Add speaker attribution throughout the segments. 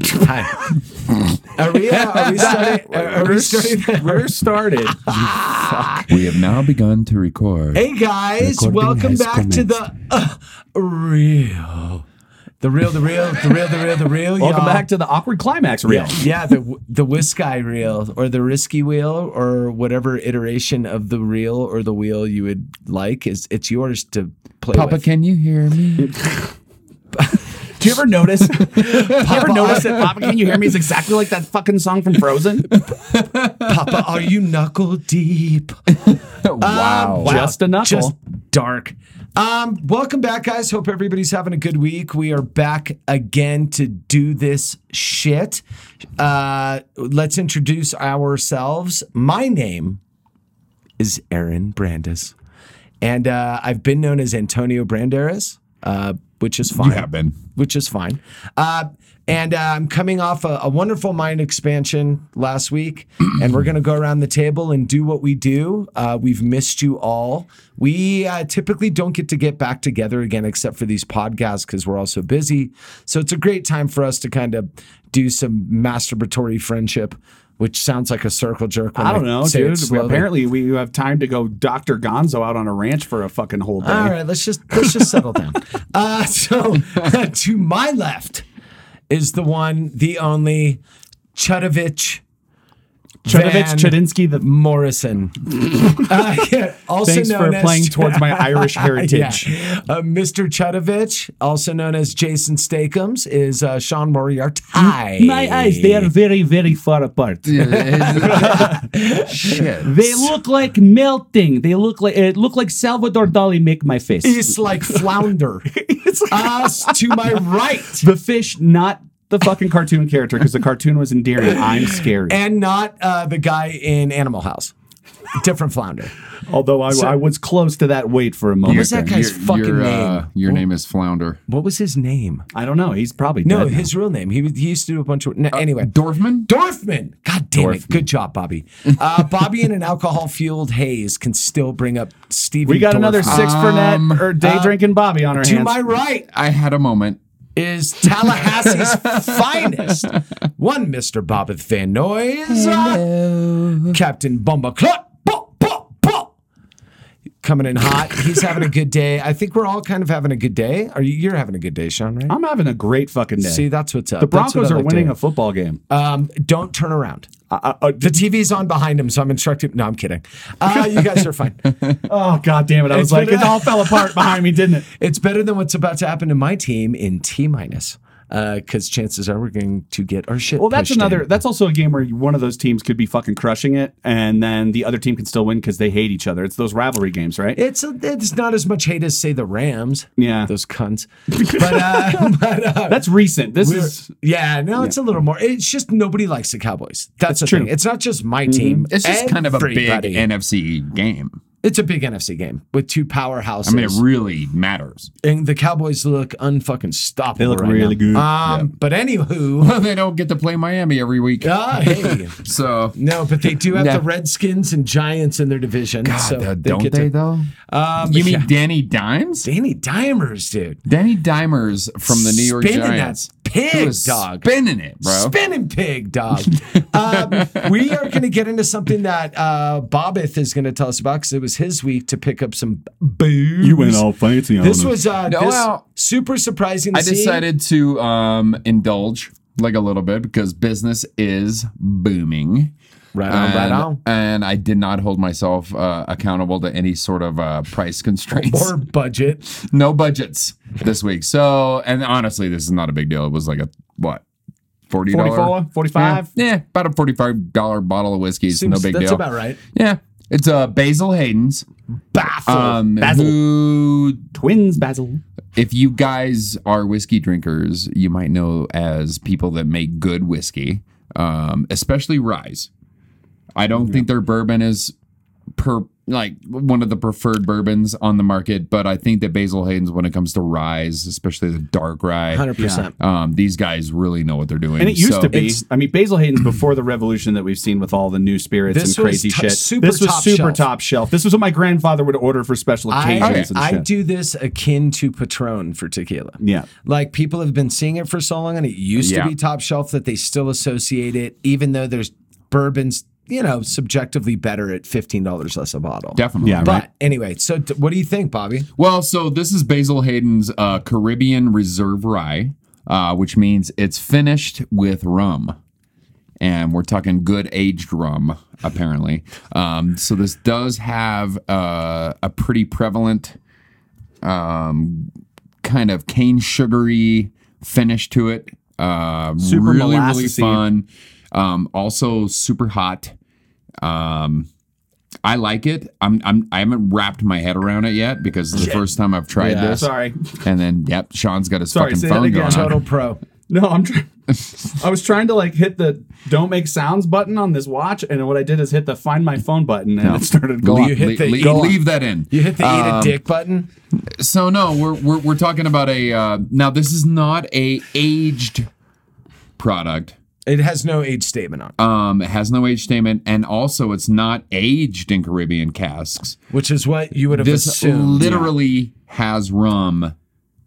Speaker 1: Hi.
Speaker 2: Are we, uh, are we starting? Are we starting? We're started.
Speaker 1: We have now begun to record.
Speaker 2: Hey guys,
Speaker 1: Recording
Speaker 2: welcome
Speaker 1: has
Speaker 2: back to the uh, real, the real, the real, the real, the real, the real.
Speaker 3: Welcome
Speaker 2: y'all.
Speaker 3: back to the awkward climax reel.
Speaker 2: yeah, yeah, the the whiskey reel or the risky wheel or whatever iteration of the reel or the wheel you would like is it's yours to play.
Speaker 1: Papa,
Speaker 2: with.
Speaker 1: can you hear me?
Speaker 3: Do you ever notice? do you ever notice that Papa Can You Hear Me is exactly like that fucking song from Frozen?
Speaker 2: Papa, are you knuckle deep?
Speaker 3: Um,
Speaker 1: wow.
Speaker 2: Wow,
Speaker 3: Just a knuckle.
Speaker 2: Just dark. Um, welcome back, guys. Hope everybody's having a good week. We are back again to do this shit. Uh, let's introduce ourselves. My name is Aaron Brandis, and uh, I've been known as Antonio Branderas, uh, which is fine.
Speaker 1: been.
Speaker 2: Which is fine. Uh, and uh, I'm coming off a, a wonderful mind expansion last week, and we're going to go around the table and do what we do. Uh, we've missed you all. We uh, typically don't get to get back together again, except for these podcasts, because we're all so busy. So it's a great time for us to kind of do some masturbatory friendship, which sounds like a circle jerk. When
Speaker 3: I don't know,
Speaker 2: say it
Speaker 3: dude.
Speaker 2: slowly.
Speaker 3: Apparently, we have time to go Dr. Gonzo out on a ranch for a fucking whole day.
Speaker 2: All right, let's just let's just settle down. Uh, so to my left is the one, the only Chudovich
Speaker 3: Chudovich
Speaker 2: Van
Speaker 3: Chudinsky, the
Speaker 2: Morrison. Uh, yeah, also
Speaker 3: thanks
Speaker 2: known
Speaker 3: for
Speaker 2: as
Speaker 3: playing towards my Irish heritage.
Speaker 2: Yeah. Uh, Mr. Chudovich, also known as Jason Stakems, is uh, Sean Moriarty.
Speaker 3: very, very far apart.
Speaker 1: Shit.
Speaker 3: They look like melting. They look like it look like Salvador Dali make my face.
Speaker 2: It's like flounder. Us to my right.
Speaker 3: the fish, not the fucking cartoon character, because the cartoon was endearing. I'm scary.
Speaker 2: And not uh, the guy in Animal House. Different flounder.
Speaker 3: Although I, I was close to that weight for a moment.
Speaker 2: What's that
Speaker 3: there.
Speaker 2: guy's fucking
Speaker 1: your,
Speaker 2: name?
Speaker 1: Uh, your name is Flounder.
Speaker 2: What was his name?
Speaker 3: I don't know. He's probably
Speaker 2: No,
Speaker 3: dead now.
Speaker 2: his real name. He was- he used to do a bunch of no,
Speaker 1: Uh,
Speaker 2: anyway.
Speaker 1: Dorfman?
Speaker 2: Dorfman. God damn it. Good job, Bobby. Uh, Bobby in an alcohol fueled haze can still bring up Stevie.
Speaker 3: We got another
Speaker 2: Dorfman.
Speaker 1: Uh,
Speaker 3: six for net or day drinking Bobby on our
Speaker 2: To
Speaker 3: hands.
Speaker 2: my right
Speaker 1: Um, I had a moment.
Speaker 2: is Tallahassee's finest. One Mr. Bobbeth Van Noyes. Captain Bumba Cluck. Bop, bop, bop. Coming in hot. He's having a good day. I think we're all kind of having a good day. Are you you're having a good day, Sean, right?
Speaker 3: I'm having a great fucking day.
Speaker 2: See, that's what's up.
Speaker 3: the
Speaker 2: That's what
Speaker 3: Broncos
Speaker 2: I
Speaker 3: are
Speaker 2: like to
Speaker 3: winning
Speaker 2: hear.
Speaker 3: a football game.
Speaker 2: Um, don't turn around.
Speaker 3: Uh, uh,
Speaker 2: The TV's on behind him, so I'm instructed. No, I'm kidding. Uh, you guys are fine.
Speaker 3: oh god damn it! I
Speaker 2: It's
Speaker 3: was like,
Speaker 2: been-
Speaker 3: it all fell apart behind me, didn't it?
Speaker 2: It's better than what's about to happen to my team in T minus, because chances are we're going to get our shit.
Speaker 3: Well, that's
Speaker 2: pushed in.
Speaker 3: another. That's also a game where one of those teams could be fucking crushing it, and then the other team can still win because they hate each other. It's those rivalry games, right?
Speaker 2: It's it's not as much hate as say the Rams.
Speaker 3: Yeah.
Speaker 2: those cunts. But, uh, but uh,
Speaker 3: that's recent. This
Speaker 2: we're-
Speaker 3: is
Speaker 2: yeah, no, it's a little more. It's just nobody likes the Cowboys. That's the
Speaker 3: true. Mm-hmm.
Speaker 2: thing. It's not just my team.
Speaker 1: It's just kind of a
Speaker 2: Everybody.
Speaker 1: big NFC game.
Speaker 2: It's a big NFC game with two powerhouses.
Speaker 1: I mean, it really matters.
Speaker 2: and the Cowboys look unfucking stoppable.
Speaker 3: They look
Speaker 2: right
Speaker 3: really
Speaker 2: now.
Speaker 3: good.
Speaker 2: Um, but anywho,
Speaker 1: Well, they don't get to play Miami every week.
Speaker 2: ah, hey,
Speaker 1: So,
Speaker 2: no, but they do have
Speaker 1: No.
Speaker 2: the Redskins and Giants in their division.
Speaker 1: God,
Speaker 2: so
Speaker 1: uh, don't
Speaker 2: get
Speaker 1: they,
Speaker 2: to- Um,
Speaker 1: though? you mean Danny Dimes?
Speaker 2: Danny Dimers, dude,
Speaker 1: Danny Dimers from the New York
Speaker 2: Spinning that
Speaker 1: Giants.
Speaker 2: pig,
Speaker 1: He was
Speaker 2: dog.
Speaker 1: Spinning it, bro.
Speaker 2: Spinning pig, dog. um, we are going to get into something that uh, Bobbeth is going to tell us about because it was his week to pick up some booze.
Speaker 3: fancy on
Speaker 2: This was uh,
Speaker 1: No,
Speaker 2: this
Speaker 1: well,
Speaker 2: super surprising. To
Speaker 1: I
Speaker 2: see.
Speaker 1: decided to um, indulge like a little bit because business is booming.
Speaker 2: Right on, right
Speaker 1: And-
Speaker 2: on.
Speaker 1: And I did not hold myself uh, accountable to any sort of uh, price constraints.
Speaker 2: Or budget.
Speaker 1: no budgets this week. So, and honestly, this is not a big deal. It was like a what? $40?
Speaker 4: uh,
Speaker 3: 44, 45?
Speaker 1: Yeah, yeah, about a $45 bottle of whiskey. It's
Speaker 2: Seems
Speaker 1: no big
Speaker 2: that's
Speaker 1: deal.
Speaker 2: about right. Ah,
Speaker 1: Yeah. It's uh, Basil Hayden's,
Speaker 4: Ah,
Speaker 3: Basil.
Speaker 1: um,
Speaker 3: Basil.
Speaker 1: who,
Speaker 3: Twins Basil.
Speaker 1: if you guys are whiskey drinkers, you might know as people that make good whiskey, um, especially rye. I don't think their bourbon is per like one of the preferred bourbons on the market, but I think that Basil Hayden's, when it comes to rye, especially the dark rye,
Speaker 2: 100%.
Speaker 1: um, these guys really know what they're doing.
Speaker 4: And it used
Speaker 1: So-
Speaker 4: to be.
Speaker 2: it's-
Speaker 4: I mean, Basil Hayden's before the revolution that we've seen with all the new spirits
Speaker 2: This
Speaker 4: and
Speaker 2: was
Speaker 4: crazy
Speaker 2: top-
Speaker 4: shit.
Speaker 2: super
Speaker 4: this was
Speaker 2: top
Speaker 4: super
Speaker 2: shelf.
Speaker 4: top shelf. This was what my grandfather would order for special occasions
Speaker 2: I,
Speaker 4: and
Speaker 2: I
Speaker 4: shit.
Speaker 2: do this akin to Patron for tequila.
Speaker 4: Yeah.
Speaker 2: Like people have been seeing it for so long and it used
Speaker 1: Yeah.
Speaker 2: to be top shelf that they still associate it, even though there's bourbons, you know, subjectively better at $15 less a bottle.
Speaker 1: Definitely.
Speaker 4: Yeah,
Speaker 2: But
Speaker 4: right.
Speaker 2: anyway, so d- what do you think, Bobby?
Speaker 1: Well, so this is Basil Hayden's uh, Caribbean Reserve Rye, uh, which means it's finished with rum. And we're talking good aged rum, apparently. Um, so this does have uh, a pretty prevalent um, kind of cane sugary finish to it. Uh,
Speaker 4: Super
Speaker 1: really, really
Speaker 4: molassesy.
Speaker 1: fun. Um, also super hot. Um, I like it. I'm, I'm I haven't wrapped my head around it yet because it's the first time I've tried
Speaker 4: Yeah,
Speaker 1: this.
Speaker 4: sorry.
Speaker 1: And then yep, Sean's got his
Speaker 4: Sorry,
Speaker 1: fucking
Speaker 4: say that
Speaker 1: phone
Speaker 4: again.
Speaker 1: going
Speaker 2: Total
Speaker 1: on.
Speaker 2: pro.
Speaker 4: No, I'm trying. I was trying to like hit the don't make sounds button on this watch, and what I did is hit the find my phone button, and it started
Speaker 1: Go
Speaker 4: going.
Speaker 1: on,
Speaker 2: You hit
Speaker 1: le-
Speaker 2: the-
Speaker 1: le-
Speaker 2: go on.
Speaker 1: leave that in.
Speaker 2: You hit the
Speaker 1: Um,
Speaker 2: eat a dick button.
Speaker 1: So no, we're we're, we're talking about a uh, now. This is not a aged product.
Speaker 2: It has no age statement on it,
Speaker 1: Um, it has no age statement, and also it's not aged in Caribbean casks.
Speaker 2: which is what you would have
Speaker 1: This
Speaker 2: assumed.
Speaker 1: literally has rum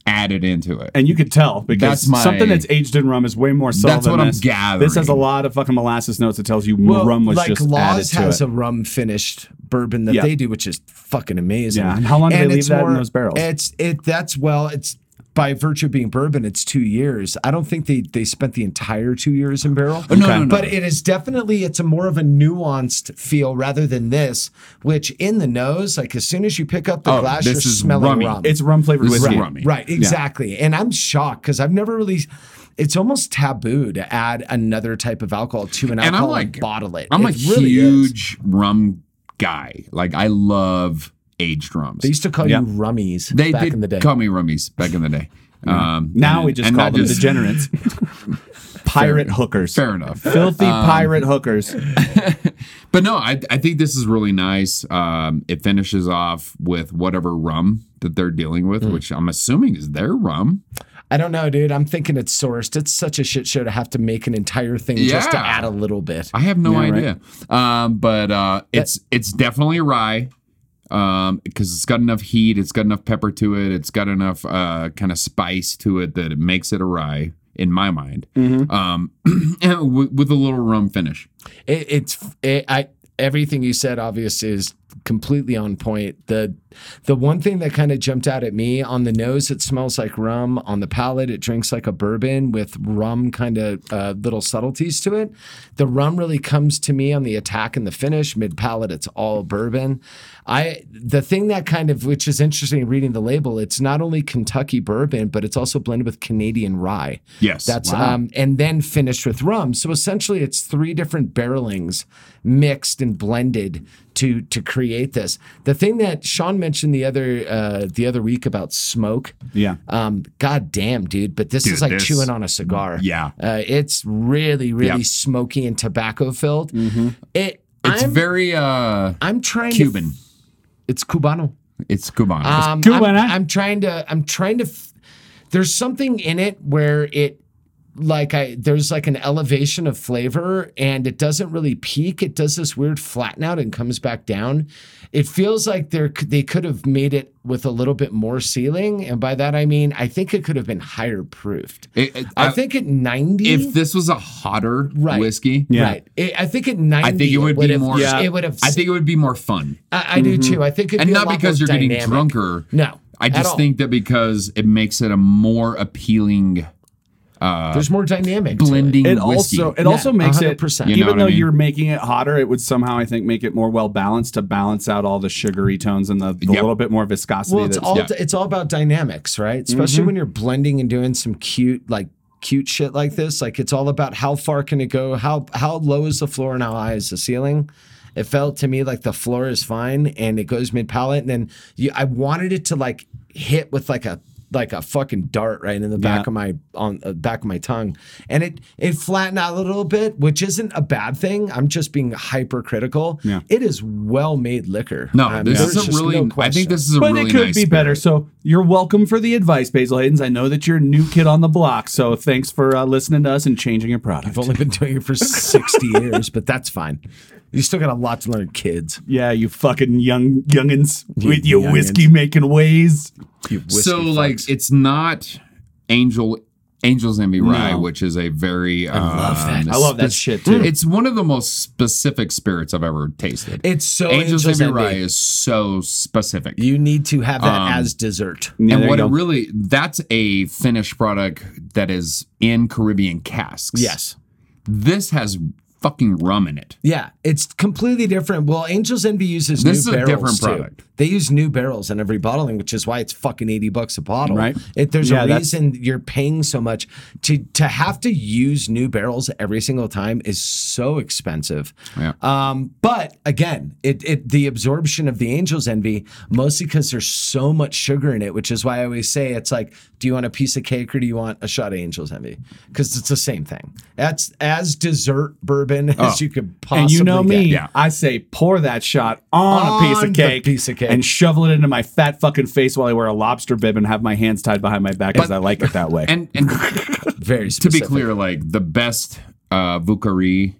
Speaker 1: added into it.
Speaker 4: And you could tell because
Speaker 1: That's my-
Speaker 4: something that's aged in rum is way more subtle.
Speaker 1: That's
Speaker 4: than
Speaker 1: what I'm
Speaker 4: this.
Speaker 1: gathering.
Speaker 4: This has a lot of fucking molasses notes that tells you
Speaker 2: Well,
Speaker 4: rum was
Speaker 2: like
Speaker 4: just added
Speaker 2: Laws
Speaker 4: to
Speaker 2: has
Speaker 4: it.
Speaker 2: a rum finished bourbon that
Speaker 4: Yeah.
Speaker 2: they do, which is fucking amazing.
Speaker 4: Yeah, and how long do they leave
Speaker 2: it's
Speaker 4: that in those barrels?
Speaker 2: It's it that's well, it's by virtue of being bourbon, it's two years. I don't think they they spent the entire two years in barrel.
Speaker 4: Oh,
Speaker 1: no, no, no.
Speaker 2: But it is definitely it's a more of a nuanced feel rather than this, which in the nose, like as soon as you pick up the
Speaker 1: Oh,
Speaker 2: glass,
Speaker 1: this
Speaker 2: you're
Speaker 1: is
Speaker 2: smelling
Speaker 1: rummy.
Speaker 2: rum.
Speaker 4: it's rum flavored
Speaker 1: This is
Speaker 4: whiskey.
Speaker 1: rummy.
Speaker 2: Right, exactly. And I'm shocked because I've never really. It's almost taboo to add another type of alcohol to an
Speaker 1: And I'm
Speaker 2: alcohol
Speaker 1: like
Speaker 2: and bottle it.
Speaker 1: I'm
Speaker 2: It
Speaker 1: a
Speaker 2: really is.
Speaker 1: huge rum guy. Like I love aged rums.
Speaker 2: They used to call
Speaker 4: Yeah.
Speaker 2: you rummies
Speaker 1: they
Speaker 2: back
Speaker 1: did
Speaker 2: in the day.
Speaker 1: call me rummies back in the day. Um,
Speaker 4: Now
Speaker 1: and-
Speaker 4: we just
Speaker 1: and
Speaker 4: call
Speaker 1: not
Speaker 4: them degenerates, pirate hookers,
Speaker 1: Fair enough.
Speaker 4: filthy
Speaker 2: Um,
Speaker 4: pirate hookers.
Speaker 1: But no, I, I think this is really nice. Um, it finishes off with whatever rum that they're dealing with,
Speaker 2: Hmm.
Speaker 1: which I'm assuming is their rum.
Speaker 2: I don't know, dude. I'm thinking it's sourced. It's such a shit show to have to make an entire thing just to
Speaker 1: Yeah.
Speaker 2: add a little bit.
Speaker 1: I have no idea. Um, but uh, it's it's definitely a rye um, because it's got enough heat, it's got enough pepper to it, it's got enough uh, kind of spice to it that it makes it a rye in my mind.
Speaker 2: Mm-hmm.
Speaker 1: Um, and with, with a little rum finish.
Speaker 2: It, it's it, I everything you said obvious is completely on point. The the one thing that kind of jumped out at me on the nose, it smells like rum. On the palate, it drinks like a bourbon with rum kind of uh, little subtleties to it. The rum really comes to me on the attack and the finish. Mid palate, it's all bourbon. I the thing that kind of which is interesting reading the label, it's not only Kentucky bourbon, but it's also blended with Canadian rye.
Speaker 1: Yes.
Speaker 2: That's um, and then finished with rum. So essentially, it's three different barrelings mixed and blended to to create this. The thing that Sean mentioned the other uh, the other week about smoke.
Speaker 4: Yeah.
Speaker 2: Um, God damn, dude! But this
Speaker 1: Dude,
Speaker 2: is like
Speaker 1: this-
Speaker 2: chewing on a cigar.
Speaker 1: Yeah.
Speaker 2: Uh, it's really really
Speaker 1: Yep. Mm-hmm.
Speaker 2: smoky and tobacco filled. It.
Speaker 1: It's
Speaker 2: I'm,
Speaker 1: very uh,
Speaker 2: I'm trying to-
Speaker 1: Cuban.
Speaker 2: it's Cubano.
Speaker 1: It's Cubano.
Speaker 2: Um,
Speaker 4: Cuban,
Speaker 2: I'm,
Speaker 4: huh?
Speaker 2: I'm trying to. I'm trying to. F- there's something in it where it, like I, there's like an elevation of flavor, and it doesn't really peak. It does this weird flatten out and comes back down. It feels like there c- they could have made it with a little bit more ceiling, and by that I mean I think it could have been higher proofed.
Speaker 1: It- it-
Speaker 2: I,
Speaker 1: I-
Speaker 2: think at 90.
Speaker 1: if this was a hotter
Speaker 2: Right.
Speaker 1: whiskey,
Speaker 4: Yeah.
Speaker 2: Right. It- I think at 90.
Speaker 1: I think it would be
Speaker 2: would've-
Speaker 1: more.
Speaker 4: Yeah. Mm-hmm.
Speaker 2: It would have.
Speaker 1: I think it would be more fun,
Speaker 2: I, I do too. I think it'd
Speaker 1: and
Speaker 2: be a
Speaker 1: not
Speaker 2: lot
Speaker 1: because
Speaker 2: more
Speaker 1: you're getting
Speaker 2: dynamic.
Speaker 1: drunker.
Speaker 2: No,
Speaker 1: I
Speaker 2: at
Speaker 1: just
Speaker 2: all.
Speaker 1: think that because it makes it a more appealing uh,
Speaker 2: There's more dynamic. to it.
Speaker 1: blending
Speaker 4: It
Speaker 1: whiskey.
Speaker 4: also it also
Speaker 2: Yeah,
Speaker 4: makes it
Speaker 2: 100%.
Speaker 1: You know
Speaker 4: even
Speaker 1: what I
Speaker 4: though
Speaker 1: mean?
Speaker 4: you're making it hotter, it would somehow I think make it more well balanced to balance out all the sugary tones and the, the
Speaker 1: Yep.
Speaker 4: little bit more viscosity.
Speaker 2: Well, it's
Speaker 4: that's-
Speaker 2: all
Speaker 1: yeah. Mm-hmm.
Speaker 2: it's all about dynamics, right? Especially when you're blending and doing some cute like cute shit like this. Like it's all about how far can it go? How how low is the floor and how high is the ceiling? It felt to me like the floor is fine and it goes mid palate, and then you, I wanted it to like hit with like a like a fucking dart right in the back
Speaker 1: Yeah.
Speaker 2: of my on uh, back of my tongue, and it it flattened out a little bit, which isn't a bad thing. I'm just being hypercritical.
Speaker 4: Yeah.
Speaker 2: It is well made liquor.
Speaker 1: no,
Speaker 2: Um,
Speaker 1: this
Speaker 2: there's
Speaker 1: is a
Speaker 2: just
Speaker 1: really.
Speaker 2: no
Speaker 1: I think
Speaker 2: question.
Speaker 1: this is a
Speaker 4: but
Speaker 1: really
Speaker 4: it could
Speaker 1: nice
Speaker 4: be better. So you're welcome for the advice, Basil Haydens. I know that you're a new kid on the block, so thanks for uh, listening to us and changing your product.
Speaker 2: I've only been doing it for 60 years, but that's fine. You still got a lot to learn, kids.
Speaker 4: yeah, you fucking young youngins with your
Speaker 2: youngins.
Speaker 4: whiskey making ways.
Speaker 2: You whiskey
Speaker 1: so like
Speaker 2: fucks.
Speaker 1: it's not angel angels envy rye
Speaker 4: No.
Speaker 1: which is a very i
Speaker 2: love that.
Speaker 4: I love that shit, too.
Speaker 1: it's one of the most specific spirits i've ever tasted
Speaker 2: it's so
Speaker 1: angels,
Speaker 2: angels
Speaker 1: envy
Speaker 2: envy.
Speaker 1: rye is so specific
Speaker 2: You need to have that
Speaker 1: Um,
Speaker 2: as dessert.
Speaker 4: Yeah, there
Speaker 1: and what
Speaker 4: you
Speaker 1: it
Speaker 4: go.
Speaker 1: really that's a finished product that is in caribbean casks
Speaker 2: Yes.
Speaker 1: this has fucking rum in it
Speaker 2: Yeah, it's completely different. Well, Angels Envy uses
Speaker 1: This
Speaker 2: new
Speaker 1: is a
Speaker 2: barrels
Speaker 1: different
Speaker 2: too.
Speaker 1: product.
Speaker 2: They use new barrels in every bottling, which is why it's fucking eighty bucks a bottle.
Speaker 4: Right.
Speaker 2: It, there's
Speaker 4: Yeah,
Speaker 2: a
Speaker 4: that's-
Speaker 2: reason you're paying so much to to have to use new barrels every single time is so expensive.
Speaker 1: Yeah.
Speaker 2: Um, but again, it it the absorption of the Angels Envy mostly because there's so much sugar in it, which is why I always say it's like, do you want a piece of cake or do you want a shot of Angels Envy? Because it's the same thing. That's as dessert bourbon
Speaker 1: Oh.
Speaker 2: as you could possibly.
Speaker 4: And you know
Speaker 2: get.
Speaker 4: me, I say pour that shot on, a piece
Speaker 2: On
Speaker 4: of
Speaker 2: the
Speaker 4: cake,
Speaker 2: piece of cake.
Speaker 4: and shovel it into my fat fucking face while I wear a lobster bib and have my hands tied behind my back because I like it that way.
Speaker 1: and and
Speaker 2: Very
Speaker 1: to be
Speaker 2: specific.
Speaker 1: clear, like the best uh, Vukari,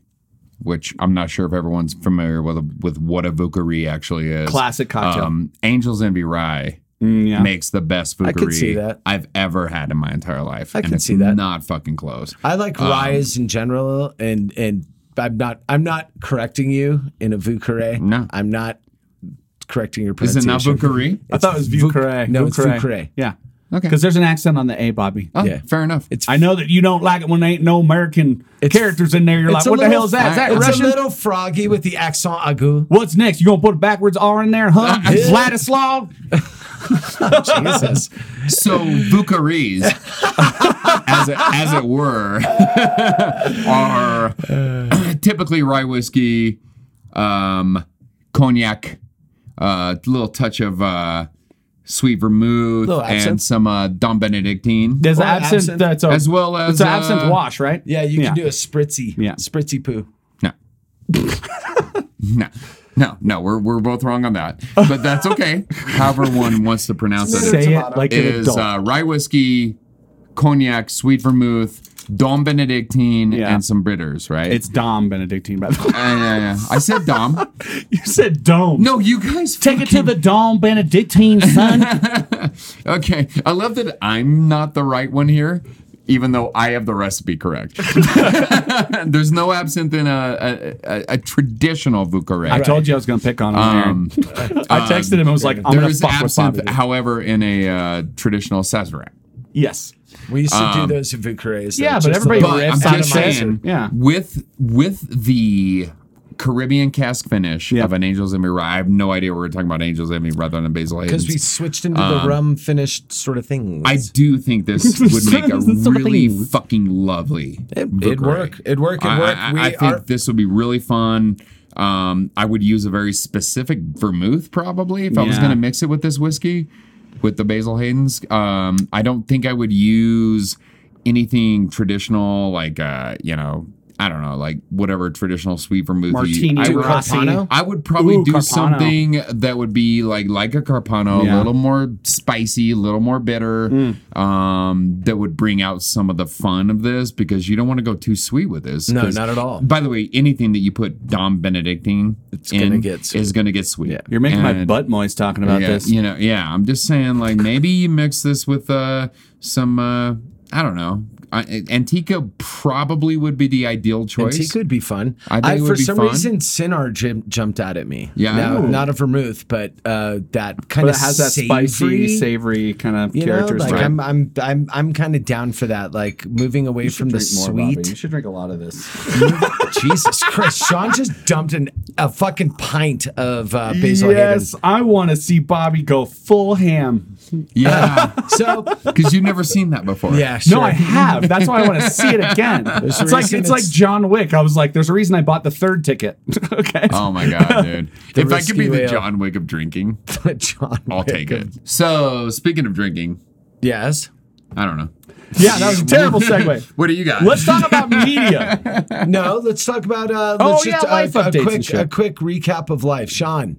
Speaker 1: which I'm not sure if everyone's familiar with with what a Vukari actually is. Um,
Speaker 4: Classic cocktail.
Speaker 2: um,
Speaker 1: Angel's Envy Rye
Speaker 4: Mm, yeah.
Speaker 1: makes the best Vukari
Speaker 2: I could see that.
Speaker 1: I've ever had in my entire life.
Speaker 2: I
Speaker 1: and
Speaker 2: could
Speaker 1: it's
Speaker 2: see that.
Speaker 1: Not fucking close.
Speaker 2: I like ryes in general, and and I'm not I'm not correcting you in a vucare.
Speaker 1: No.
Speaker 2: I'm not correcting your
Speaker 1: Is it
Speaker 2: pronunciation.
Speaker 1: not Vukari?
Speaker 4: I thought it was Vucre.
Speaker 2: no, it's Vucre.
Speaker 4: Yeah.
Speaker 1: Okay.
Speaker 4: Because there's an accent on the A, Bobby.
Speaker 1: Oh,
Speaker 2: Yeah.
Speaker 1: Fair enough.
Speaker 2: It's
Speaker 4: I know that you don't like it when there ain't no American
Speaker 2: It's-
Speaker 4: characters in there. You're like,
Speaker 2: it's a
Speaker 4: what the
Speaker 2: little-
Speaker 4: hell is that? Is that
Speaker 2: it's
Speaker 4: Russian?
Speaker 2: a little froggy with the accent aigu.
Speaker 4: What's next? You gonna put a backwards R in there, huh? Vladislav?
Speaker 2: Jesus.
Speaker 1: so Vukaris, as it, as it were, are typically rye whiskey, um, cognac, a little touch of uh, sweet vermouth,
Speaker 2: Little
Speaker 1: and
Speaker 2: absinthe.
Speaker 1: some uh, Dom Benedictine,
Speaker 4: There's
Speaker 2: Or
Speaker 4: absinthe.
Speaker 2: absinthe.
Speaker 4: That's a,
Speaker 1: as well as
Speaker 4: it's an absinthe
Speaker 1: uh,
Speaker 4: wash, right?
Speaker 2: Yeah, you can do a spritzy.
Speaker 4: Yeah.
Speaker 2: Spritzy poo.
Speaker 1: No. no. No, no, we're, we're both wrong on that. But that's okay. However, one wants to pronounce it.
Speaker 4: Say it
Speaker 2: Tomato.
Speaker 4: like an
Speaker 1: is
Speaker 4: adult.
Speaker 1: uh, rye whiskey, cognac, sweet vermouth, Dom Benedictine,
Speaker 4: Yeah.
Speaker 1: and some bitters, right? Uh,
Speaker 4: it's Dom Benedictine, by the way.
Speaker 1: Yeah, yeah, yeah. I said Dom.
Speaker 4: You said Dome.
Speaker 1: No, you guys.
Speaker 4: Take it to the Dom Benedictine, son.
Speaker 1: Okay. I love that I'm not the right one here, even though I have the recipe correct. There's no absinthe in a, a, a, a traditional Vucare.
Speaker 4: I told you I was going to pick on him.
Speaker 1: Um,
Speaker 4: Aaron. um, I texted him and was like, I'm
Speaker 1: there
Speaker 4: going to
Speaker 1: is
Speaker 4: fuck with Bobby.
Speaker 1: absinthe, however, in a uh, traditional Sazerac.
Speaker 4: Yes.
Speaker 2: We used to
Speaker 4: Um,
Speaker 2: do those in Vucares.
Speaker 4: yeah, but everybody
Speaker 1: But
Speaker 4: riffs
Speaker 1: I'm
Speaker 4: out of
Speaker 1: just
Speaker 4: my
Speaker 1: saying,
Speaker 4: Yeah.
Speaker 1: with with the Caribbean cask finish
Speaker 4: Yeah.
Speaker 1: of an Angels Envy rye, I have no idea we're talking about Angels Envy rather than Basil
Speaker 2: Because
Speaker 1: Hayden's.
Speaker 2: we switched into
Speaker 4: um,
Speaker 2: the rum finished sort of thing.
Speaker 1: I do think this would make a
Speaker 4: Something.
Speaker 1: really fucking lovely.
Speaker 2: It-
Speaker 1: book
Speaker 2: it'd
Speaker 1: ride.
Speaker 2: work. It'd work. It'd
Speaker 1: I-
Speaker 2: work.
Speaker 1: I, I-
Speaker 2: We
Speaker 1: I think
Speaker 2: are-
Speaker 1: this would be really fun. Um, I would use a very specific vermouth probably if I was
Speaker 4: Yeah.
Speaker 1: going to mix it with this whiskey, with the Basil Hayden's. Um, I don't think I would use anything traditional like uh, you know I don't know like whatever traditional sweet vermouth. you-
Speaker 4: Martini,
Speaker 1: I would,
Speaker 4: Rossi.
Speaker 2: Carpano?
Speaker 1: I would probably
Speaker 4: Ooh,
Speaker 1: do
Speaker 4: Carpano.
Speaker 1: something that would be like like a Carpano, a
Speaker 4: Yeah. Mm.
Speaker 1: little more spicy, a little more bitter. Um, that would bring out some of the fun of this because you don't want to go too sweet with this.
Speaker 2: No,
Speaker 1: 'cause-
Speaker 2: not at all.
Speaker 1: By the way, anything that you put Dom Benedictine, it's
Speaker 2: gonna get sweet.
Speaker 1: is gonna get sweet.
Speaker 4: You're making my
Speaker 1: And-
Speaker 4: butt moist talking about
Speaker 1: yeah,
Speaker 4: this.
Speaker 1: You know, yeah. I'm just saying, like maybe you mix this with uh, some uh, I don't know I, Antica probably would be the ideal choice.
Speaker 2: Antique would be fun.
Speaker 1: I think it would
Speaker 2: for
Speaker 1: be
Speaker 2: some
Speaker 1: fun.
Speaker 2: reason, Sinar jim- jumped out at me.
Speaker 1: Yeah.
Speaker 2: Now,
Speaker 1: Ooh.
Speaker 2: not a vermouth, but uh, that kind
Speaker 4: But
Speaker 2: of
Speaker 4: it has that spicy, savory kind of
Speaker 2: You know,
Speaker 4: characteristic.
Speaker 2: like I'm, I'm, I'm, I'm kind of down for that. Like moving away from the
Speaker 4: Drink more, Bobby. You
Speaker 2: sweet.
Speaker 4: should drink a lot of this.
Speaker 2: Jesus Christ, Sean just dumped an, a fucking pint of uh, Basil
Speaker 4: yes, I want to see Bobby go full ham.
Speaker 1: yeah,
Speaker 2: Hayden. So
Speaker 1: because you've never seen that before.
Speaker 2: yeah, sure.
Speaker 4: No, I have. That's why I want to see it again.
Speaker 2: There's a
Speaker 4: it's like it's,
Speaker 2: reason
Speaker 4: like
Speaker 2: it's-
Speaker 4: John Wick. I was like, there's a reason I bought the third ticket. okay.
Speaker 1: Oh my god, dude!
Speaker 2: The
Speaker 1: if I could
Speaker 2: risky
Speaker 1: be the
Speaker 2: way out.
Speaker 1: John Wick of drinking,
Speaker 2: John.
Speaker 1: I'll take it. So speaking of drinking,
Speaker 2: Yes.
Speaker 1: I don't know.
Speaker 4: yeah, that was a terrible segue.
Speaker 1: What do you got?
Speaker 4: Let's talk about media.
Speaker 2: No, let's talk about. Uh,
Speaker 4: Oh,
Speaker 2: let's
Speaker 4: yeah,
Speaker 2: just, uh,
Speaker 4: life updates
Speaker 2: a
Speaker 4: and
Speaker 2: quick,
Speaker 4: shit.
Speaker 2: a quick recap of life, Sean.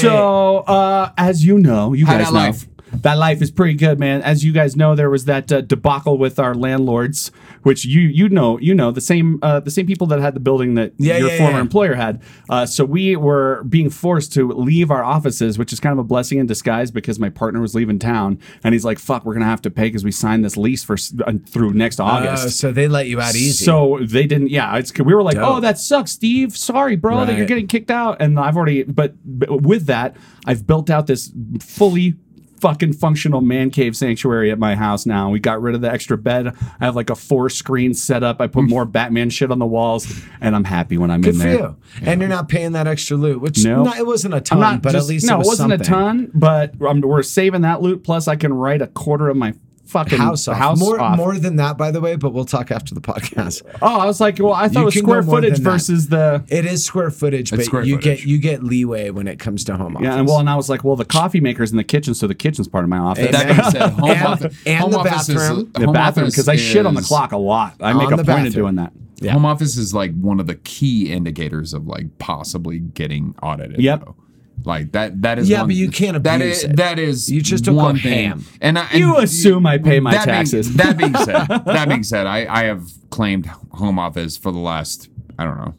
Speaker 4: So, uh, as you know, you
Speaker 1: How'd
Speaker 4: guys
Speaker 1: that
Speaker 4: know,
Speaker 1: life?
Speaker 4: that life is pretty good, man. As you guys know, there was that uh, debacle with our landlords, which you you know you know the same uh, the same people that had the building that
Speaker 2: Yeah,
Speaker 4: your
Speaker 2: yeah,
Speaker 4: former
Speaker 2: yeah.
Speaker 4: employer had. Uh, so we were being forced to leave our offices, which is kind of a blessing in disguise because my partner was leaving town, and he's like, "Fuck, we're gonna have to pay because we signed this lease for s- uh, through next August."
Speaker 2: Oh, so they let you out easy.
Speaker 4: So they didn't. Yeah, it's we were like,
Speaker 2: Dope.
Speaker 4: oh, that sucks, Steve. Sorry, bro, that you're
Speaker 2: Right.
Speaker 4: getting kicked out. And I've already, but, but with that, I've built out this fully fucking functional man cave sanctuary at my house now. We got rid of the extra bed. I have like a four screen setup. I put more Batman shit on the walls, and I'm happy when I'm
Speaker 2: Hmm. Good
Speaker 4: in
Speaker 2: for
Speaker 4: there.
Speaker 2: you. And you're not paying that extra loot, which
Speaker 4: No.
Speaker 2: no, it wasn't a
Speaker 4: I'm
Speaker 2: ton,
Speaker 4: not,
Speaker 2: but
Speaker 4: just-
Speaker 2: at least
Speaker 4: no,
Speaker 2: it, was
Speaker 4: not
Speaker 2: something.
Speaker 4: a ton, but um, we're saving that loot. Plus, I can write a quarter of my fucking
Speaker 2: House off.
Speaker 4: house
Speaker 2: more
Speaker 4: off.
Speaker 2: more than that, by the way. But we'll talk after the podcast.
Speaker 4: Oh, I was like, well, I thought
Speaker 2: You
Speaker 4: it was
Speaker 2: can go
Speaker 4: square
Speaker 2: more
Speaker 4: footage
Speaker 2: than that.
Speaker 4: versus the
Speaker 2: It is square footage, but
Speaker 1: square
Speaker 2: you
Speaker 1: footage.
Speaker 2: get you get leeway when it comes to home office.
Speaker 4: Yeah, and well, and I was like, well, the coffee maker's in the kitchen, so the kitchen's part of my office.
Speaker 1: That being said, home
Speaker 2: And-
Speaker 1: office,
Speaker 2: and
Speaker 1: home
Speaker 2: the
Speaker 1: office is-
Speaker 2: bathroom.
Speaker 4: the
Speaker 1: home
Speaker 4: bathroom,
Speaker 1: office
Speaker 4: because I shit on the
Speaker 1: is-
Speaker 4: clock a lot. I make a
Speaker 2: On the
Speaker 4: point of
Speaker 2: bathroom.
Speaker 4: doing that.
Speaker 1: Home office is like one of the key indicators of like possibly getting audited.
Speaker 4: Yep.
Speaker 1: though. Like that. That is.
Speaker 2: Yeah,
Speaker 1: one-
Speaker 2: but you can't
Speaker 1: that
Speaker 2: abuse
Speaker 1: is,
Speaker 2: it.
Speaker 1: That is.
Speaker 2: You just don't
Speaker 1: one
Speaker 2: go
Speaker 1: thing.
Speaker 2: ham.
Speaker 1: And, I, and
Speaker 4: You assume I pay my
Speaker 1: that being-
Speaker 4: taxes.
Speaker 1: that being said, that being said, I I have claimed home office for the last I don't know,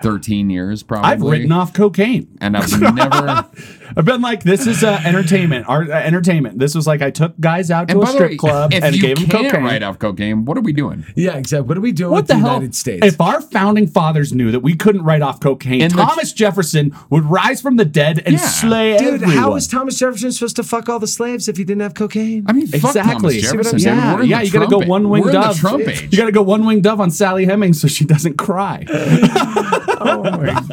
Speaker 1: thirteen years probably.
Speaker 4: I've written off cocaine.
Speaker 1: and I've never.
Speaker 4: I've been like, this is uh, entertainment, art, uh, entertainment. This was like I took guys out to
Speaker 1: And
Speaker 4: a
Speaker 1: by the
Speaker 4: strip
Speaker 1: way,
Speaker 4: club
Speaker 1: if
Speaker 4: and
Speaker 1: you
Speaker 4: gave them
Speaker 1: can't
Speaker 4: cocaine.
Speaker 1: write off cocaine, what are we doing?
Speaker 2: yeah, exactly. What are we doing
Speaker 4: what
Speaker 2: with
Speaker 4: the,
Speaker 2: the,
Speaker 4: hell?
Speaker 2: United States?
Speaker 4: If our founding fathers knew that we couldn't write off cocaine,
Speaker 1: And the-
Speaker 4: Thomas Jefferson would rise from the dead and
Speaker 1: Yeah.
Speaker 4: slay
Speaker 2: Dude,
Speaker 4: everyone.
Speaker 2: how was Thomas Jefferson supposed to fuck all the slaves if he didn't have cocaine?
Speaker 1: I mean, fuck Thomas
Speaker 4: Exactly. See
Speaker 2: what
Speaker 1: Jefferson.
Speaker 2: I'm
Speaker 1: dude.
Speaker 2: saying?
Speaker 4: yeah,
Speaker 1: We're in
Speaker 4: yeah,
Speaker 1: the
Speaker 4: you gotta
Speaker 1: Trump
Speaker 4: go
Speaker 1: age.
Speaker 4: one winged
Speaker 1: We're in
Speaker 4: dove.
Speaker 1: the Trump age.
Speaker 4: You gotta go one winged dove on Sally Hemmings so she doesn't cry.
Speaker 2: oh my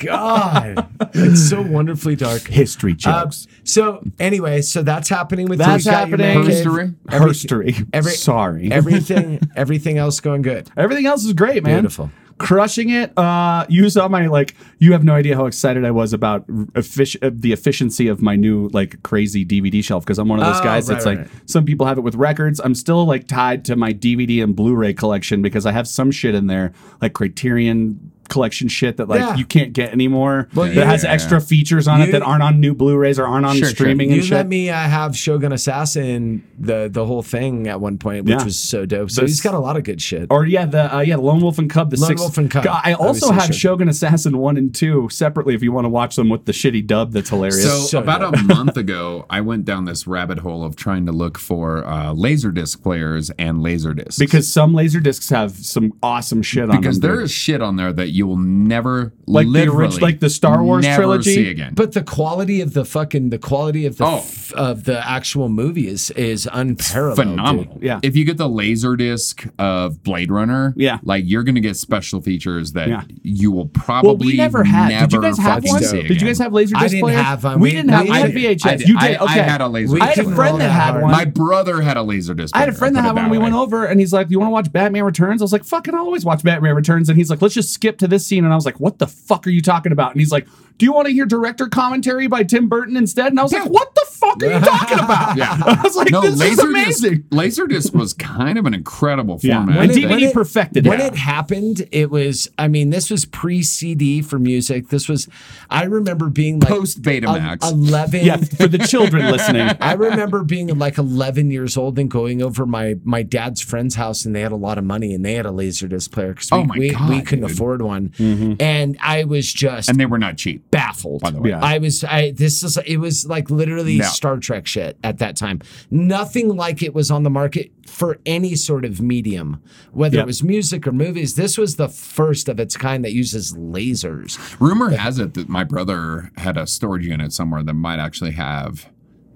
Speaker 2: god, it's so wonderfully dark.
Speaker 4: History
Speaker 2: Uh,
Speaker 4: jokes.
Speaker 2: so anyway, so that's happening with
Speaker 4: That's
Speaker 2: you. Got your man
Speaker 4: happening.
Speaker 2: cave.
Speaker 1: Herstory?
Speaker 2: Every-
Speaker 4: Herstory.
Speaker 2: every-
Speaker 4: Sorry.
Speaker 2: Everything, everything else going good.
Speaker 4: Everything else is great, man.
Speaker 2: Beautiful.
Speaker 4: Crushing it. Uh, you saw my like. You have no idea how excited I was about effic- uh, the efficiency of my new like crazy DVD shelf because I'm one of those
Speaker 2: Oh,
Speaker 4: guys
Speaker 2: right,
Speaker 4: that's
Speaker 2: right,
Speaker 4: like
Speaker 2: right.
Speaker 4: some people have it with records. I'm still like tied to my DVD and Blu-ray collection because I have some shit in there like Criterion collection shit that like
Speaker 2: Yeah.
Speaker 4: you can't get anymore
Speaker 2: Well,
Speaker 4: that
Speaker 2: you-
Speaker 4: has extra features on it
Speaker 2: you-
Speaker 4: that aren't on new Blu-rays or aren't on
Speaker 1: Sure, sure.
Speaker 4: streaming
Speaker 2: You
Speaker 4: and shit.
Speaker 2: let me uh, have Shogun Assassin the the whole thing at one point, which
Speaker 4: Yeah.
Speaker 2: was so dope. So
Speaker 4: This-
Speaker 2: he's got a lot of good shit.
Speaker 4: Or yeah, the uh, yeah, Lone Wolf and Cub, the
Speaker 2: Lone
Speaker 4: six.
Speaker 2: Wolf and Cub.
Speaker 4: God, I also
Speaker 2: Obviously
Speaker 4: have
Speaker 2: should.
Speaker 4: Shogun Assassin one and two separately if you want to watch them with the shitty dub. That's hilarious.
Speaker 1: So,
Speaker 2: so
Speaker 1: about a month ago, I went down this rabbit hole of trying to look for uh, laser disc players and laser discs
Speaker 4: because some laser discs have some awesome shit on
Speaker 1: because
Speaker 4: them.
Speaker 1: there is shit on there that you will never
Speaker 4: Like the orig-
Speaker 1: literally
Speaker 4: like the Star Wars
Speaker 1: never
Speaker 4: trilogy?
Speaker 1: see again.
Speaker 2: But the quality of the fucking the quality of the
Speaker 1: Oh.
Speaker 2: f- of the actual movie is is unparalleled. dude.
Speaker 1: phenomenal.
Speaker 4: Yeah.
Speaker 1: If you get the laser disc of Blade Runner,
Speaker 4: Yeah.
Speaker 1: like you're gonna get special features that
Speaker 4: Yeah.
Speaker 1: you will probably
Speaker 4: well, we never had. did you guys have
Speaker 1: fucking
Speaker 4: one?
Speaker 1: see
Speaker 4: Did you
Speaker 1: again.
Speaker 4: guys have laser
Speaker 2: I
Speaker 4: disc
Speaker 2: didn't
Speaker 4: players?
Speaker 2: have one.
Speaker 4: We,
Speaker 2: We-
Speaker 4: didn't have.
Speaker 2: we
Speaker 4: I had
Speaker 2: did.
Speaker 4: VHS.
Speaker 1: I did.
Speaker 4: You did.
Speaker 1: I-
Speaker 4: Okay.
Speaker 1: I had a laser
Speaker 4: I had
Speaker 2: disc
Speaker 4: a
Speaker 2: player.
Speaker 4: friend that had
Speaker 2: My
Speaker 4: one.
Speaker 1: My brother had a laser disc.
Speaker 4: I had a
Speaker 1: player,
Speaker 4: friend that
Speaker 1: put it
Speaker 4: had one. We
Speaker 1: way.
Speaker 4: went over, and he's like, "Do you want to watch Batman Returns?" I was like, "Fucking, I'll always watch Batman Returns." And he's like, "Let's just skip to this scene." And I was like, "What the fuck are you talking about?" And he's like, "Do you want to hear director commentary by Tim Burton instead?" And I was like, "What the fuck are you talking about?"
Speaker 1: Yeah.
Speaker 4: I was like,
Speaker 1: no,
Speaker 4: "This is
Speaker 1: Laserdisc.
Speaker 4: amazing."
Speaker 1: Laserdisc was kind of an incredible format.
Speaker 4: When
Speaker 1: that-
Speaker 4: it- DVD perfected
Speaker 2: When
Speaker 4: it.
Speaker 2: it happened, it was. I mean, this was pre CD for music. This was. I remember being like
Speaker 1: Post Betamax.
Speaker 2: el- eleven.
Speaker 4: Yeah, for the children listening,
Speaker 2: I remember being like 11 years old and going over my my dad's friend's house, and they had a lot of money, and they had a Laserdisc player because we,
Speaker 1: Oh my
Speaker 2: we, we
Speaker 1: God,
Speaker 2: couldn't
Speaker 1: dude. Mm-hmm.
Speaker 2: afford one, and I was just
Speaker 1: and they were not cheap.
Speaker 2: baffled.
Speaker 1: By the way.
Speaker 4: Yeah.
Speaker 2: I was I this is it was like literally
Speaker 1: No.
Speaker 2: Star Trek shit at that time. Nothing like it was on the market for any sort of medium, whether
Speaker 4: Yep.
Speaker 2: it was music or movies. This was the first of its kind that uses lasers.
Speaker 1: Rumor has it that my brother had a storage unit somewhere that might actually have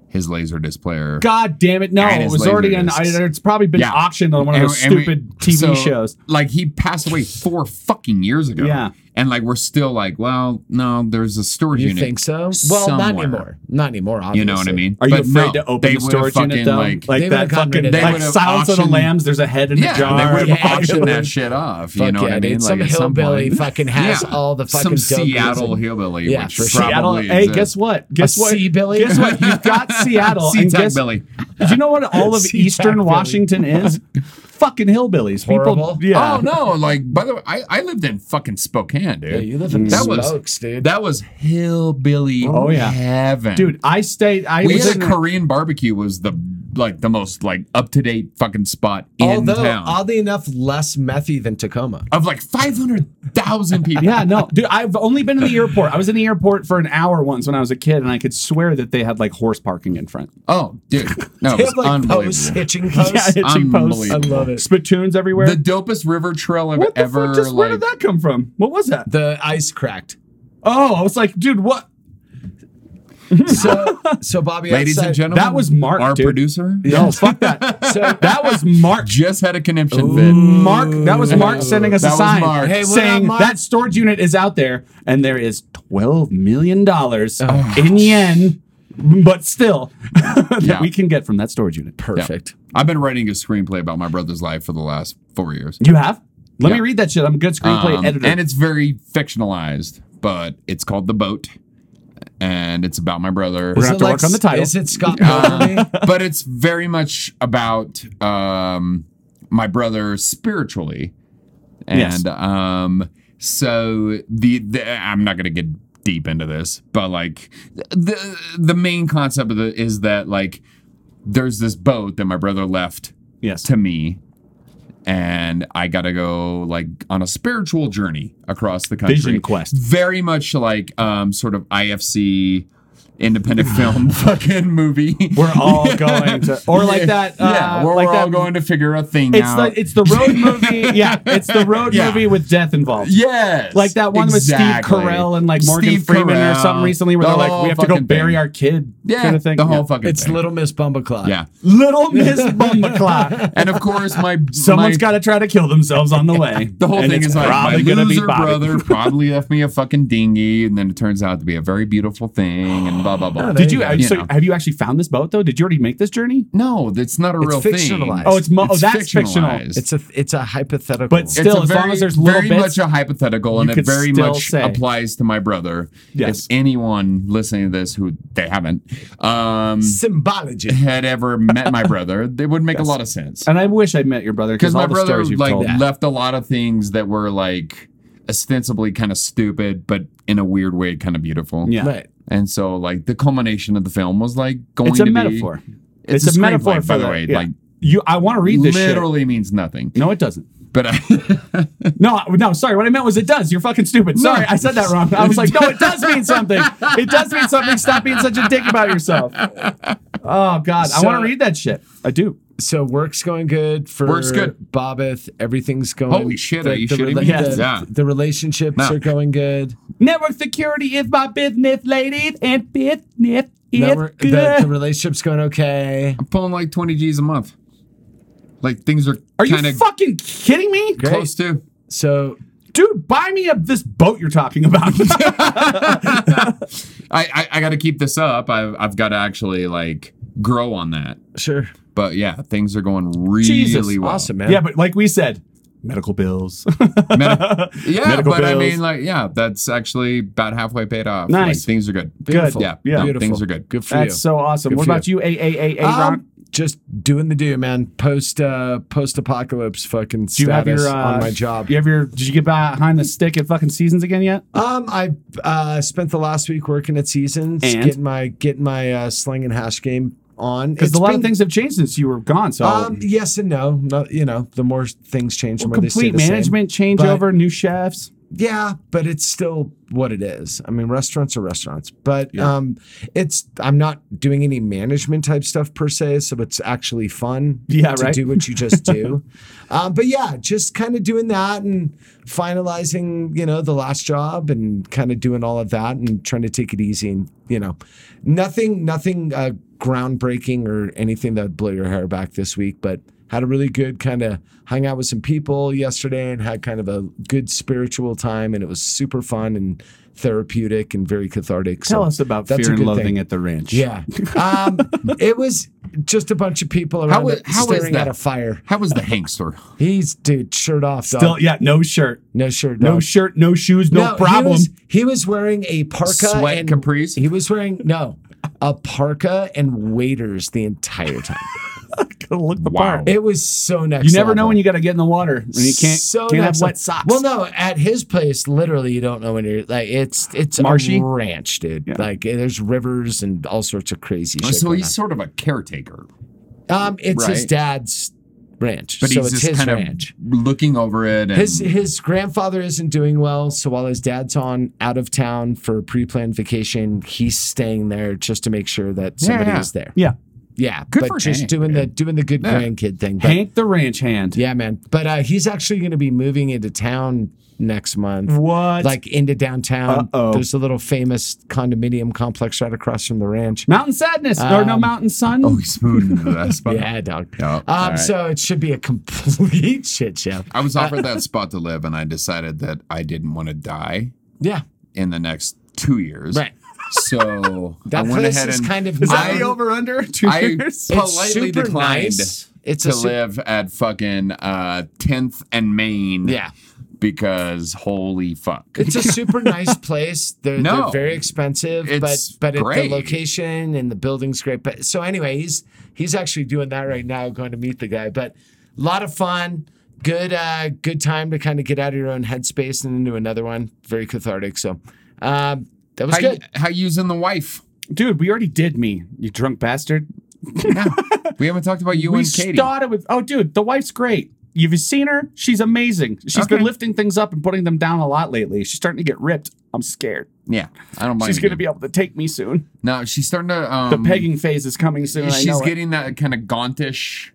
Speaker 1: his laser disc player.
Speaker 4: God damn it! No,
Speaker 1: And
Speaker 4: it
Speaker 1: his
Speaker 4: was already in. I,
Speaker 1: Laserdiscs.
Speaker 4: it's probably been auctioned on one of
Speaker 1: And-
Speaker 4: those
Speaker 1: and we-
Speaker 4: stupid TV
Speaker 1: so,
Speaker 4: shows.
Speaker 1: Like he passed away four fucking years ago.
Speaker 4: Yeah.
Speaker 1: And like we're still like, well, no, there's a storage
Speaker 2: You
Speaker 1: unit.
Speaker 2: think so? Well,
Speaker 1: somewhere.
Speaker 2: not anymore. Not anymore. Obviously.
Speaker 1: You know what I mean?
Speaker 4: Are you
Speaker 1: But
Speaker 4: afraid to
Speaker 1: no, they
Speaker 4: open the
Speaker 1: would've
Speaker 4: storage
Speaker 1: fucking,
Speaker 4: unit though?
Speaker 1: Like,
Speaker 4: Like,
Speaker 2: They
Speaker 4: that
Speaker 2: would've gotten rid
Speaker 4: fucking
Speaker 2: of it.
Speaker 4: like
Speaker 1: They would've
Speaker 4: Silence of the
Speaker 1: auctioned-
Speaker 4: Lambs. There's a head in
Speaker 1: yeah,
Speaker 4: a jar.
Speaker 1: they would
Speaker 2: Yeah.
Speaker 1: have auctioned that shit off. You
Speaker 2: Fuck
Speaker 1: know what
Speaker 2: yeah,
Speaker 1: I
Speaker 2: dude.
Speaker 1: mean?
Speaker 2: Some
Speaker 1: at
Speaker 2: hillbilly
Speaker 1: point-
Speaker 2: fucking has all the
Speaker 1: some
Speaker 2: fucking dope
Speaker 1: Seattle
Speaker 2: music.
Speaker 1: hillbilly.
Speaker 2: Yeah,
Speaker 1: which
Speaker 2: for sure.
Speaker 4: Seattle.
Speaker 1: probably
Speaker 4: Hey,
Speaker 1: exists.
Speaker 4: guess what? Guess
Speaker 2: A
Speaker 4: what?
Speaker 2: sea billy?
Speaker 4: Guess what? You've got Seattle.
Speaker 1: Sea
Speaker 4: and
Speaker 1: tac
Speaker 4: guess,
Speaker 1: billy.
Speaker 4: Do you know what all of
Speaker 2: Sea tac
Speaker 4: Eastern
Speaker 2: billy.
Speaker 4: Washington is? fucking hillbillies.
Speaker 2: Horrible.
Speaker 4: People. Yeah.
Speaker 1: Oh no! Like by the way, I, I lived in fucking Spokane, dude.
Speaker 2: Yeah, you live in
Speaker 1: that
Speaker 2: smokes,
Speaker 1: was,
Speaker 2: dude.
Speaker 1: That was hillbilly.
Speaker 4: Oh, yeah.
Speaker 1: heaven,
Speaker 4: Dude, I stayed. I
Speaker 1: We
Speaker 4: was
Speaker 1: had a
Speaker 4: in-
Speaker 1: Korean barbecue was the like the most like up to date fucking spot in
Speaker 2: Although,
Speaker 1: town
Speaker 2: oddly enough, less methy than Tacoma.
Speaker 1: of like five hundred thousand people.
Speaker 4: Yeah, no, dude. I've only been in the airport. I was in the airport for an hour once when I was a kid, and I could swear that they had like horse parking in front.
Speaker 1: Oh, dude, no, it
Speaker 2: They
Speaker 1: was
Speaker 2: have like posts,
Speaker 1: unbelievable.
Speaker 2: hitching posts.
Speaker 4: hitching posts.
Speaker 1: Unbelievable. I love
Speaker 2: it.
Speaker 4: Spittoons everywhere.
Speaker 1: The dopest river trail I've
Speaker 4: what the
Speaker 1: ever
Speaker 4: fuck? Just where
Speaker 1: like.
Speaker 4: did that come from? What was that?
Speaker 2: The ice cracked.
Speaker 4: Oh, I was like, dude, what?
Speaker 2: So, so Bobby,
Speaker 1: Ladies
Speaker 2: outside,
Speaker 1: and gentlemen,
Speaker 4: That was Mark,
Speaker 1: our
Speaker 4: dude.
Speaker 1: producer.
Speaker 4: No, fuck that.
Speaker 2: So,
Speaker 4: That was Mark.
Speaker 1: just had a conniption fit.
Speaker 4: Mark, that was Mark sending us
Speaker 1: That
Speaker 4: a
Speaker 1: was
Speaker 4: sign
Speaker 1: Mark. Hey,
Speaker 2: what up,
Speaker 4: saying
Speaker 2: Mark?
Speaker 4: that storage unit is out there and there is twelve million dollars
Speaker 1: Oh,
Speaker 4: in yen, but still that
Speaker 1: Yeah.
Speaker 4: we can get from that storage unit.
Speaker 2: perfect.
Speaker 1: I've been writing a screenplay about my brother's life for the last four years.
Speaker 4: You have? Let me
Speaker 1: Yeah.
Speaker 4: read that shit. I'm a good screenplay
Speaker 1: Um,
Speaker 4: editor.
Speaker 1: And it's very fictionalized, but it's called The Boat. And it's about my brother.
Speaker 4: We're gonna have to work on the title.
Speaker 2: Is it Scott
Speaker 1: Um,
Speaker 2: Pilgrim?
Speaker 1: but it's very much about um, my brother spiritually, and
Speaker 4: Yes.
Speaker 1: um, so the, the I'm not gonna get deep into this, but like the the main concept of the is that like there's this boat that my brother left
Speaker 4: yes.
Speaker 1: to me. And I gotta go like on a spiritual journey across the country.
Speaker 4: Vision quest.
Speaker 1: Very much like um sort of IFC independent film fucking movie.
Speaker 4: We're all going to, or like that. Uh,
Speaker 1: yeah, we're,
Speaker 4: like
Speaker 1: we're
Speaker 4: that,
Speaker 1: all going to figure a thing
Speaker 4: It's
Speaker 1: out.
Speaker 4: the it's the road movie. Yeah, it's the road
Speaker 1: Yeah.
Speaker 4: movie with death involved.
Speaker 1: yes.
Speaker 4: Like that one with
Speaker 1: exactly.
Speaker 4: Steve Carell and like Morgan
Speaker 1: Steve
Speaker 4: Freeman or
Speaker 1: Carell,
Speaker 4: something recently, where
Speaker 1: the
Speaker 4: they're like,
Speaker 1: whole
Speaker 4: we have to go
Speaker 1: fucking
Speaker 4: bury
Speaker 1: thing.
Speaker 4: our kid,
Speaker 1: yeah,
Speaker 4: kind of thing.
Speaker 1: The whole
Speaker 4: Yeah.
Speaker 1: fucking
Speaker 2: It's
Speaker 1: thing.
Speaker 2: Little Miss Bumbleclot.
Speaker 1: Yeah.
Speaker 4: Little Miss Bumbleclot.
Speaker 1: And of course my
Speaker 4: Someone's
Speaker 1: my-
Speaker 4: got to try to kill themselves on the way.
Speaker 1: The whole
Speaker 4: And
Speaker 1: thing
Speaker 4: it's
Speaker 1: is like my
Speaker 4: probably
Speaker 1: loser
Speaker 4: gonna be Bobby.
Speaker 1: brother probably left me a fucking dinghy, and then it turns out to be a very beautiful thing, and blah blah blah.
Speaker 4: Did you?
Speaker 1: You
Speaker 4: so
Speaker 1: know.
Speaker 4: have you actually found this boat though? Did you already make this journey?
Speaker 1: No, that's not a real
Speaker 2: fictionalized.
Speaker 1: thing.
Speaker 4: Oh, it's mo- oh, that's fictional.
Speaker 1: fictionalized.
Speaker 2: It's a it's a hypothetical.
Speaker 4: But
Speaker 1: It's
Speaker 4: still,
Speaker 1: a
Speaker 4: as long
Speaker 1: very-
Speaker 4: as there's little
Speaker 1: very
Speaker 4: bits-
Speaker 1: much a hypothetical, and
Speaker 4: you
Speaker 1: it
Speaker 4: could
Speaker 1: very
Speaker 4: still
Speaker 1: much
Speaker 4: say.
Speaker 1: applies to my brother.
Speaker 4: Yes.
Speaker 1: If anyone listening to this who they haven't um,
Speaker 2: symbology.
Speaker 1: had ever met my brother, it would make a lot of sense
Speaker 4: And I wish I'd met your brother because
Speaker 1: because
Speaker 4: all
Speaker 1: my
Speaker 4: the
Speaker 1: brother
Speaker 4: stories you've
Speaker 1: like
Speaker 4: told.
Speaker 1: left a lot of things that were like ostensibly kind of stupid, but in a weird way, kind of beautiful.
Speaker 4: Yeah.
Speaker 2: Right.
Speaker 1: And so, like the culmination of the film was like going
Speaker 4: It's a
Speaker 1: to be-
Speaker 4: metaphor.
Speaker 1: It's, a, metaphor, by the
Speaker 4: that,
Speaker 1: way.
Speaker 4: yeah.
Speaker 1: Like
Speaker 4: you, I want to read this shit.
Speaker 1: literally means nothing.
Speaker 4: No, it doesn't.
Speaker 1: But I,
Speaker 4: No, no, sorry. What I meant was it does. You're fucking stupid. Sorry, I said that wrong. I was like, no, it does mean something. It does mean something. Stop being such a dick about yourself. Oh God, I
Speaker 2: So-
Speaker 4: want to read that shit. I do.
Speaker 2: So work's going good for
Speaker 1: Work's good.
Speaker 2: Bobbeth. Everything's going.
Speaker 1: Holy shit, are you shitting
Speaker 2: rela-
Speaker 1: me?
Speaker 2: The,
Speaker 1: Yeah.
Speaker 2: the relationships
Speaker 1: No.
Speaker 2: are going good.
Speaker 4: Network security is my business, ladies and business is
Speaker 2: That we're- the,
Speaker 4: good.
Speaker 2: the relationship's going okay.
Speaker 1: I'm pulling like 20 G's a month. Like things are,
Speaker 4: Are
Speaker 1: kind
Speaker 4: you
Speaker 1: of
Speaker 4: fucking kidding me,
Speaker 1: close to.
Speaker 2: So
Speaker 4: dude? Buy me a, this boat you're talking about.
Speaker 1: I I, I got to keep this up. I've I've got to actually like grow on that.
Speaker 2: sure.
Speaker 1: But yeah, things are going really
Speaker 4: Jesus,
Speaker 1: well.
Speaker 2: Awesome, man.
Speaker 4: yeah, but like we said, medical bills.
Speaker 1: Medi- yeah,
Speaker 4: Medical
Speaker 1: but I
Speaker 4: bills.
Speaker 1: mean, like, yeah, that's actually about halfway paid off.
Speaker 4: Nice.
Speaker 1: Like, things are good.
Speaker 4: Good.
Speaker 1: Yeah,
Speaker 4: Yeah.
Speaker 1: no,
Speaker 2: Beautiful.
Speaker 1: things are good.
Speaker 2: Good for you.
Speaker 4: That's so awesome.
Speaker 2: Good
Speaker 4: what
Speaker 2: for
Speaker 4: about you, A A A A
Speaker 2: Um,
Speaker 4: Ron?
Speaker 2: just doing the do, man. Post uh post apocalypse fucking
Speaker 4: Do you have
Speaker 2: status
Speaker 4: your uh,
Speaker 2: on my job.
Speaker 4: You have your? Did you get behind the stick at fucking seasons again yet?
Speaker 2: Um, I uh spent the last week working at Seasons,
Speaker 4: And?
Speaker 2: getting my getting my uh, sling and hash game on.
Speaker 4: Because a
Speaker 2: It's
Speaker 4: lot of
Speaker 2: been-
Speaker 4: things have changed since you were gone. So
Speaker 2: Um, yes and no. No, you know, the more things change, the more they stay
Speaker 4: complete
Speaker 2: the same.
Speaker 4: management
Speaker 2: But-
Speaker 4: changeover, new chefs.
Speaker 2: Yeah, but it's still what it is. I mean, restaurants are restaurants, but
Speaker 4: Yeah.
Speaker 2: um, it's I'm not doing any management type stuff per se, so it's actually fun.
Speaker 4: Yeah,
Speaker 2: to
Speaker 4: right.
Speaker 2: Do what you just do, um, but yeah, just kind of doing that and finalizing, you know, the last job and kind of doing all of that and trying to take it easy and you know, nothing, nothing uh, groundbreaking or anything that would blow your hair back this week, but had a really good kind of hung out with some people yesterday and had kind of a good spiritual time and it was super fun and therapeutic and very cathartic.
Speaker 4: Tell
Speaker 2: So
Speaker 4: us about
Speaker 2: that's
Speaker 4: fear
Speaker 2: a
Speaker 4: and
Speaker 2: good
Speaker 4: loathing
Speaker 2: thing.
Speaker 4: at the ranch.
Speaker 2: Yeah, um, it was just a bunch of people around
Speaker 1: How wa-
Speaker 2: it
Speaker 1: how is
Speaker 2: staring at
Speaker 1: that?
Speaker 2: a fire.
Speaker 1: How was the Hankster?
Speaker 2: He's dude, shirt off, dog.
Speaker 4: Still, yeah, no shirt,
Speaker 2: no shirt,
Speaker 4: no
Speaker 2: dog.
Speaker 4: shirt, no shoes, no, problem.
Speaker 2: He was, he was wearing a parka,
Speaker 1: Sweat
Speaker 2: and
Speaker 1: capris?
Speaker 2: He was wearing no a parka and waiters the entire time.
Speaker 4: Gotta look the
Speaker 1: Wow.
Speaker 4: part.
Speaker 2: It was so next.
Speaker 4: You never know
Speaker 2: level.
Speaker 4: when you got to get in the water when you can't
Speaker 2: So
Speaker 4: can't have
Speaker 2: next
Speaker 4: wet
Speaker 2: level.
Speaker 4: socks.
Speaker 2: Well, no, at his place, literally, you don't know when you're like it's it's
Speaker 4: Marshy?
Speaker 2: a ranch, dude.
Speaker 4: Yeah. Oh,
Speaker 2: Like there's rivers and all sorts of crazy shit.
Speaker 1: so
Speaker 2: going
Speaker 1: he's sort of a caretaker,
Speaker 2: on. um, it's his
Speaker 1: right.
Speaker 2: dad's ranch,
Speaker 1: but
Speaker 2: so
Speaker 1: he's
Speaker 2: it's
Speaker 1: just
Speaker 2: his
Speaker 1: kind
Speaker 2: ranch.
Speaker 1: of looking over it. And
Speaker 2: His his grandfather isn't doing well, so while his dad's on out of town for pre-planned vacation, he's staying there just to make sure that somebody
Speaker 1: yeah.
Speaker 2: is there.
Speaker 4: yeah,
Speaker 2: Yeah,
Speaker 1: Good
Speaker 2: but
Speaker 1: for
Speaker 2: just
Speaker 1: Hank,
Speaker 2: doing the doing the good
Speaker 1: Yeah.
Speaker 2: grandkid thing. But,
Speaker 4: Hank the ranch hand.
Speaker 2: yeah, man. But uh, he's actually going to be moving into town next month.
Speaker 4: What?
Speaker 2: Like into downtown.
Speaker 4: Uh-oh.
Speaker 2: There's a little famous condominium complex right across from the ranch.
Speaker 4: Mountain sadness or
Speaker 2: Um,
Speaker 4: no mountain sun?
Speaker 1: oh, he's moving into that spot.
Speaker 2: Yeah, dog.
Speaker 1: Oh,
Speaker 2: um,
Speaker 1: all right.
Speaker 2: So it should be a complete shit show.
Speaker 1: I was offered that spot to live, and I decided that I didn't want to die
Speaker 2: Yeah,
Speaker 1: in the next two years.
Speaker 2: right.
Speaker 1: So
Speaker 2: That
Speaker 1: I went
Speaker 2: place
Speaker 1: ahead
Speaker 2: is
Speaker 1: and
Speaker 2: kind of
Speaker 4: Is that
Speaker 1: I-
Speaker 4: the over under? Two
Speaker 1: I
Speaker 4: years.
Speaker 1: politely
Speaker 2: super
Speaker 1: declined
Speaker 2: nice. It's
Speaker 1: to
Speaker 2: a su-
Speaker 1: live at fucking uh, 10th and Main.
Speaker 2: yeah.
Speaker 1: Because holy fuck.
Speaker 2: It's a super nice place. They're,
Speaker 1: No.
Speaker 2: they're very expensive,
Speaker 1: It's
Speaker 2: but but
Speaker 1: great.
Speaker 2: It, the location and the building's great. But so anyway, he's he's actually doing that right now, going to meet the guy. But a lot of fun, good uh, good time to kind of get out of your own headspace and into another one. Very cathartic. So um, that was
Speaker 1: how,
Speaker 2: good.
Speaker 1: how using the wife?
Speaker 4: Dude, we already did me. You drunk bastard.
Speaker 1: No, we haven't talked about you
Speaker 4: we
Speaker 1: and Katie.
Speaker 4: started with oh dude, the wife's great. You've seen her? She's amazing. She's
Speaker 1: Okay.
Speaker 4: been lifting things up and putting them down a lot lately. She's starting to get ripped. I'm scared.
Speaker 1: yeah, I don't mind.
Speaker 4: She's going to
Speaker 1: you.
Speaker 4: be able to take me soon.
Speaker 1: No, she's starting to. Um,
Speaker 4: The pegging phase is coming soon. I
Speaker 1: She's
Speaker 4: know it.
Speaker 1: getting that kind of gauntish,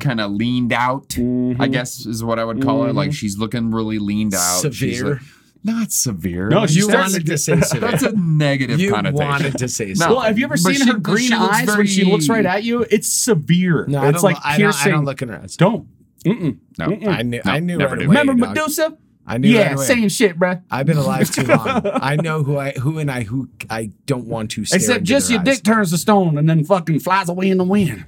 Speaker 1: kind of leaned out.
Speaker 4: Mm-hmm.
Speaker 1: I guess is what I would call her. Like she's looking really leaned out. She's
Speaker 2: Severe.
Speaker 1: like- not severe.
Speaker 4: No, she's
Speaker 2: You
Speaker 4: starting
Speaker 2: wanted to say so.
Speaker 1: That's a negative
Speaker 2: You
Speaker 1: connotation.
Speaker 2: wanted to say so.
Speaker 1: No.
Speaker 4: Well, have you ever seen
Speaker 1: But she-
Speaker 4: her
Speaker 1: but
Speaker 4: green
Speaker 1: she looks
Speaker 4: eyes when she
Speaker 1: very-
Speaker 4: looks right at you? It's severe.
Speaker 2: No, I
Speaker 4: it's
Speaker 2: don't,
Speaker 4: like
Speaker 2: like I, don't,
Speaker 4: piercing.
Speaker 2: I don't look in her eyes.
Speaker 4: Don't. Mm-mm.
Speaker 1: No.
Speaker 2: I knew. I knew.
Speaker 1: never
Speaker 2: Right
Speaker 1: do.
Speaker 2: away,
Speaker 4: Remember
Speaker 2: dog.
Speaker 4: Medusa?
Speaker 2: I knew.
Speaker 4: Yeah,
Speaker 2: right away.
Speaker 4: same shit, bruh.
Speaker 2: I've been alive too long. I know who I who and I who I don't want to. Stare
Speaker 4: Except
Speaker 2: into
Speaker 4: just
Speaker 2: their
Speaker 4: your dick
Speaker 2: eyes.
Speaker 4: turns to stone and then fucking flies away in the wind.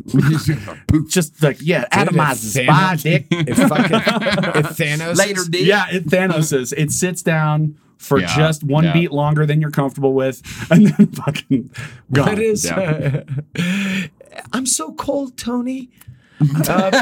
Speaker 4: just like yeah,
Speaker 2: Dude, if
Speaker 4: atomizes.
Speaker 2: Thanos-
Speaker 4: Bye, dick.
Speaker 2: If fucking if Thanos
Speaker 1: Later, D.
Speaker 4: Yeah, it Thanos's. It sits down for
Speaker 1: Yeah,
Speaker 4: just one
Speaker 1: yeah.
Speaker 4: beat longer than you're comfortable with, and then fucking gone.
Speaker 2: What is?
Speaker 1: Yeah.
Speaker 2: I'm so cold, Tony. Um,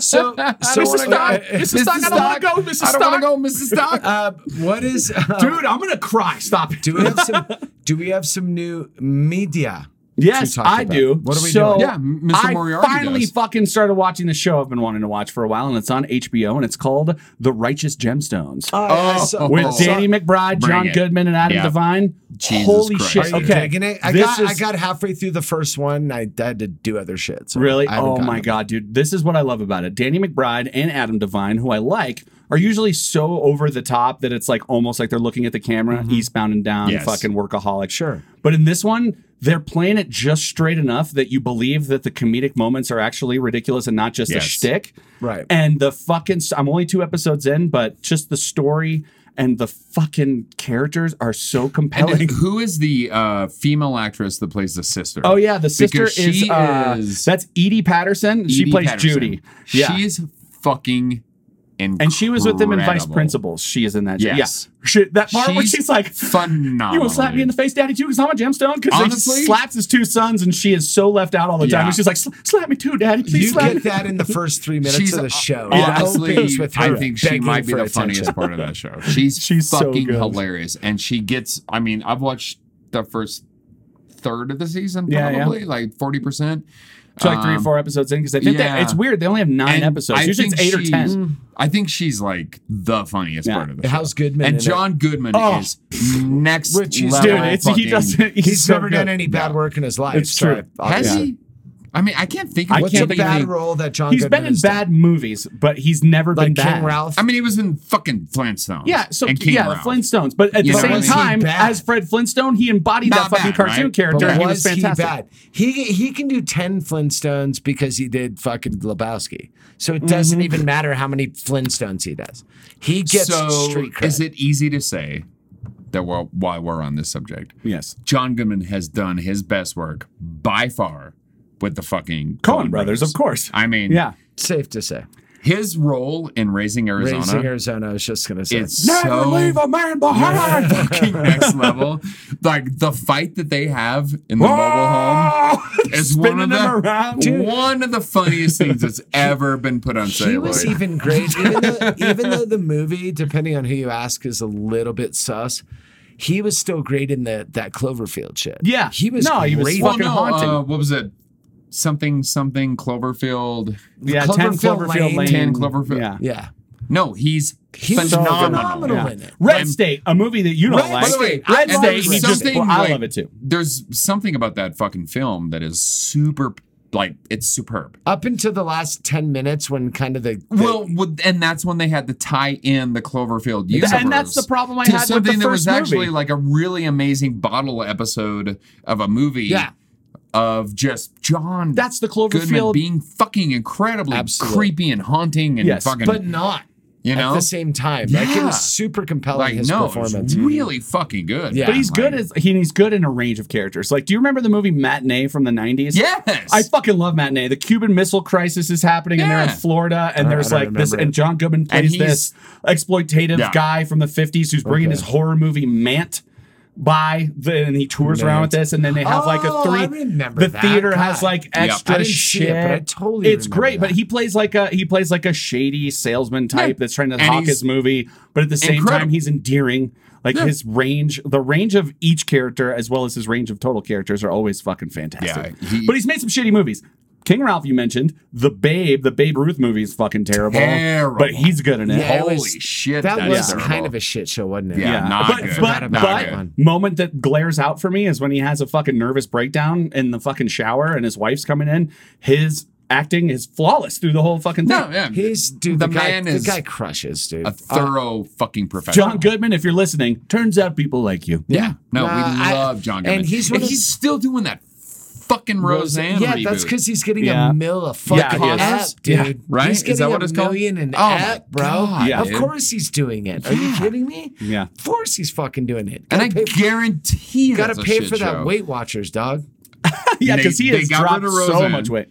Speaker 2: so, so
Speaker 4: Mrs. Stark,
Speaker 2: uh,
Speaker 4: Mrs. Stark, I don't want to go, Mrs.
Speaker 1: I
Speaker 4: Stark.
Speaker 1: don't want to go, Mrs. Stock.
Speaker 2: uh, what is? uh,
Speaker 4: Dude, I'm gonna cry. Stop it.
Speaker 2: do we have some? Do we have some new media?
Speaker 4: Yes,
Speaker 2: to talk
Speaker 4: I
Speaker 2: about.
Speaker 4: do.
Speaker 2: What are we
Speaker 4: so
Speaker 2: doing?
Speaker 1: Yeah, Mr.
Speaker 4: I
Speaker 1: Moriarty
Speaker 4: finally
Speaker 1: does.
Speaker 4: fucking started watching the show I've been wanting to watch for a while, and it's on HBO, and it's called The Righteous Gemstones.
Speaker 2: I- I
Speaker 1: Oh.
Speaker 2: saw-
Speaker 4: with
Speaker 2: I saw-
Speaker 4: Danny McBride,
Speaker 1: Bring
Speaker 4: John
Speaker 1: it.
Speaker 4: Goodman, and Adam
Speaker 1: Yeah.
Speaker 4: Devine.
Speaker 1: Jesus
Speaker 4: Holy
Speaker 1: Christ,
Speaker 4: shit!
Speaker 2: Are you
Speaker 4: okay,
Speaker 2: digging it? I
Speaker 4: this
Speaker 2: got
Speaker 4: is-
Speaker 2: I got halfway through the first one. I had to do other shit. So
Speaker 4: Really?
Speaker 2: I haven't
Speaker 4: Oh
Speaker 2: gotten
Speaker 4: my
Speaker 2: it.
Speaker 4: god, dude. This is what I love about it. Danny McBride and Adam Devine, who I like, are usually so over the top that it's like almost like they're looking at the camera, eastbound and down,
Speaker 1: Mm-hmm. Yes.
Speaker 4: fucking workaholic.
Speaker 2: Sure.
Speaker 4: But in this one, they're playing it just straight enough that you believe that the comedic moments are actually ridiculous and not just
Speaker 1: Yes.
Speaker 4: a shtick.
Speaker 2: Right.
Speaker 4: And the fucking, I'm only two episodes in, but just the story and the fucking characters are so
Speaker 1: and
Speaker 4: compelling.
Speaker 1: who is the uh, female actress that plays the sister?
Speaker 4: Oh yeah, the sister
Speaker 1: Because
Speaker 4: is,
Speaker 1: she
Speaker 4: uh,
Speaker 1: is-
Speaker 4: that's Edie Patterson. she
Speaker 1: Edie
Speaker 4: plays
Speaker 1: Patterson.
Speaker 4: Judy. Yeah.
Speaker 1: She's fucking incredible.
Speaker 4: and she was with them in Vice Principals. She is in that. show.
Speaker 1: Yes.
Speaker 4: Yeah. She, that part where
Speaker 1: She's
Speaker 4: she's like,
Speaker 1: phenomenal.
Speaker 4: "You will slap me in the face, Daddy, too, because I'm a gemstone." Because
Speaker 1: Honestly?
Speaker 4: he slaps his two sons, and she is so left out all the
Speaker 1: Yeah.
Speaker 4: time. And she's like, "Sla- "Slap me too, Daddy, please
Speaker 2: you
Speaker 4: slap
Speaker 2: get
Speaker 4: me."
Speaker 2: that in the first three minutes
Speaker 1: She's
Speaker 2: of the
Speaker 1: uh,
Speaker 2: show. It
Speaker 1: Honestly,
Speaker 2: opens Oh, with
Speaker 1: I
Speaker 2: her
Speaker 1: think she
Speaker 2: begging
Speaker 1: might be
Speaker 2: for
Speaker 1: the
Speaker 2: attention.
Speaker 1: funniest part of that show. She's
Speaker 4: She's so
Speaker 1: fucking
Speaker 4: good.
Speaker 1: hilarious, and she gets. I mean, I've watched the first third of the season,
Speaker 4: Yeah, yeah.
Speaker 1: probably like forty percent. Um,
Speaker 4: So like three or four episodes in because I think
Speaker 1: yeah.
Speaker 4: that it's weird. They only have nine episodes. Usually it's eight or ten.
Speaker 1: I think she's like the funniest
Speaker 4: Yeah.
Speaker 1: part of the show.
Speaker 2: How's Goodman? in
Speaker 1: And
Speaker 2: it?
Speaker 1: John Goodman
Speaker 4: Oh,
Speaker 1: is next
Speaker 2: which he's-
Speaker 1: level.
Speaker 4: Dude, it's, he
Speaker 1: fucking-
Speaker 4: doesn't. He's,
Speaker 2: He's,
Speaker 4: so
Speaker 2: never done
Speaker 4: good.
Speaker 2: any bad work in his life.
Speaker 4: It's
Speaker 2: so
Speaker 4: true.
Speaker 2: I-
Speaker 1: Has
Speaker 2: obviously-
Speaker 1: he? I mean, I can't think. Of
Speaker 4: I
Speaker 2: What's
Speaker 4: can't
Speaker 2: a
Speaker 1: anything-
Speaker 2: bad role that John
Speaker 4: He's
Speaker 2: Goodman
Speaker 4: been in
Speaker 2: has done?
Speaker 4: bad movies, but he's never been
Speaker 2: like
Speaker 4: bad.
Speaker 2: King Ralph?
Speaker 1: I mean, he was in fucking Flintstones.
Speaker 4: Yeah, so
Speaker 1: and King
Speaker 4: yeah,
Speaker 1: Ralph.
Speaker 4: the Flintstones. But at
Speaker 1: You
Speaker 4: the
Speaker 1: know what I
Speaker 4: same
Speaker 1: mean?
Speaker 4: time,
Speaker 2: Was he bad?
Speaker 4: as Fred Flintstone, he embodied that
Speaker 1: Not
Speaker 4: fucking
Speaker 1: bad,
Speaker 4: cartoon
Speaker 1: right?
Speaker 4: character.
Speaker 2: but
Speaker 4: and he was
Speaker 2: was he
Speaker 4: fantastic.
Speaker 2: bad? He he can do ten Flintstones because he did fucking Lebowski. So it doesn't
Speaker 1: Mm-hmm.
Speaker 2: even matter how many Flintstones he does. He gets
Speaker 1: So,
Speaker 2: street cred.
Speaker 1: is it easy to say that we're, why we're on this subject?
Speaker 4: Yes.
Speaker 1: John Goodman has done his best work by far with the fucking
Speaker 4: Cohen Brothers, of course.
Speaker 1: I mean,
Speaker 4: Yeah.
Speaker 2: safe to say?
Speaker 1: his role in Raising Arizona.
Speaker 2: Raising Arizona. I was just gonna say.
Speaker 1: It's so
Speaker 4: a man behind.
Speaker 1: fucking next level. Like the fight that they have in the mobile home is one
Speaker 4: Oh, Spinning him
Speaker 1: of the
Speaker 4: around.
Speaker 1: one of the funniest things that's ever been put on
Speaker 2: he was
Speaker 1: celluloid.
Speaker 2: even great, even though, even though the movie, depending on who you ask, is a little bit sus. He was still great in the that Cloverfield shit.
Speaker 4: Yeah.
Speaker 2: he was
Speaker 4: No,
Speaker 2: great.
Speaker 4: he was
Speaker 1: Well,
Speaker 4: fucking
Speaker 1: no,
Speaker 4: haunting.
Speaker 1: uh, what was it? Something something Cloverfield.
Speaker 4: Yeah, 10
Speaker 2: Cloverfield Lane.
Speaker 4: Cloverfield Lane.
Speaker 1: 10 Cloverfield.
Speaker 4: Yeah.
Speaker 2: yeah,
Speaker 1: No, he's
Speaker 2: He's
Speaker 1: phenomenal.
Speaker 2: phenomenal.
Speaker 4: Yeah.
Speaker 2: in it.
Speaker 4: Red
Speaker 1: I'm-
Speaker 4: State, a movie that you don't
Speaker 1: Red-
Speaker 4: like.
Speaker 1: by the way,
Speaker 4: Red
Speaker 1: I-
Speaker 4: State,
Speaker 1: there's
Speaker 4: he just,
Speaker 1: something
Speaker 4: well, I
Speaker 1: like-
Speaker 4: love it too.
Speaker 1: There's something about that fucking film that is super like it's superb.
Speaker 2: up until the last ten minutes when kind of the, the-
Speaker 1: Well, with- and that's when they had to tie in the Cloverfield universe.
Speaker 4: and that's the problem I
Speaker 1: to
Speaker 4: had with the
Speaker 1: something that was
Speaker 4: first movie.
Speaker 1: actually like a really amazing bottle episode of a movie.
Speaker 2: Yeah.
Speaker 1: Of just John.
Speaker 4: That's the
Speaker 1: Goodman
Speaker 4: Cloverfield.
Speaker 1: being fucking incredibly
Speaker 2: Absolutely.
Speaker 1: creepy and haunting and
Speaker 4: Yes,
Speaker 1: fucking
Speaker 2: but not
Speaker 1: you know
Speaker 2: at the same time. Like it
Speaker 1: Yeah.
Speaker 2: was super compelling
Speaker 1: like
Speaker 2: his
Speaker 1: no,
Speaker 2: performance.
Speaker 1: it's really fucking good.
Speaker 2: Yeah.
Speaker 4: But he's good
Speaker 1: Like,
Speaker 4: as he, he's good in a range of characters. Like, do you remember the movie Matinee from the nineties?
Speaker 1: yes.
Speaker 4: I fucking love Matinee. The Cuban Missile Crisis is happening, and they're in
Speaker 1: Yeah.
Speaker 4: Florida, and
Speaker 2: I- I
Speaker 4: there's
Speaker 2: don't
Speaker 4: like this,
Speaker 2: remember it.
Speaker 4: and John Goodman
Speaker 1: And
Speaker 4: plays
Speaker 1: he's-
Speaker 4: this exploitative
Speaker 1: Yeah.
Speaker 4: guy from the fifties who's bringing
Speaker 2: Okay.
Speaker 4: his horror movie Mant by, the, and he tours around with
Speaker 2: Mant.
Speaker 4: this, and then they have like
Speaker 2: Oh,
Speaker 4: a three.
Speaker 2: I remember
Speaker 4: the
Speaker 2: that.
Speaker 4: theater
Speaker 2: God.
Speaker 4: has like
Speaker 1: I
Speaker 4: extra
Speaker 2: didn't see
Speaker 4: shit.
Speaker 2: it, but I totally
Speaker 4: It's
Speaker 2: remember
Speaker 4: great, but
Speaker 2: that.
Speaker 4: he plays like a he plays like a shady salesman type
Speaker 1: Yeah.
Speaker 4: that's trying to
Speaker 1: And
Speaker 4: hawk
Speaker 1: he's
Speaker 4: his movie, but at the same time
Speaker 1: incredible.
Speaker 4: he's endearing. Like
Speaker 1: Yeah.
Speaker 4: his range, the range of each character as well as his range of total characters are always fucking fantastic.
Speaker 1: Yeah, he-
Speaker 4: but he's made some shitty movies. King Ralph, you mentioned the Babe, the Babe Ruth movie is fucking terrible,
Speaker 1: Terrible.
Speaker 4: but he's good in it.
Speaker 2: Yeah, it
Speaker 1: Holy
Speaker 2: was-
Speaker 1: shit,
Speaker 2: That
Speaker 1: that's
Speaker 2: was
Speaker 1: terrible.
Speaker 2: kind of a shit show, wasn't it?
Speaker 1: Yeah. not
Speaker 4: but,
Speaker 1: good.
Speaker 4: But,
Speaker 2: Not
Speaker 4: but
Speaker 2: good.
Speaker 4: moment that glares out for me is when he has a fucking nervous breakdown in the fucking shower and his wife's coming in. His acting is flawless through the whole fucking thing.
Speaker 1: no, yeah.
Speaker 2: He's dude. The,
Speaker 1: The
Speaker 2: guy,
Speaker 1: man
Speaker 2: the
Speaker 1: is
Speaker 2: guy uh, crushes, dude.
Speaker 1: a thorough fucking professional.
Speaker 4: John Goodman, if you're listening, turns out people like you.
Speaker 1: Yeah. No,
Speaker 2: Nah,
Speaker 1: we
Speaker 2: I-
Speaker 1: love John
Speaker 2: and
Speaker 1: Goodman.
Speaker 2: he's one of-
Speaker 1: he's still doing that fucking Roseanne.
Speaker 2: Yeah, that's
Speaker 1: reboot.
Speaker 2: because he's getting
Speaker 4: Yeah.
Speaker 2: a mill of
Speaker 4: Yeah,
Speaker 2: fucking
Speaker 4: he is.
Speaker 2: app, dude.
Speaker 4: Yeah.
Speaker 1: Right?
Speaker 2: He's
Speaker 1: Is
Speaker 2: getting
Speaker 1: that what
Speaker 2: a
Speaker 1: it's called?
Speaker 2: million and
Speaker 1: Oh my
Speaker 2: app, bro.
Speaker 1: God,
Speaker 4: Yeah.
Speaker 2: of
Speaker 1: dude.
Speaker 2: course he's doing it. Are you kidding me?
Speaker 4: Yeah.
Speaker 2: Of course he's fucking doing it.
Speaker 1: And I
Speaker 2: Gotta pay-
Speaker 1: guarantee you
Speaker 2: gotta pay for that Weight Watchers, dog.
Speaker 4: yeah,
Speaker 1: They-
Speaker 4: because he
Speaker 1: they
Speaker 4: has
Speaker 1: got rid
Speaker 4: dropped
Speaker 1: of
Speaker 4: so
Speaker 1: Roseanne.
Speaker 4: much weight.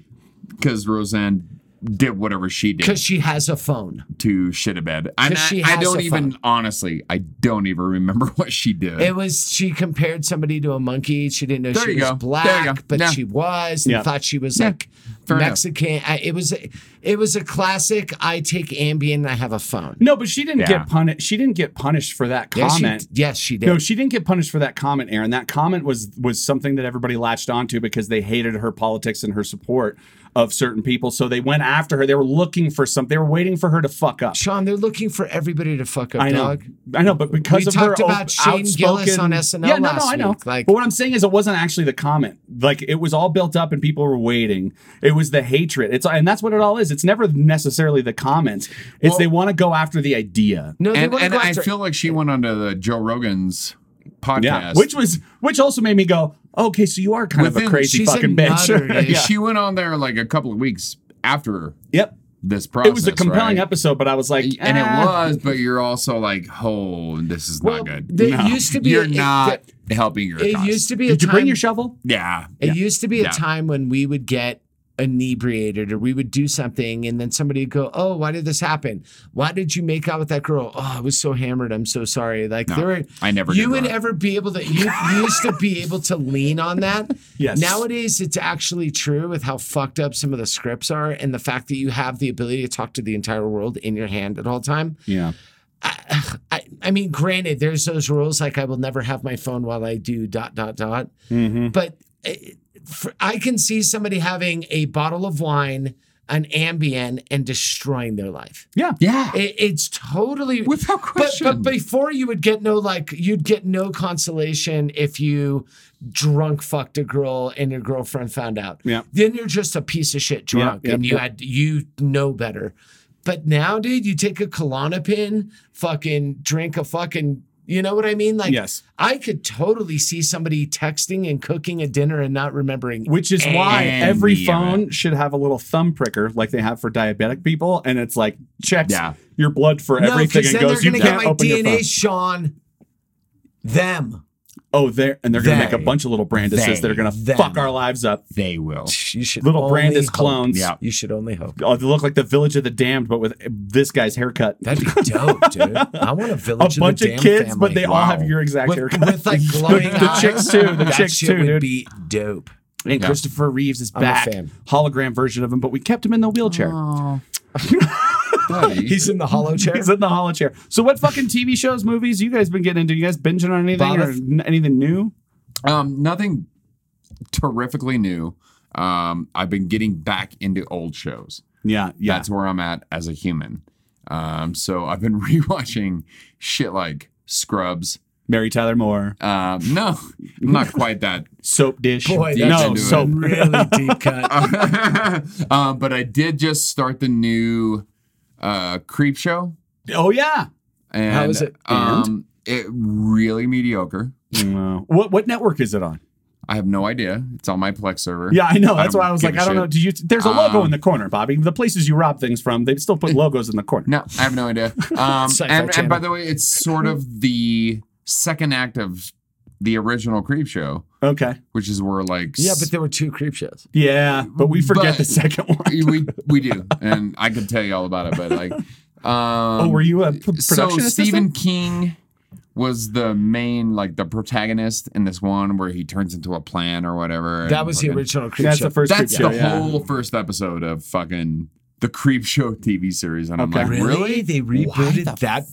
Speaker 1: because Roseanne did whatever she
Speaker 2: Because
Speaker 1: did
Speaker 2: she has a phone.
Speaker 1: to shit a bed. And
Speaker 2: 'Cause
Speaker 1: I,
Speaker 2: she
Speaker 1: I
Speaker 2: has
Speaker 1: don't
Speaker 2: a
Speaker 1: even
Speaker 2: phone.
Speaker 1: honestly, I don't even remember what she did.
Speaker 2: It was she compared somebody to a monkey. She didn't know
Speaker 1: There
Speaker 2: she
Speaker 1: you
Speaker 2: was
Speaker 1: go. There you go.
Speaker 2: black, but
Speaker 1: Yeah.
Speaker 2: she was, and
Speaker 4: Yeah.
Speaker 2: thought she was
Speaker 1: Yeah.
Speaker 2: like
Speaker 1: Fair enough.
Speaker 2: Mexican. I, it was it was a classic. I take Ambien. and I have a phone.
Speaker 4: No, but she didn't
Speaker 1: Yeah.
Speaker 4: get punished. She didn't get punished for that
Speaker 2: Yes,
Speaker 4: comment.
Speaker 2: she, yes, she did.
Speaker 4: No, she didn't get punished for that comment, Aaron. That comment was was something that everybody latched onto because they hated her politics and her support of certain people. So they went after her. They were looking for something. They were waiting for her to fuck up.
Speaker 2: Sean, they're looking for everybody to fuck up,
Speaker 4: I know,
Speaker 2: dog.
Speaker 4: I know, but because
Speaker 2: We
Speaker 4: of her
Speaker 2: talked about
Speaker 4: op-
Speaker 2: Shane Gillis
Speaker 4: outspoken-
Speaker 2: on SNL
Speaker 4: Yeah, no,
Speaker 2: last
Speaker 4: no, I know.
Speaker 2: week, like-
Speaker 4: but what I'm saying is, it wasn't actually the comment. Like it was all built up, and people were waiting. It was the hatred. It's and that's what it all is. It's never necessarily the comments. It's
Speaker 1: Well-
Speaker 4: they want to go after the idea.
Speaker 2: No, they
Speaker 1: and
Speaker 2: want to
Speaker 1: and
Speaker 2: go
Speaker 1: I
Speaker 2: after.
Speaker 1: feel like she went onto the Joe Rogan's podcast.
Speaker 4: Yeah, which was which also made me go, okay, so you are kind of a
Speaker 1: Within-
Speaker 4: crazy
Speaker 2: she's a
Speaker 4: fucking
Speaker 2: nutter,
Speaker 4: bitch.
Speaker 2: dude.
Speaker 4: yeah.
Speaker 1: she went on there like a couple of weeks after
Speaker 4: Yep.
Speaker 1: this process.
Speaker 4: It was a compelling
Speaker 1: right?
Speaker 4: episode, but I was like,
Speaker 1: and it
Speaker 4: "Ah."
Speaker 1: was, but you're also like, oh, this is
Speaker 2: well,
Speaker 1: not good.
Speaker 2: there
Speaker 4: No.
Speaker 2: used to be
Speaker 1: you're
Speaker 2: it-
Speaker 1: not helping your.
Speaker 2: It,
Speaker 1: cause.
Speaker 2: used to be. a
Speaker 4: Did you bring
Speaker 2: time-
Speaker 4: your shovel?
Speaker 1: yeah.
Speaker 2: It used to be a
Speaker 1: Yeah.
Speaker 2: time when we would get inebriated or we would do something and then somebody would go, Oh, why did this happen? Why did you make out with that girl? Oh, I was so hammered. I'm so sorry. Like
Speaker 1: No,
Speaker 2: there were
Speaker 1: I never
Speaker 2: you
Speaker 1: did
Speaker 2: would
Speaker 1: that.
Speaker 2: ever be able to you you used to be able to lean on that.
Speaker 4: Yes.
Speaker 2: Nowadays it's actually true with how fucked up some of the scripts are and the fact that you have the ability to talk to the entire world in your hand at all time.
Speaker 4: Yeah.
Speaker 2: I, I, I mean, granted, there's those rules like I will never have my phone while I do dot dot dot. But uh, for, I can see somebody having a bottle of wine, an Ambien, and destroying their life.
Speaker 4: Yeah.
Speaker 1: Yeah.
Speaker 2: It, it's totally But-
Speaker 1: Without question.
Speaker 2: But, before you would get no like you'd get no consolation if you drunk fucked a girl and your girlfriend found out.
Speaker 4: Yeah.
Speaker 2: Then you're just a piece of shit drunk
Speaker 4: yeah,
Speaker 2: and you
Speaker 4: yeah.
Speaker 2: had you know better. But now, dude, you take a Klonopin, fucking drink a fucking you know what I mean? Like
Speaker 4: Yes.
Speaker 2: I could totally see somebody texting and cooking a dinner and not remembering
Speaker 4: Which is why
Speaker 1: And
Speaker 4: every
Speaker 1: the-
Speaker 4: phone should have a little thumb pricker like they have for diabetic people, and it's like checks
Speaker 1: Yeah.
Speaker 4: your blood for everything
Speaker 2: then
Speaker 4: and goes,
Speaker 2: they're
Speaker 4: you
Speaker 2: gonna get
Speaker 4: can't
Speaker 2: my
Speaker 4: open your phone.
Speaker 2: DNA, Sean. Them.
Speaker 4: Oh, there and they're gonna make a
Speaker 1: They.
Speaker 4: bunch of little Brandises
Speaker 1: They.
Speaker 4: that are gonna
Speaker 2: Them.
Speaker 4: fuck our lives up.
Speaker 1: They will.
Speaker 2: You should
Speaker 4: Little
Speaker 2: only
Speaker 4: Brandis
Speaker 2: hope.
Speaker 4: clones.
Speaker 1: Yeah.
Speaker 2: You should only hope.
Speaker 4: Oh, they look like the Village of the Damned, but with this guy's haircut.
Speaker 2: That'd be dope, dude. I want a
Speaker 4: a
Speaker 2: village.
Speaker 4: bunch of,
Speaker 2: of, the damn
Speaker 4: kids,
Speaker 2: family.
Speaker 4: but they all have your exact
Speaker 2: with,
Speaker 4: haircut.
Speaker 2: with like
Speaker 4: The-
Speaker 2: glowing
Speaker 4: the,
Speaker 2: eyes.
Speaker 4: chicks too. The
Speaker 2: that
Speaker 4: chicks
Speaker 2: shit
Speaker 4: too,
Speaker 2: would
Speaker 4: dude.
Speaker 2: be dope.
Speaker 4: and
Speaker 1: Yeah.
Speaker 4: Christopher Reeves is
Speaker 2: I'm a
Speaker 4: back.
Speaker 2: fan.
Speaker 4: Hologram version of him, but we kept him in the wheelchair.
Speaker 1: Buddy.
Speaker 2: He's in the hollow chair.
Speaker 4: He's in the hollow chair. So, what fucking TV shows, movies you guys been getting into? You guys binging on anything or
Speaker 2: Boba-
Speaker 4: n- anything new?
Speaker 1: Um, nothing terrifically new. Um, I've been getting back into old shows.
Speaker 4: Yeah, yeah.
Speaker 1: That's where I'm at as a human. Um, so I've been rewatching shit like Scrubs.
Speaker 4: Mary Tyler Moore,
Speaker 1: Um, no, I'm not quite that.
Speaker 4: soap dish.
Speaker 2: Boy,
Speaker 1: Deep
Speaker 4: no
Speaker 1: into it.
Speaker 4: soap.
Speaker 2: really deep cut.
Speaker 1: um, but I did just start the new uh, Creep Show.
Speaker 4: Oh yeah.
Speaker 1: And,
Speaker 2: How is it?
Speaker 1: Um, it really mediocre.
Speaker 4: Wow. What what network is it on?
Speaker 1: I have no idea. It's on my Plex server.
Speaker 4: Yeah, I know. That's
Speaker 1: don't
Speaker 4: why I was
Speaker 1: give
Speaker 4: like,
Speaker 1: a
Speaker 4: I don't
Speaker 1: shit.
Speaker 4: know. Do you? There's a logo
Speaker 1: Um,
Speaker 4: in the corner, Bobby. The places you rob things from, they still put logos in the corner.
Speaker 1: No, I have no idea. Um,
Speaker 2: Sci-fi
Speaker 1: and, and by
Speaker 2: channel.
Speaker 1: the way, it's sort of the second act of the original Creep Show,
Speaker 4: Okay.
Speaker 1: which is where like
Speaker 2: Yeah, but there were two creep shows.
Speaker 4: Yeah, but we forget
Speaker 1: But-
Speaker 4: the second one.
Speaker 1: s- we we do, and I could tell you all about it. But like, um,
Speaker 4: oh, were you a p- production
Speaker 1: so Stephen
Speaker 4: assistant?
Speaker 1: King was the main like the protagonist in this one where he turns into a plant or whatever.
Speaker 2: That
Speaker 1: and
Speaker 2: was the
Speaker 1: fucking-
Speaker 2: original creep
Speaker 4: That's
Speaker 2: show.
Speaker 4: the first.
Speaker 1: That's
Speaker 4: creep show,
Speaker 1: the
Speaker 4: yeah.
Speaker 1: whole first episode of fucking the Creep Show TV series, and
Speaker 4: Okay.
Speaker 1: I'm like, really?
Speaker 2: They rebooted that.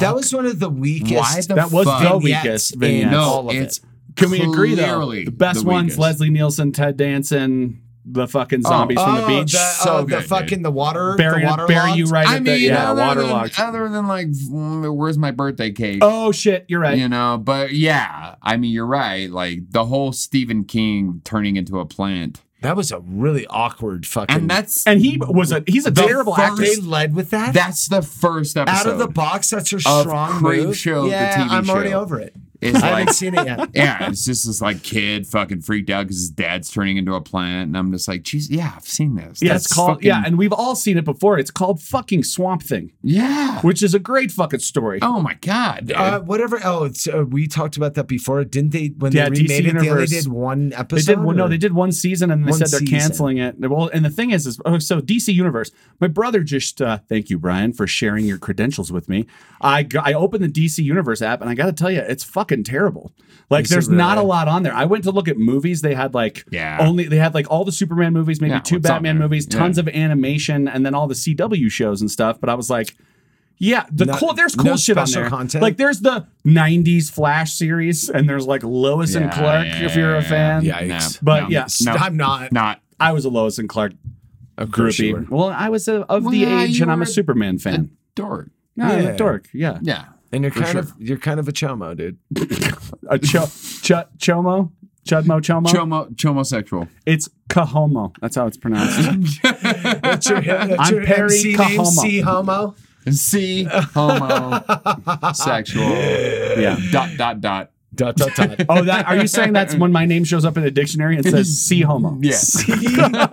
Speaker 2: That was one of the weakest.
Speaker 1: Why the
Speaker 4: That was
Speaker 1: fuck?
Speaker 4: the
Speaker 2: vignettes
Speaker 4: weakest
Speaker 2: in
Speaker 4: vignette.
Speaker 1: No,
Speaker 2: all of it.
Speaker 1: it's
Speaker 4: Can we agree though?
Speaker 1: Clearly
Speaker 4: The best
Speaker 1: the
Speaker 4: ones:
Speaker 1: weakest.
Speaker 4: Leslie Nielsen, Ted Danson, the fucking
Speaker 1: Oh,
Speaker 4: zombies from the beach.
Speaker 2: The,
Speaker 1: So
Speaker 2: oh,
Speaker 1: good,
Speaker 2: the
Speaker 1: dude.
Speaker 2: fucking the water.
Speaker 4: bury,
Speaker 2: the water
Speaker 4: bury you right
Speaker 1: I
Speaker 4: at the
Speaker 1: mean,
Speaker 4: yeah,
Speaker 1: other, than,
Speaker 4: waterlogged.
Speaker 1: other than like, mm, where's my birthday cake?
Speaker 4: oh shit, you're right.
Speaker 1: You know, but yeah, I mean, you're right. Like the whole Stephen King turning into a plant,
Speaker 2: That was a really awkward fucking.
Speaker 1: and that's
Speaker 4: And he was a he's a
Speaker 1: The
Speaker 4: terrible
Speaker 1: first-
Speaker 4: actor.
Speaker 2: they led with that.
Speaker 1: that's the first episode.
Speaker 2: out of the box. That's your
Speaker 1: of
Speaker 2: strong
Speaker 1: Creep
Speaker 2: move.
Speaker 1: Show, the
Speaker 2: yeah,
Speaker 1: TV
Speaker 2: I'm already
Speaker 1: show.
Speaker 2: over it.
Speaker 1: It's
Speaker 2: I
Speaker 1: like,
Speaker 2: haven't seen it yet.
Speaker 1: yeah, it's just this like kid fucking freaked out because his dad's turning into a plant, and I'm just like, geez, yeah, I've seen this.
Speaker 4: Yeah,
Speaker 1: That's
Speaker 4: it's called
Speaker 1: fucking-
Speaker 4: yeah, and we've all seen it before. It's called fucking Swamp Thing,
Speaker 1: yeah.
Speaker 4: which is a great fucking story.
Speaker 1: Oh my god, dude.
Speaker 2: Uh, whatever. Oh, it's, uh, we talked about that before. Didn't they when
Speaker 4: Yeah,
Speaker 2: they
Speaker 4: DC
Speaker 2: remade it? They only
Speaker 4: Universe.
Speaker 2: did one
Speaker 4: They
Speaker 2: episode.
Speaker 4: did one. No,
Speaker 2: or-
Speaker 4: they did one season, and they
Speaker 2: One
Speaker 4: said they're
Speaker 2: season.
Speaker 4: canceling it. Well, and the thing is, is oh, so DC Universe. My brother just uh, thank you, Brian, for sharing your credentials with me. I go- I opened the DC Universe app, and I got to tell you, it's fucking terrible. Like,
Speaker 2: Is it
Speaker 4: there's not a
Speaker 2: really?
Speaker 4: lot on there. I went to look at movies. They had like
Speaker 1: Yeah.
Speaker 4: only they had like all the Superman movies, maybe
Speaker 1: Yeah,
Speaker 4: two
Speaker 1: what's on
Speaker 4: Batman
Speaker 1: there?
Speaker 4: movies,
Speaker 1: Yeah.
Speaker 4: tons of animation, and then all the CW shows and stuff. But I was like. Yeah, the
Speaker 2: No-
Speaker 4: cool. There's
Speaker 2: no
Speaker 4: cool shit on
Speaker 2: special
Speaker 4: there.
Speaker 2: content?
Speaker 4: Like there's the '90s Flash series, and there's like Lois and
Speaker 1: Yeah,
Speaker 4: Clark.
Speaker 1: yeah,
Speaker 4: if you're a
Speaker 1: yeah,
Speaker 4: fan,
Speaker 2: yeah.
Speaker 1: No,
Speaker 2: Yikes.
Speaker 4: But
Speaker 1: no,
Speaker 4: yeah,
Speaker 1: no,
Speaker 2: I'm not.
Speaker 1: not
Speaker 4: I was a Lois and Clark
Speaker 2: Of course you were.
Speaker 4: groupie. Well, I was a, of the
Speaker 1: Well,
Speaker 4: age,
Speaker 1: you
Speaker 4: and I'm
Speaker 1: were
Speaker 4: a
Speaker 1: Uh,
Speaker 4: Superman
Speaker 1: a
Speaker 4: fan.
Speaker 1: dork.
Speaker 4: No, I'm a
Speaker 2: Yeah.
Speaker 4: dork. Yeah,
Speaker 1: Yeah,
Speaker 2: And you're
Speaker 1: For
Speaker 2: kind
Speaker 1: sure.
Speaker 2: of you're kind of a chomo, dude.
Speaker 4: a cho- cho- chomo, chudmo, chomo.
Speaker 1: chomo, chomosexual.
Speaker 4: it's cahomo. That's how it's pronounced.
Speaker 2: That's your, that's
Speaker 4: I'm
Speaker 2: your
Speaker 4: Perry
Speaker 2: MC name,
Speaker 4: Kahomo.
Speaker 2: C homo.
Speaker 1: C homo sexual
Speaker 4: yeah.
Speaker 1: dot dot dot.
Speaker 2: Dot dot dot.
Speaker 4: Oh, that are you saying that's when my name shows up in the dictionary? It says C homo.
Speaker 1: Yes.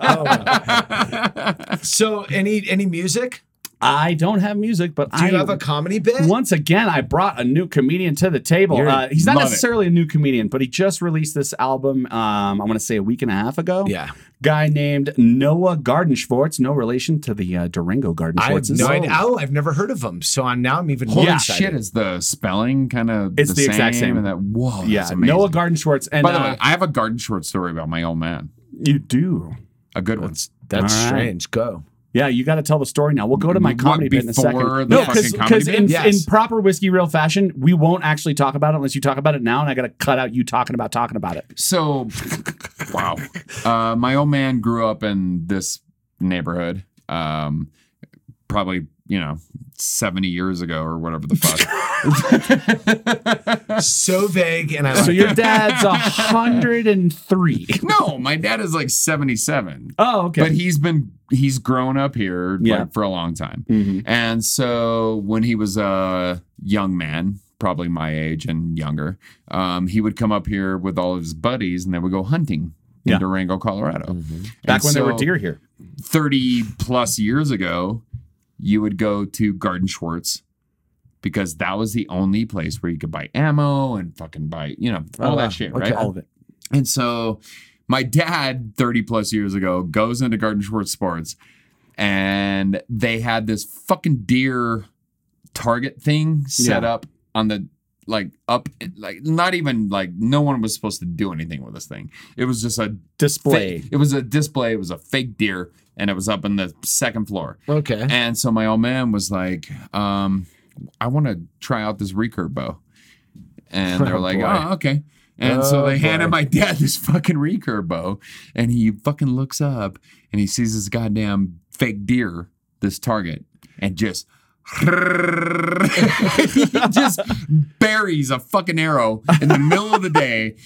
Speaker 2: C-homo. so any any music?
Speaker 4: I don't have music, but
Speaker 2: Do
Speaker 4: I
Speaker 2: you have a comedy bit?
Speaker 4: Once again, I brought a new comedian to the table.
Speaker 2: You're-
Speaker 4: Uh, he's not
Speaker 1: love it.
Speaker 4: necessarily a new comedian, but he just released this album. Um, I want to say a week and a half ago.
Speaker 2: Yeah.
Speaker 4: guy named Noah Gardenschwartz, no relation to the uh, Durango
Speaker 2: I have
Speaker 4: Gardenschwartz.
Speaker 2: no idea. Oh, I've never heard of them. So I'm now I'm even more
Speaker 1: Holy
Speaker 2: excited.
Speaker 1: shit! Is the spelling kind of
Speaker 4: It's the
Speaker 1: same
Speaker 4: exact same.
Speaker 1: And that whoa,
Speaker 4: Yeah,
Speaker 1: yeah. Oh, That's amazing.
Speaker 4: Noah Gardenschwartz. And
Speaker 1: By the
Speaker 4: uh,
Speaker 1: way, I have a garden short story about my old man.
Speaker 4: you do.
Speaker 1: A good one.
Speaker 2: That's
Speaker 4: All right.
Speaker 2: strange. Go.
Speaker 4: Yeah, you got to tell the story now. We'll go to my
Speaker 1: What,
Speaker 4: comedy bit in a second.
Speaker 1: before the
Speaker 4: No,
Speaker 1: fucking comedy
Speaker 4: because
Speaker 1: bit?
Speaker 4: in,
Speaker 2: Yes.
Speaker 4: in proper whiskey reel fashion, we won't actually talk about it unless you talk about it now, and I got to cut out you talking about talking about it.
Speaker 1: So, wow. Uh, my old man grew up in this neighborhood, um, probably, you know, 70 years ago or whatever the fuck.
Speaker 2: So vague, and I like
Speaker 4: So your dad's hundred and three.
Speaker 1: no, my dad is like 77.
Speaker 4: Oh, okay.
Speaker 1: But he's been he's grown up here
Speaker 4: Yeah.
Speaker 1: like, for a long time.
Speaker 4: Mm-hmm.
Speaker 1: And so when he was a young man, probably my age and younger, um, he would come up here with all of his buddies and they would go hunting
Speaker 4: Yeah. Mm-hmm.
Speaker 1: in Durango, Colorado.
Speaker 4: Back
Speaker 1: And
Speaker 4: when there were
Speaker 1: so
Speaker 4: deer here.
Speaker 1: 30 plus years ago, you would go to Garden Schwartz because that was the only place where you could buy ammo and fucking buy, you know, all that shit, right?
Speaker 4: Oh, All of it.
Speaker 1: And so my dad, 30 plus years ago, goes into Garden Schwartz Sports and they had this fucking deer target thing set
Speaker 4: Yeah.
Speaker 1: up on the like up like not even like no one was supposed to do anything with this thing. It was just a
Speaker 4: Display.
Speaker 1: Fake, it was a display, it was a fake deer, and it was up in the second floor.
Speaker 2: Okay.
Speaker 1: And so my old man was like, um, I want to try out this recurve bow. And they're like,
Speaker 2: boy.
Speaker 1: oh, okay. And so
Speaker 2: Oh,
Speaker 1: they
Speaker 2: boy.
Speaker 1: handed my dad this fucking recurve bow. And he fucking looks up and he sees this goddamn fake deer, this target, and just. he just buries a fucking arrow in the middle of the day,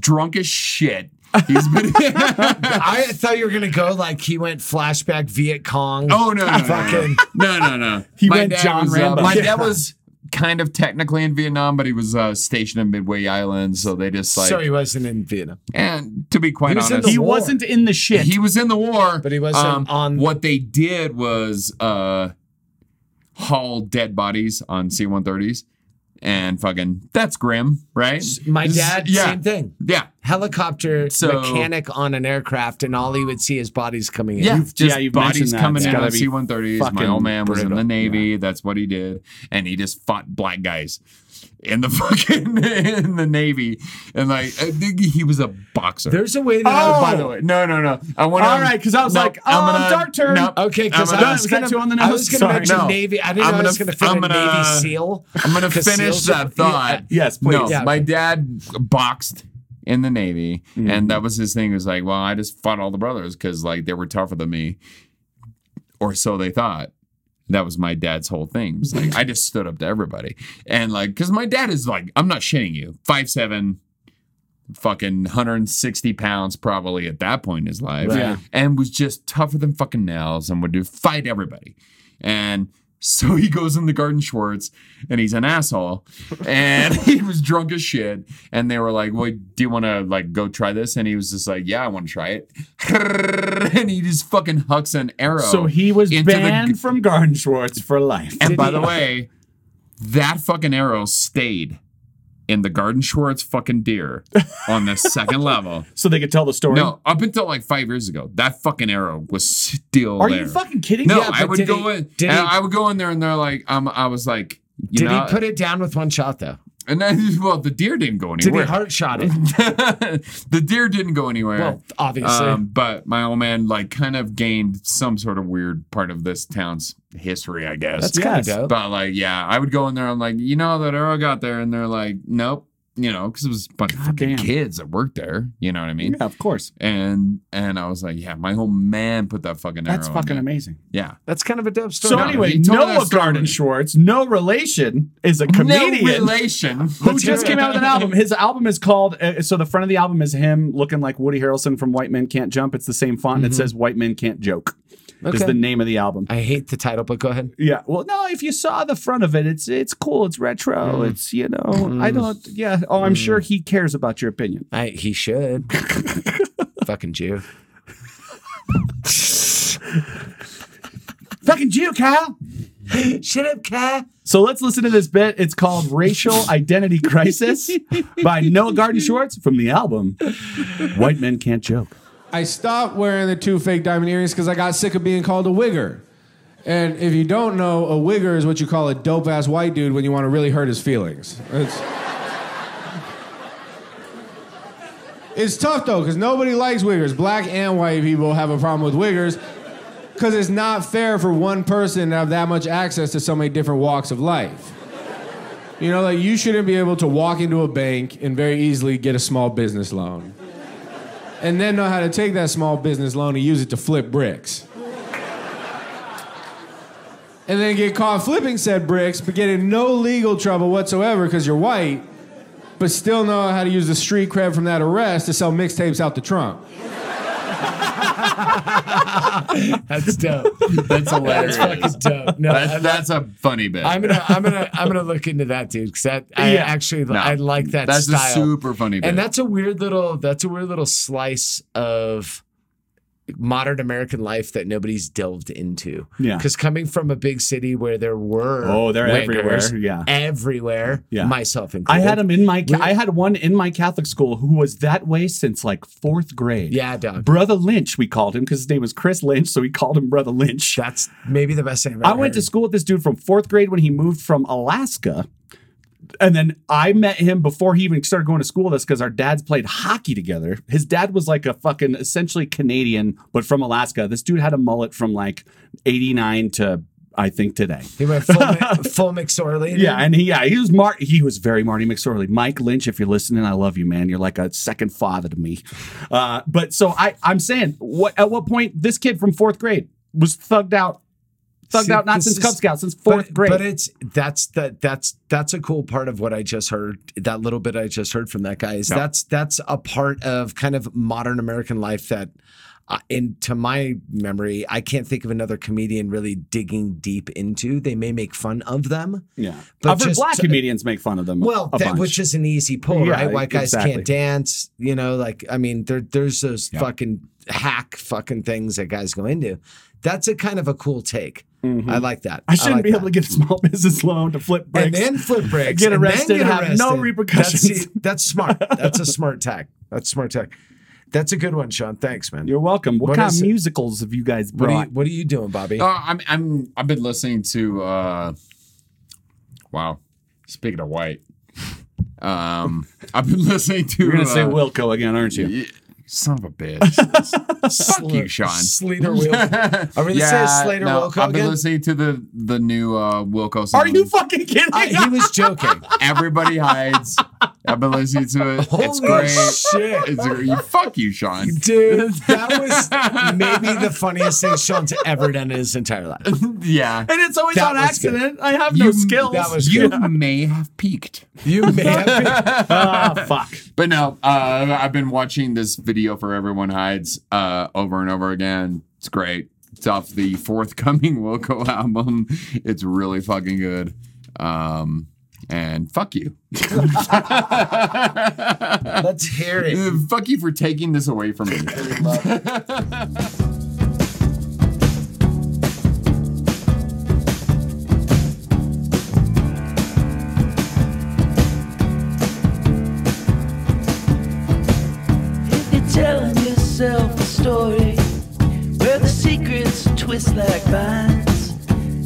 Speaker 1: drunk as shit. He's been.
Speaker 2: I thought you were gonna go like he went flashback Viet Cong.
Speaker 1: Oh no, no, no,
Speaker 2: Fucking-
Speaker 1: no, no, no, no.
Speaker 4: He went John
Speaker 1: was, uh,
Speaker 4: Rambo.
Speaker 1: my
Speaker 4: Yeah.
Speaker 1: dad was kind of technically in Vietnam, but he was uh, stationed in Midway Island, so they just like.
Speaker 2: so he wasn't in Vietnam.
Speaker 1: and to be quite
Speaker 2: He was in
Speaker 1: honest,
Speaker 2: the
Speaker 4: He
Speaker 2: war.
Speaker 4: wasn't in the shit.
Speaker 1: he was in the war, um,
Speaker 2: But he wasn't on-
Speaker 1: What they did was uh, haul dead bodies on C-130s, and fucking that's grim, right?
Speaker 2: My
Speaker 1: This-
Speaker 2: dad,
Speaker 1: yeah,
Speaker 2: same thing.
Speaker 1: yeah,
Speaker 2: Helicopter
Speaker 1: So-
Speaker 2: mechanic on an aircraft, and all he would see is bodies coming in.
Speaker 1: Yeah,
Speaker 4: You've-
Speaker 1: just
Speaker 4: yeah, you've mentioned
Speaker 1: bodies
Speaker 4: that.
Speaker 1: coming
Speaker 4: It's
Speaker 1: in
Speaker 4: gotta
Speaker 1: on
Speaker 4: be
Speaker 1: C-130s. My
Speaker 4: fucking
Speaker 1: old man was in
Speaker 4: brutal.
Speaker 1: the Navy. That's what he did, and he just fought black guys in the fucking in the Navy, and like I think he was a boxer.
Speaker 2: There's a way that I would,
Speaker 1: Oh,
Speaker 2: by
Speaker 1: by
Speaker 2: the
Speaker 1: the way, no, no, no. I want
Speaker 4: All right, 'cause I was like, um, dark turn.
Speaker 2: Okay, because
Speaker 1: I'm gonna-
Speaker 2: I was
Speaker 4: was that
Speaker 2: going
Speaker 4: too on the
Speaker 2: to I was
Speaker 4: nose?
Speaker 2: going to
Speaker 4: Sorry.
Speaker 2: mention
Speaker 1: Oh, No.
Speaker 2: Navy. I didn't
Speaker 1: I'm
Speaker 2: know I was going
Speaker 1: gonna-
Speaker 2: to fit
Speaker 1: I'm
Speaker 2: a Navy
Speaker 1: gonna-
Speaker 2: SEAL.
Speaker 1: I'm gonna
Speaker 2: 'Cause
Speaker 1: finish
Speaker 2: SEALs are-
Speaker 1: that thought.
Speaker 2: Yeah.
Speaker 4: yes, please.
Speaker 1: No,
Speaker 2: Yeah.
Speaker 1: my dad boxed in the Navy, and that was his thing. He was like, well, I just fought all the brothers because like they were tougher than me, or so they thought. That was my dad's whole thing. It was like I just stood up to everybody, and like because my dad is like, I'm not shitting you, five seven. Fucking 160 pounds probably at that point in his life,
Speaker 4: Right. Yeah.
Speaker 1: and was just tougher than fucking nails and would do fight everybody. And so he goes in the Garden Schwartz and he's an asshole. And he was drunk as shit. And they were like, Well, do you wanna like go try this? And he was just like, Yeah, I wanna try it. And he just fucking hucks an arrow.
Speaker 4: So he was
Speaker 1: into the-
Speaker 4: banned from Garden Schwartz for life.
Speaker 1: and by the way, that fucking arrow stayed in the Garden Schwartz fucking deer on the second level.
Speaker 4: so they could tell the story.
Speaker 1: No, up until like five years ago, that fucking arrow was still
Speaker 4: Are
Speaker 1: there.
Speaker 4: you fucking kidding
Speaker 1: No,
Speaker 4: me?
Speaker 2: Yeah,
Speaker 1: I
Speaker 2: but
Speaker 1: would
Speaker 2: did
Speaker 1: go
Speaker 2: he-
Speaker 1: in.
Speaker 2: did
Speaker 1: and
Speaker 2: he-
Speaker 1: I would go in there, and they're like, um, I was like, you
Speaker 2: Did
Speaker 1: know,
Speaker 2: he put it down with one shot though?
Speaker 1: And then, well, the deer didn't go
Speaker 2: Did he
Speaker 1: anywhere.
Speaker 2: heart shot it?
Speaker 1: the deer didn't go anywhere.
Speaker 2: Well, obviously.
Speaker 1: Um, but my old man, like, kind of gained some sort of weird part of this town's history, I guess.
Speaker 2: That's kind of
Speaker 4: yes,
Speaker 2: dope.
Speaker 1: But like, yeah, I would go in there. I'm like, you know, that arrow got there, and they're like, nope. You know, because it was a bunch of fucking
Speaker 4: damn.
Speaker 1: kids that worked there. You know what I mean?
Speaker 4: Yeah, of course.
Speaker 1: And and I was like, yeah, my whole man put that fucking arrow.
Speaker 4: That's
Speaker 1: in
Speaker 4: fucking
Speaker 1: there.
Speaker 4: amazing.
Speaker 1: Yeah.
Speaker 2: That's kind of a dope story.
Speaker 4: So
Speaker 1: No,
Speaker 4: anyway,
Speaker 1: he told that
Speaker 4: Noah
Speaker 1: story.
Speaker 4: Garden Schwartz, no relation, is a
Speaker 1: No
Speaker 4: comedian
Speaker 1: relation.
Speaker 4: who just came out with an album. His album is called. Uh, so the front of the album is him looking like Woody Harrelson from White Men Can't Jump. It's the same font.
Speaker 1: Mm-hmm.
Speaker 4: It says White Men Can't Joke. Is
Speaker 2: Okay.
Speaker 4: the name of the album.
Speaker 2: I hate the title, but go ahead.
Speaker 4: Yeah. Well, no, if you saw the front of it, it's it's cool. It's retro.
Speaker 1: Mm.
Speaker 4: It's you know. I don't. Yeah. Oh, I'm sure he cares about your opinion.
Speaker 2: I, he should. Fucking Jew.
Speaker 4: Fucking Jew, Kyle.
Speaker 2: Shut up, cat.
Speaker 4: So let's listen to this bit. It's called "Racial Identity Crisis" by Noah Garden Schwartz from the album "White Men Can't Joke."
Speaker 5: I stopped wearing the two fake diamond earrings because I got sick of being called a wigger. And if you don't know, a wigger is what you call a dope ass white dude when you want to really hurt his feelings. It's, it's tough though, because nobody likes wiggers. Black and white people have a problem with wiggers. Because it's not fair for one person to have that much access to so many different walks of life. You know, like you shouldn't be able to walk into a bank and very easily get a small business loan. And then know how to take that small business loan and use it to flip bricks. And then get caught flipping said bricks, but get in no legal trouble whatsoever because you're white, but still know how to use the street cred from that arrest to sell mixtapes out the trunk.
Speaker 2: That's dope.
Speaker 1: That's
Speaker 2: That's
Speaker 1: hilarious.
Speaker 2: fucking dope. No,
Speaker 1: that's,
Speaker 2: I'm-
Speaker 1: that's a funny bit.
Speaker 2: I'm gonna, I'm gonna, I'm gonna look into that, dude. Because that, I
Speaker 1: Yeah.
Speaker 2: actually,
Speaker 1: No.
Speaker 2: I like that
Speaker 1: That's a
Speaker 2: style.
Speaker 1: super funny bit.
Speaker 2: And that's a weird little, that's a weird little slice of modern American life that nobody's delved into.
Speaker 4: Yeah.
Speaker 2: Because coming from a big city where there were,
Speaker 4: Oh, they're
Speaker 2: Wiggers
Speaker 4: everywhere, yeah.
Speaker 2: everywhere.
Speaker 4: Yeah.
Speaker 2: myself included.
Speaker 4: I had him in my. ca- I had one in my Catholic school who was that way since like fourth grade.
Speaker 2: Yeah, dog.
Speaker 4: Brother Lynch, we called him because his name was Chris Lynch, so we called him Brother Lynch.
Speaker 2: That's maybe the best thing. I've
Speaker 4: I
Speaker 2: ever
Speaker 4: went to
Speaker 2: heard.
Speaker 4: school with this dude from fourth grade when he moved from Alaska. And then I met him before he even started going to school with us because our dads played hockey together. His dad was like a fucking essentially Canadian, but from Alaska. This dude had a mullet from like 89 to I think today.
Speaker 2: He went full, Mi- full McSorley.
Speaker 4: Yeah, and he yeah, he was Mar- he was very Marty McSorley. Mike Lynch, if you're listening, I love you, man. You're like a second father to me. Uh, but so I I'm saying what at what point this kid from fourth grade was thugged out, thugged
Speaker 2: See,
Speaker 4: out not
Speaker 2: this
Speaker 4: since
Speaker 2: is-
Speaker 4: Cub Scout, since fourth
Speaker 2: but,
Speaker 4: grade.
Speaker 2: But it's that's that that's that's a cool part of what I just heard. That little bit I just heard from that guy is
Speaker 4: Yeah.
Speaker 2: that's that's a part of kind of modern American life that. Uh, and to my memory, I can't think of another comedian really digging deep into. They may make fun of them,
Speaker 4: yeah,
Speaker 2: but
Speaker 4: I've heard
Speaker 2: just-
Speaker 4: black comedians make fun of them.
Speaker 2: Well,
Speaker 4: a
Speaker 2: that,
Speaker 4: bunch.
Speaker 2: which is an easy pull,
Speaker 4: Yeah,
Speaker 2: right? White guys
Speaker 4: exactly.
Speaker 2: can't dance, you know. Like, I mean, there, there's those fucking hack fucking things that guys go into. That's a kind of a cool take. I like that.
Speaker 4: Mm-hmm. I shouldn't
Speaker 2: like
Speaker 4: be
Speaker 2: that.
Speaker 4: able to get a small business loan to flip bricks.
Speaker 2: and then flip bricks,
Speaker 4: Get
Speaker 2: and then
Speaker 4: arrested,
Speaker 2: get
Speaker 4: have no
Speaker 2: arrested.
Speaker 4: repercussions.
Speaker 2: That's, it. That's smart. That's a smart tack. That's a smart tack. That's a good one, Sean. Thanks, man.
Speaker 4: You're welcome. What,
Speaker 2: What
Speaker 4: kind of
Speaker 2: is it?
Speaker 4: musicals have you guys
Speaker 2: what, are
Speaker 4: brought?
Speaker 2: you, what are you doing, Bobby?
Speaker 1: Uh, I'm I'm I've been listening to uh wow. Speaking of white. Um I've been listening to
Speaker 4: You're gonna say
Speaker 1: uh,
Speaker 4: Wilco again, aren't you?
Speaker 1: y- son of a bitch. Fuck you, Sean.
Speaker 2: Slater Will. Are we gonna say Slater Wilco
Speaker 1: I've been
Speaker 2: again?
Speaker 1: listening to the the new uh Wilco song.
Speaker 4: Are you fucking kidding?
Speaker 2: I, he was joking.
Speaker 1: Everybody hides. I've been listening to it. it's
Speaker 2: Holy
Speaker 1: great.
Speaker 2: shit.
Speaker 1: It's great. You fuck you, Sean.
Speaker 2: Dude, that was maybe the funniest thing Sean's ever done in his entire life.
Speaker 1: yeah.
Speaker 4: and it's always
Speaker 2: That
Speaker 4: on
Speaker 2: was
Speaker 4: accident. I have no skills.
Speaker 2: that was
Speaker 1: you
Speaker 2: good.
Speaker 1: may have peaked.
Speaker 2: You may have been,
Speaker 4: Ah, fuck.
Speaker 1: But no, uh, I've been watching this video for Everyone Hides uh, over and over again. It's great. It's off the forthcoming Wilco album. It's really fucking good. Um, and fuck you.
Speaker 2: let's hear it.
Speaker 1: Uh, fuck you for taking this away from me.
Speaker 6: If you're telling yourself a story where the secrets twist like vines,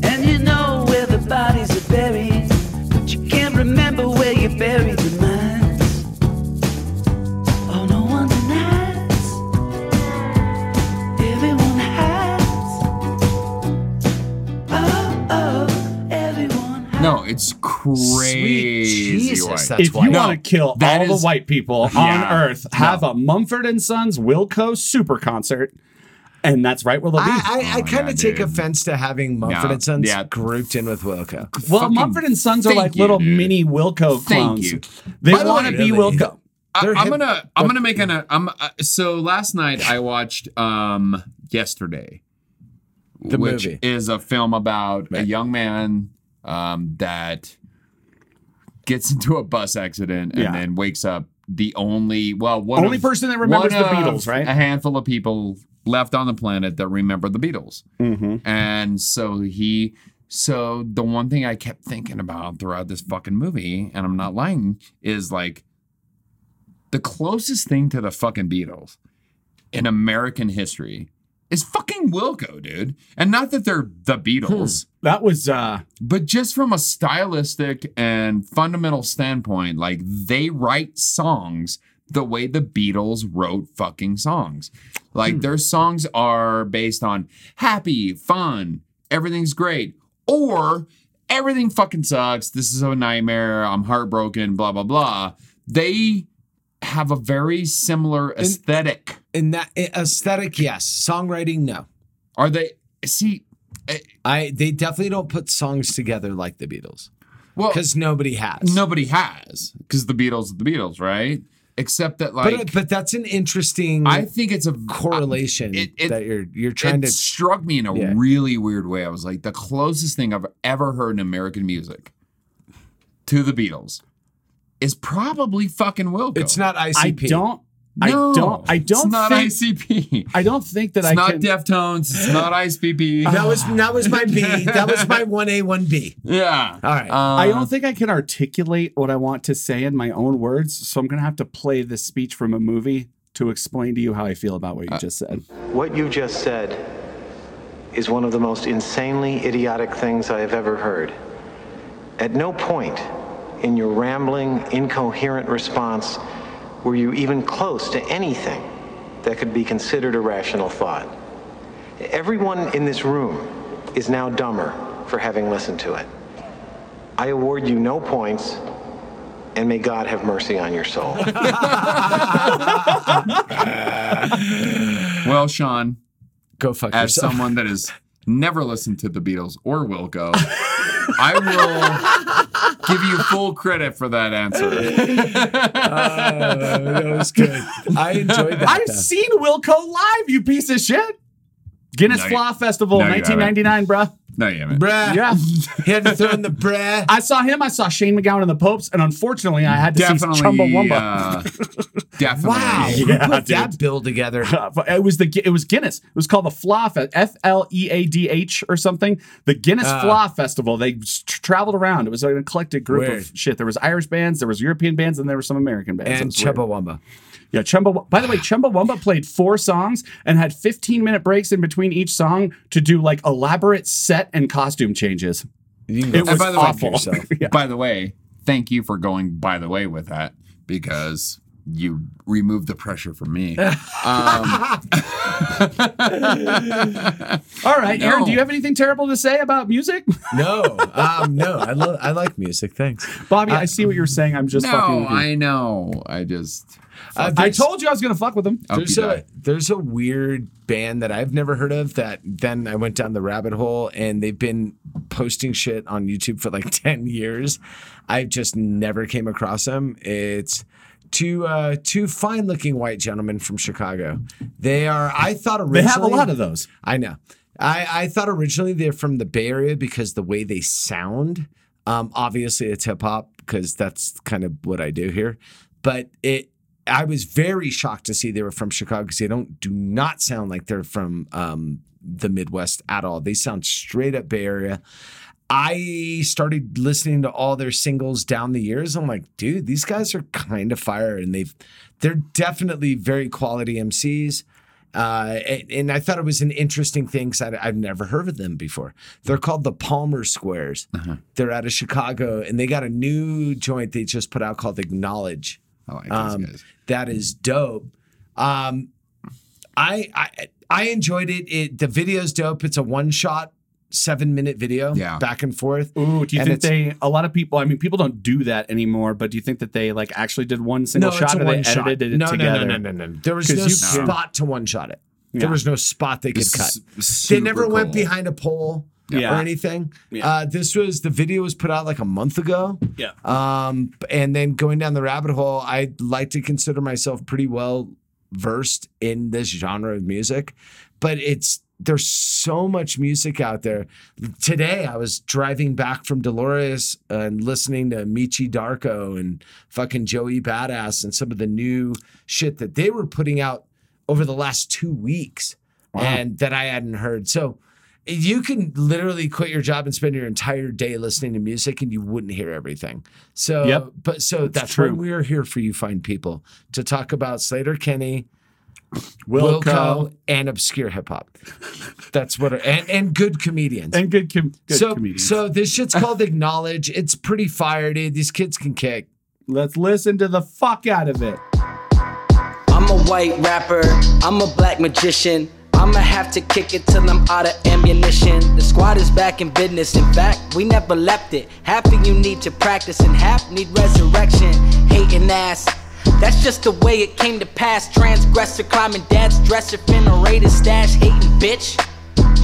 Speaker 6: and you know where the bodies are buried, but you can't remember where you buried the minds. Oh, no one denies. Everyone hides. Oh, oh, everyone hides.
Speaker 1: No, it's
Speaker 2: Sweet
Speaker 1: crazy.
Speaker 2: Jesus,
Speaker 1: white.
Speaker 2: that's
Speaker 4: if
Speaker 2: why.
Speaker 4: you
Speaker 1: No,
Speaker 4: want to kill
Speaker 1: that
Speaker 4: all
Speaker 1: is-
Speaker 4: the white people
Speaker 1: Yeah,
Speaker 4: on Earth, have a Mumford and Sons Wilco Super Concert, and that's right where they'll be.
Speaker 2: I, I, I
Speaker 1: Oh,
Speaker 2: kind
Speaker 1: yeah,
Speaker 2: of take
Speaker 1: dude.
Speaker 2: offense to having Mumford
Speaker 1: No,
Speaker 2: and Sons
Speaker 1: yeah.
Speaker 2: grouped in with Wilco.
Speaker 4: well,
Speaker 1: fucking-
Speaker 4: Mumford and Sons are
Speaker 1: thank
Speaker 4: like
Speaker 1: you,
Speaker 4: little
Speaker 1: dude.
Speaker 4: mini Wilco clones.
Speaker 1: Thank you.
Speaker 4: They
Speaker 1: By the way,
Speaker 4: want to be
Speaker 2: really-
Speaker 4: Wilco.
Speaker 1: I,
Speaker 2: They're
Speaker 1: am
Speaker 2: hip-
Speaker 1: gonna I'm gonna make an uh, I'm uh, so last night I watched um yesterday,
Speaker 2: The
Speaker 1: which
Speaker 2: movie.
Speaker 1: is a film about a
Speaker 2: Right.
Speaker 1: young man um that gets into a bus accident and
Speaker 4: Yeah.
Speaker 1: then wakes up the only well one
Speaker 4: Only
Speaker 1: of-
Speaker 4: person that remembers
Speaker 1: one
Speaker 4: the
Speaker 1: of
Speaker 4: Beatles, right?
Speaker 1: a handful of people left on the planet that remember the Beatles
Speaker 2: Mm-hmm.
Speaker 1: and so he so the one thing i kept thinking about throughout this fucking movie and i'm not lying is like the closest thing to the fucking beatles in american history is fucking wilco dude and not that they're the beatles
Speaker 4: That was uh,
Speaker 1: but just from a stylistic and fundamental standpoint like they write songs the way the Beatles wrote fucking songs.
Speaker 2: Hmm.
Speaker 1: Like their songs are based on happy, fun, everything's great, or everything fucking sucks. This is a nightmare. I'm heartbroken, blah, blah, blah. They have a very similar aesthetic.
Speaker 2: In that aesthetic, yes. Songwriting, no.
Speaker 1: Are they see?
Speaker 2: I they definitely don't put songs together like the Beatles.
Speaker 1: Well,
Speaker 2: because nobody has.
Speaker 1: Nobody has because the Beatles are the Beatles, right? Except that like
Speaker 2: but, but that's an interesting.
Speaker 1: I think it's a
Speaker 2: Mm. correlation that you're you're trying
Speaker 1: it
Speaker 2: to.
Speaker 1: struck me in a
Speaker 2: Yeah.
Speaker 1: really weird way. I was like the closest thing I've ever heard in American music to the Beatles is probably fucking Wilco.
Speaker 2: It's not
Speaker 4: I
Speaker 2: ICP.
Speaker 4: don't. I
Speaker 1: No,
Speaker 4: don't. I
Speaker 1: it's
Speaker 4: don't.
Speaker 1: not
Speaker 4: think,
Speaker 1: ICP.
Speaker 4: I don't think that
Speaker 1: It's
Speaker 4: I
Speaker 1: not
Speaker 4: can.
Speaker 1: Deftones. It's not ICP.
Speaker 2: That was that was my B. That was my one A one B.
Speaker 1: yeah. Um,
Speaker 2: All right.
Speaker 4: I don't think I can articulate what I want to say in my own words, so I'm gonna have to play this speech from a movie to explain to you how I feel about
Speaker 1: Uh,
Speaker 4: what you just said.
Speaker 7: What you just said is one of the most insanely idiotic things I have ever heard. At no point in your rambling, incoherent response were you even close to anything that could be considered a rational thought. Everyone in this room is now dumber for having listened to it. I award you no points, and may God have mercy on your soul.
Speaker 1: Well, Sean,
Speaker 2: go fuck
Speaker 1: as
Speaker 7: yourself.
Speaker 1: someone that has never listened to the Beatles or Wilco, I will give you full credit for that answer.
Speaker 2: Uh, that was good. I enjoyed that.
Speaker 4: I've seen Wilco live, you piece of shit. Guinness
Speaker 1: No, you-
Speaker 4: Flaw Festival,
Speaker 1: no, you haven't.
Speaker 4: 1999, bruh.
Speaker 1: No, you haven't.
Speaker 2: Bruh.
Speaker 4: Yeah.
Speaker 2: He had to throw in the bruh.
Speaker 4: I saw him. I saw Shane McGowan and the Popes, and unfortunately, I had to see
Speaker 1: Definitely.
Speaker 4: Chumbawamba.
Speaker 1: Uh, definitely.
Speaker 2: Wow, who
Speaker 4: Yeah,
Speaker 2: put that
Speaker 4: dude.
Speaker 2: bill together?
Speaker 4: it was the Gu- it was Guinness. It was called the Flaw Fest, F L E A D H or something. The Guinness
Speaker 2: Ah.
Speaker 4: Flaw Festival. They s- tr- traveled around. It was an eclectic group
Speaker 2: Weird.
Speaker 4: of shit. There was Irish bands, there was European bands, and there were some American bands. It
Speaker 2: And
Speaker 4: was weird.
Speaker 2: Chumbawamba.
Speaker 4: Yeah, Chumba. By the way, Chumbawamba played four songs and had 15 minute breaks in between each song to do like elaborate set and costume changes.
Speaker 2: It
Speaker 1: And
Speaker 4: was
Speaker 1: by the
Speaker 4: awful.
Speaker 1: Way, By the way, thank you for going by the way with that because you removed the pressure from me. Um,
Speaker 4: All right, Aaron,
Speaker 1: No.
Speaker 4: do you have anything terrible to say about music?
Speaker 2: No, um, no. I love. I like music. Thanks,
Speaker 4: Bobby. I see what you're saying. I'm just fucking
Speaker 1: no,
Speaker 4: with you.
Speaker 1: I know. I just.
Speaker 2: Uh,
Speaker 4: I
Speaker 2: there's-
Speaker 4: told you I was gonna fuck with him.
Speaker 1: Hope
Speaker 2: there's
Speaker 1: you
Speaker 2: a
Speaker 1: die.
Speaker 2: there's a weird band that I've never heard of that then I went down the rabbit hole and they've been posting shit on YouTube for like 10 years. I just never came across them. It's two uh two fine looking white gentlemen from Chicago. They are I thought originally
Speaker 4: They have a lot of those.
Speaker 2: I know. I, I thought originally they're from the Bay Area because the way they sound. Um, obviously, it's hip hop because that's kind of what I do here. But it, I was very shocked to see they were from Chicago because they don't do not sound like they're from um, the Midwest at all. They sound straight up Bay Area. I started listening to all their singles down the years. I'm like, dude, these guys are kind of fire, and they've they're definitely very quality MCs. Uh, and, and I thought it was an interesting thing because I've never heard of them before. They're called the Palmer Squares. They're out of Chicago, and they got a new joint they just put out called Acknowledge.
Speaker 1: I like these
Speaker 2: um,
Speaker 1: guys.
Speaker 2: That is dope. Um, I I I enjoyed it. It the video's dope. It's a one shot, seven minute video.
Speaker 4: Yeah.
Speaker 2: back and forth.
Speaker 4: Ooh, do you
Speaker 2: And
Speaker 4: think
Speaker 2: it's-
Speaker 4: they? A lot of people. I mean, people don't do that anymore. But do you think that they like actually did one single
Speaker 2: No, it's
Speaker 4: shot,
Speaker 2: a
Speaker 4: or they
Speaker 2: one shot.
Speaker 4: edited it
Speaker 2: No, no, no,
Speaker 4: together?
Speaker 2: no, no, no. There was
Speaker 4: 'Cause
Speaker 2: no
Speaker 4: you can-
Speaker 2: spot to one shot it.
Speaker 4: Yeah.
Speaker 2: There was no spot they could
Speaker 4: This
Speaker 2: cut.
Speaker 4: is
Speaker 2: They
Speaker 4: super
Speaker 2: never went
Speaker 4: cool.
Speaker 2: behind a pole
Speaker 4: Yeah.
Speaker 2: or anything. Uh, this was the video was put out like a month ago.
Speaker 4: Yeah.
Speaker 2: Um, and then going down the rabbit hole, I like to consider myself pretty well versed in this genre of music, but it's there's so much music out there. Today, I was driving back from Dolores and listening to Michi Darko and fucking Joey Badass and some of the new shit that they were putting out over the last two weeks
Speaker 4: Wow.
Speaker 2: and that I hadn't heard. So you can literally quit your job and spend your entire day listening to music and you wouldn't hear everything. So,
Speaker 4: Yep.
Speaker 2: but so that's,
Speaker 4: true.
Speaker 2: when we're here for you, fine people, to talk about Slater Kenny,
Speaker 4: Wilco.
Speaker 2: Wilco, and obscure hip hop. That's what, and, and good comedians.
Speaker 4: And good, com- good
Speaker 2: so,
Speaker 4: comedians.
Speaker 2: so this shit's called Acknowledge. It's pretty fire, dude. These kids can kick.
Speaker 4: Let's listen to the fuck out of it.
Speaker 8: I'm a white rapper, I'm a black magician. I'ma have to kick it till I'm out of ammunition. The squad is back in business. In fact, we never left it. Half of you need to practice, and half need resurrection. Hating ass. That's just the way it came to pass. Transgressor climbing dad's dresser, finna raid his stash, hating bitch.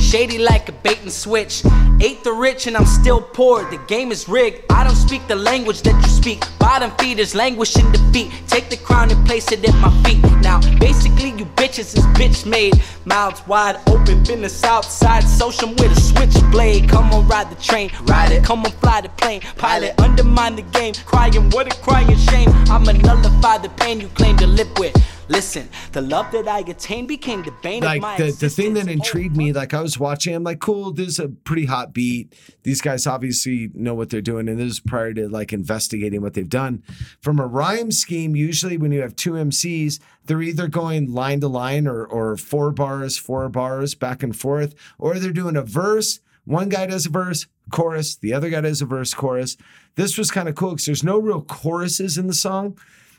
Speaker 8: Shady like a bait and switch. Ate the rich and I'm still poor. The game is rigged. I don't speak the language that you speak. Bottom feeders languish in defeat. Take the crown and place it at my feet. Now, basically, you bitches is bitch made. Mouths wide open, been the south side. Social with a switchblade. Come on, ride the train. Ride it. Come on, fly the plane. Pilot, undermine the game. Crying, what a crying shame. I'ma nullify the pain you claim to live with. Listen, the love that I attained became the bane of my
Speaker 2: like the, the thing that intrigued me like i was watching i'm like cool this is a pretty hot beat these guys obviously know what they're doing and this is prior to like investigating what they've done from a rhyme scheme usually when you have two mcs they're either going line to line or or four bars four bars back and forth or they're doing a verse one guy does a verse chorus the other guy does a verse chorus this was kind of cool because there's no real choruses in the song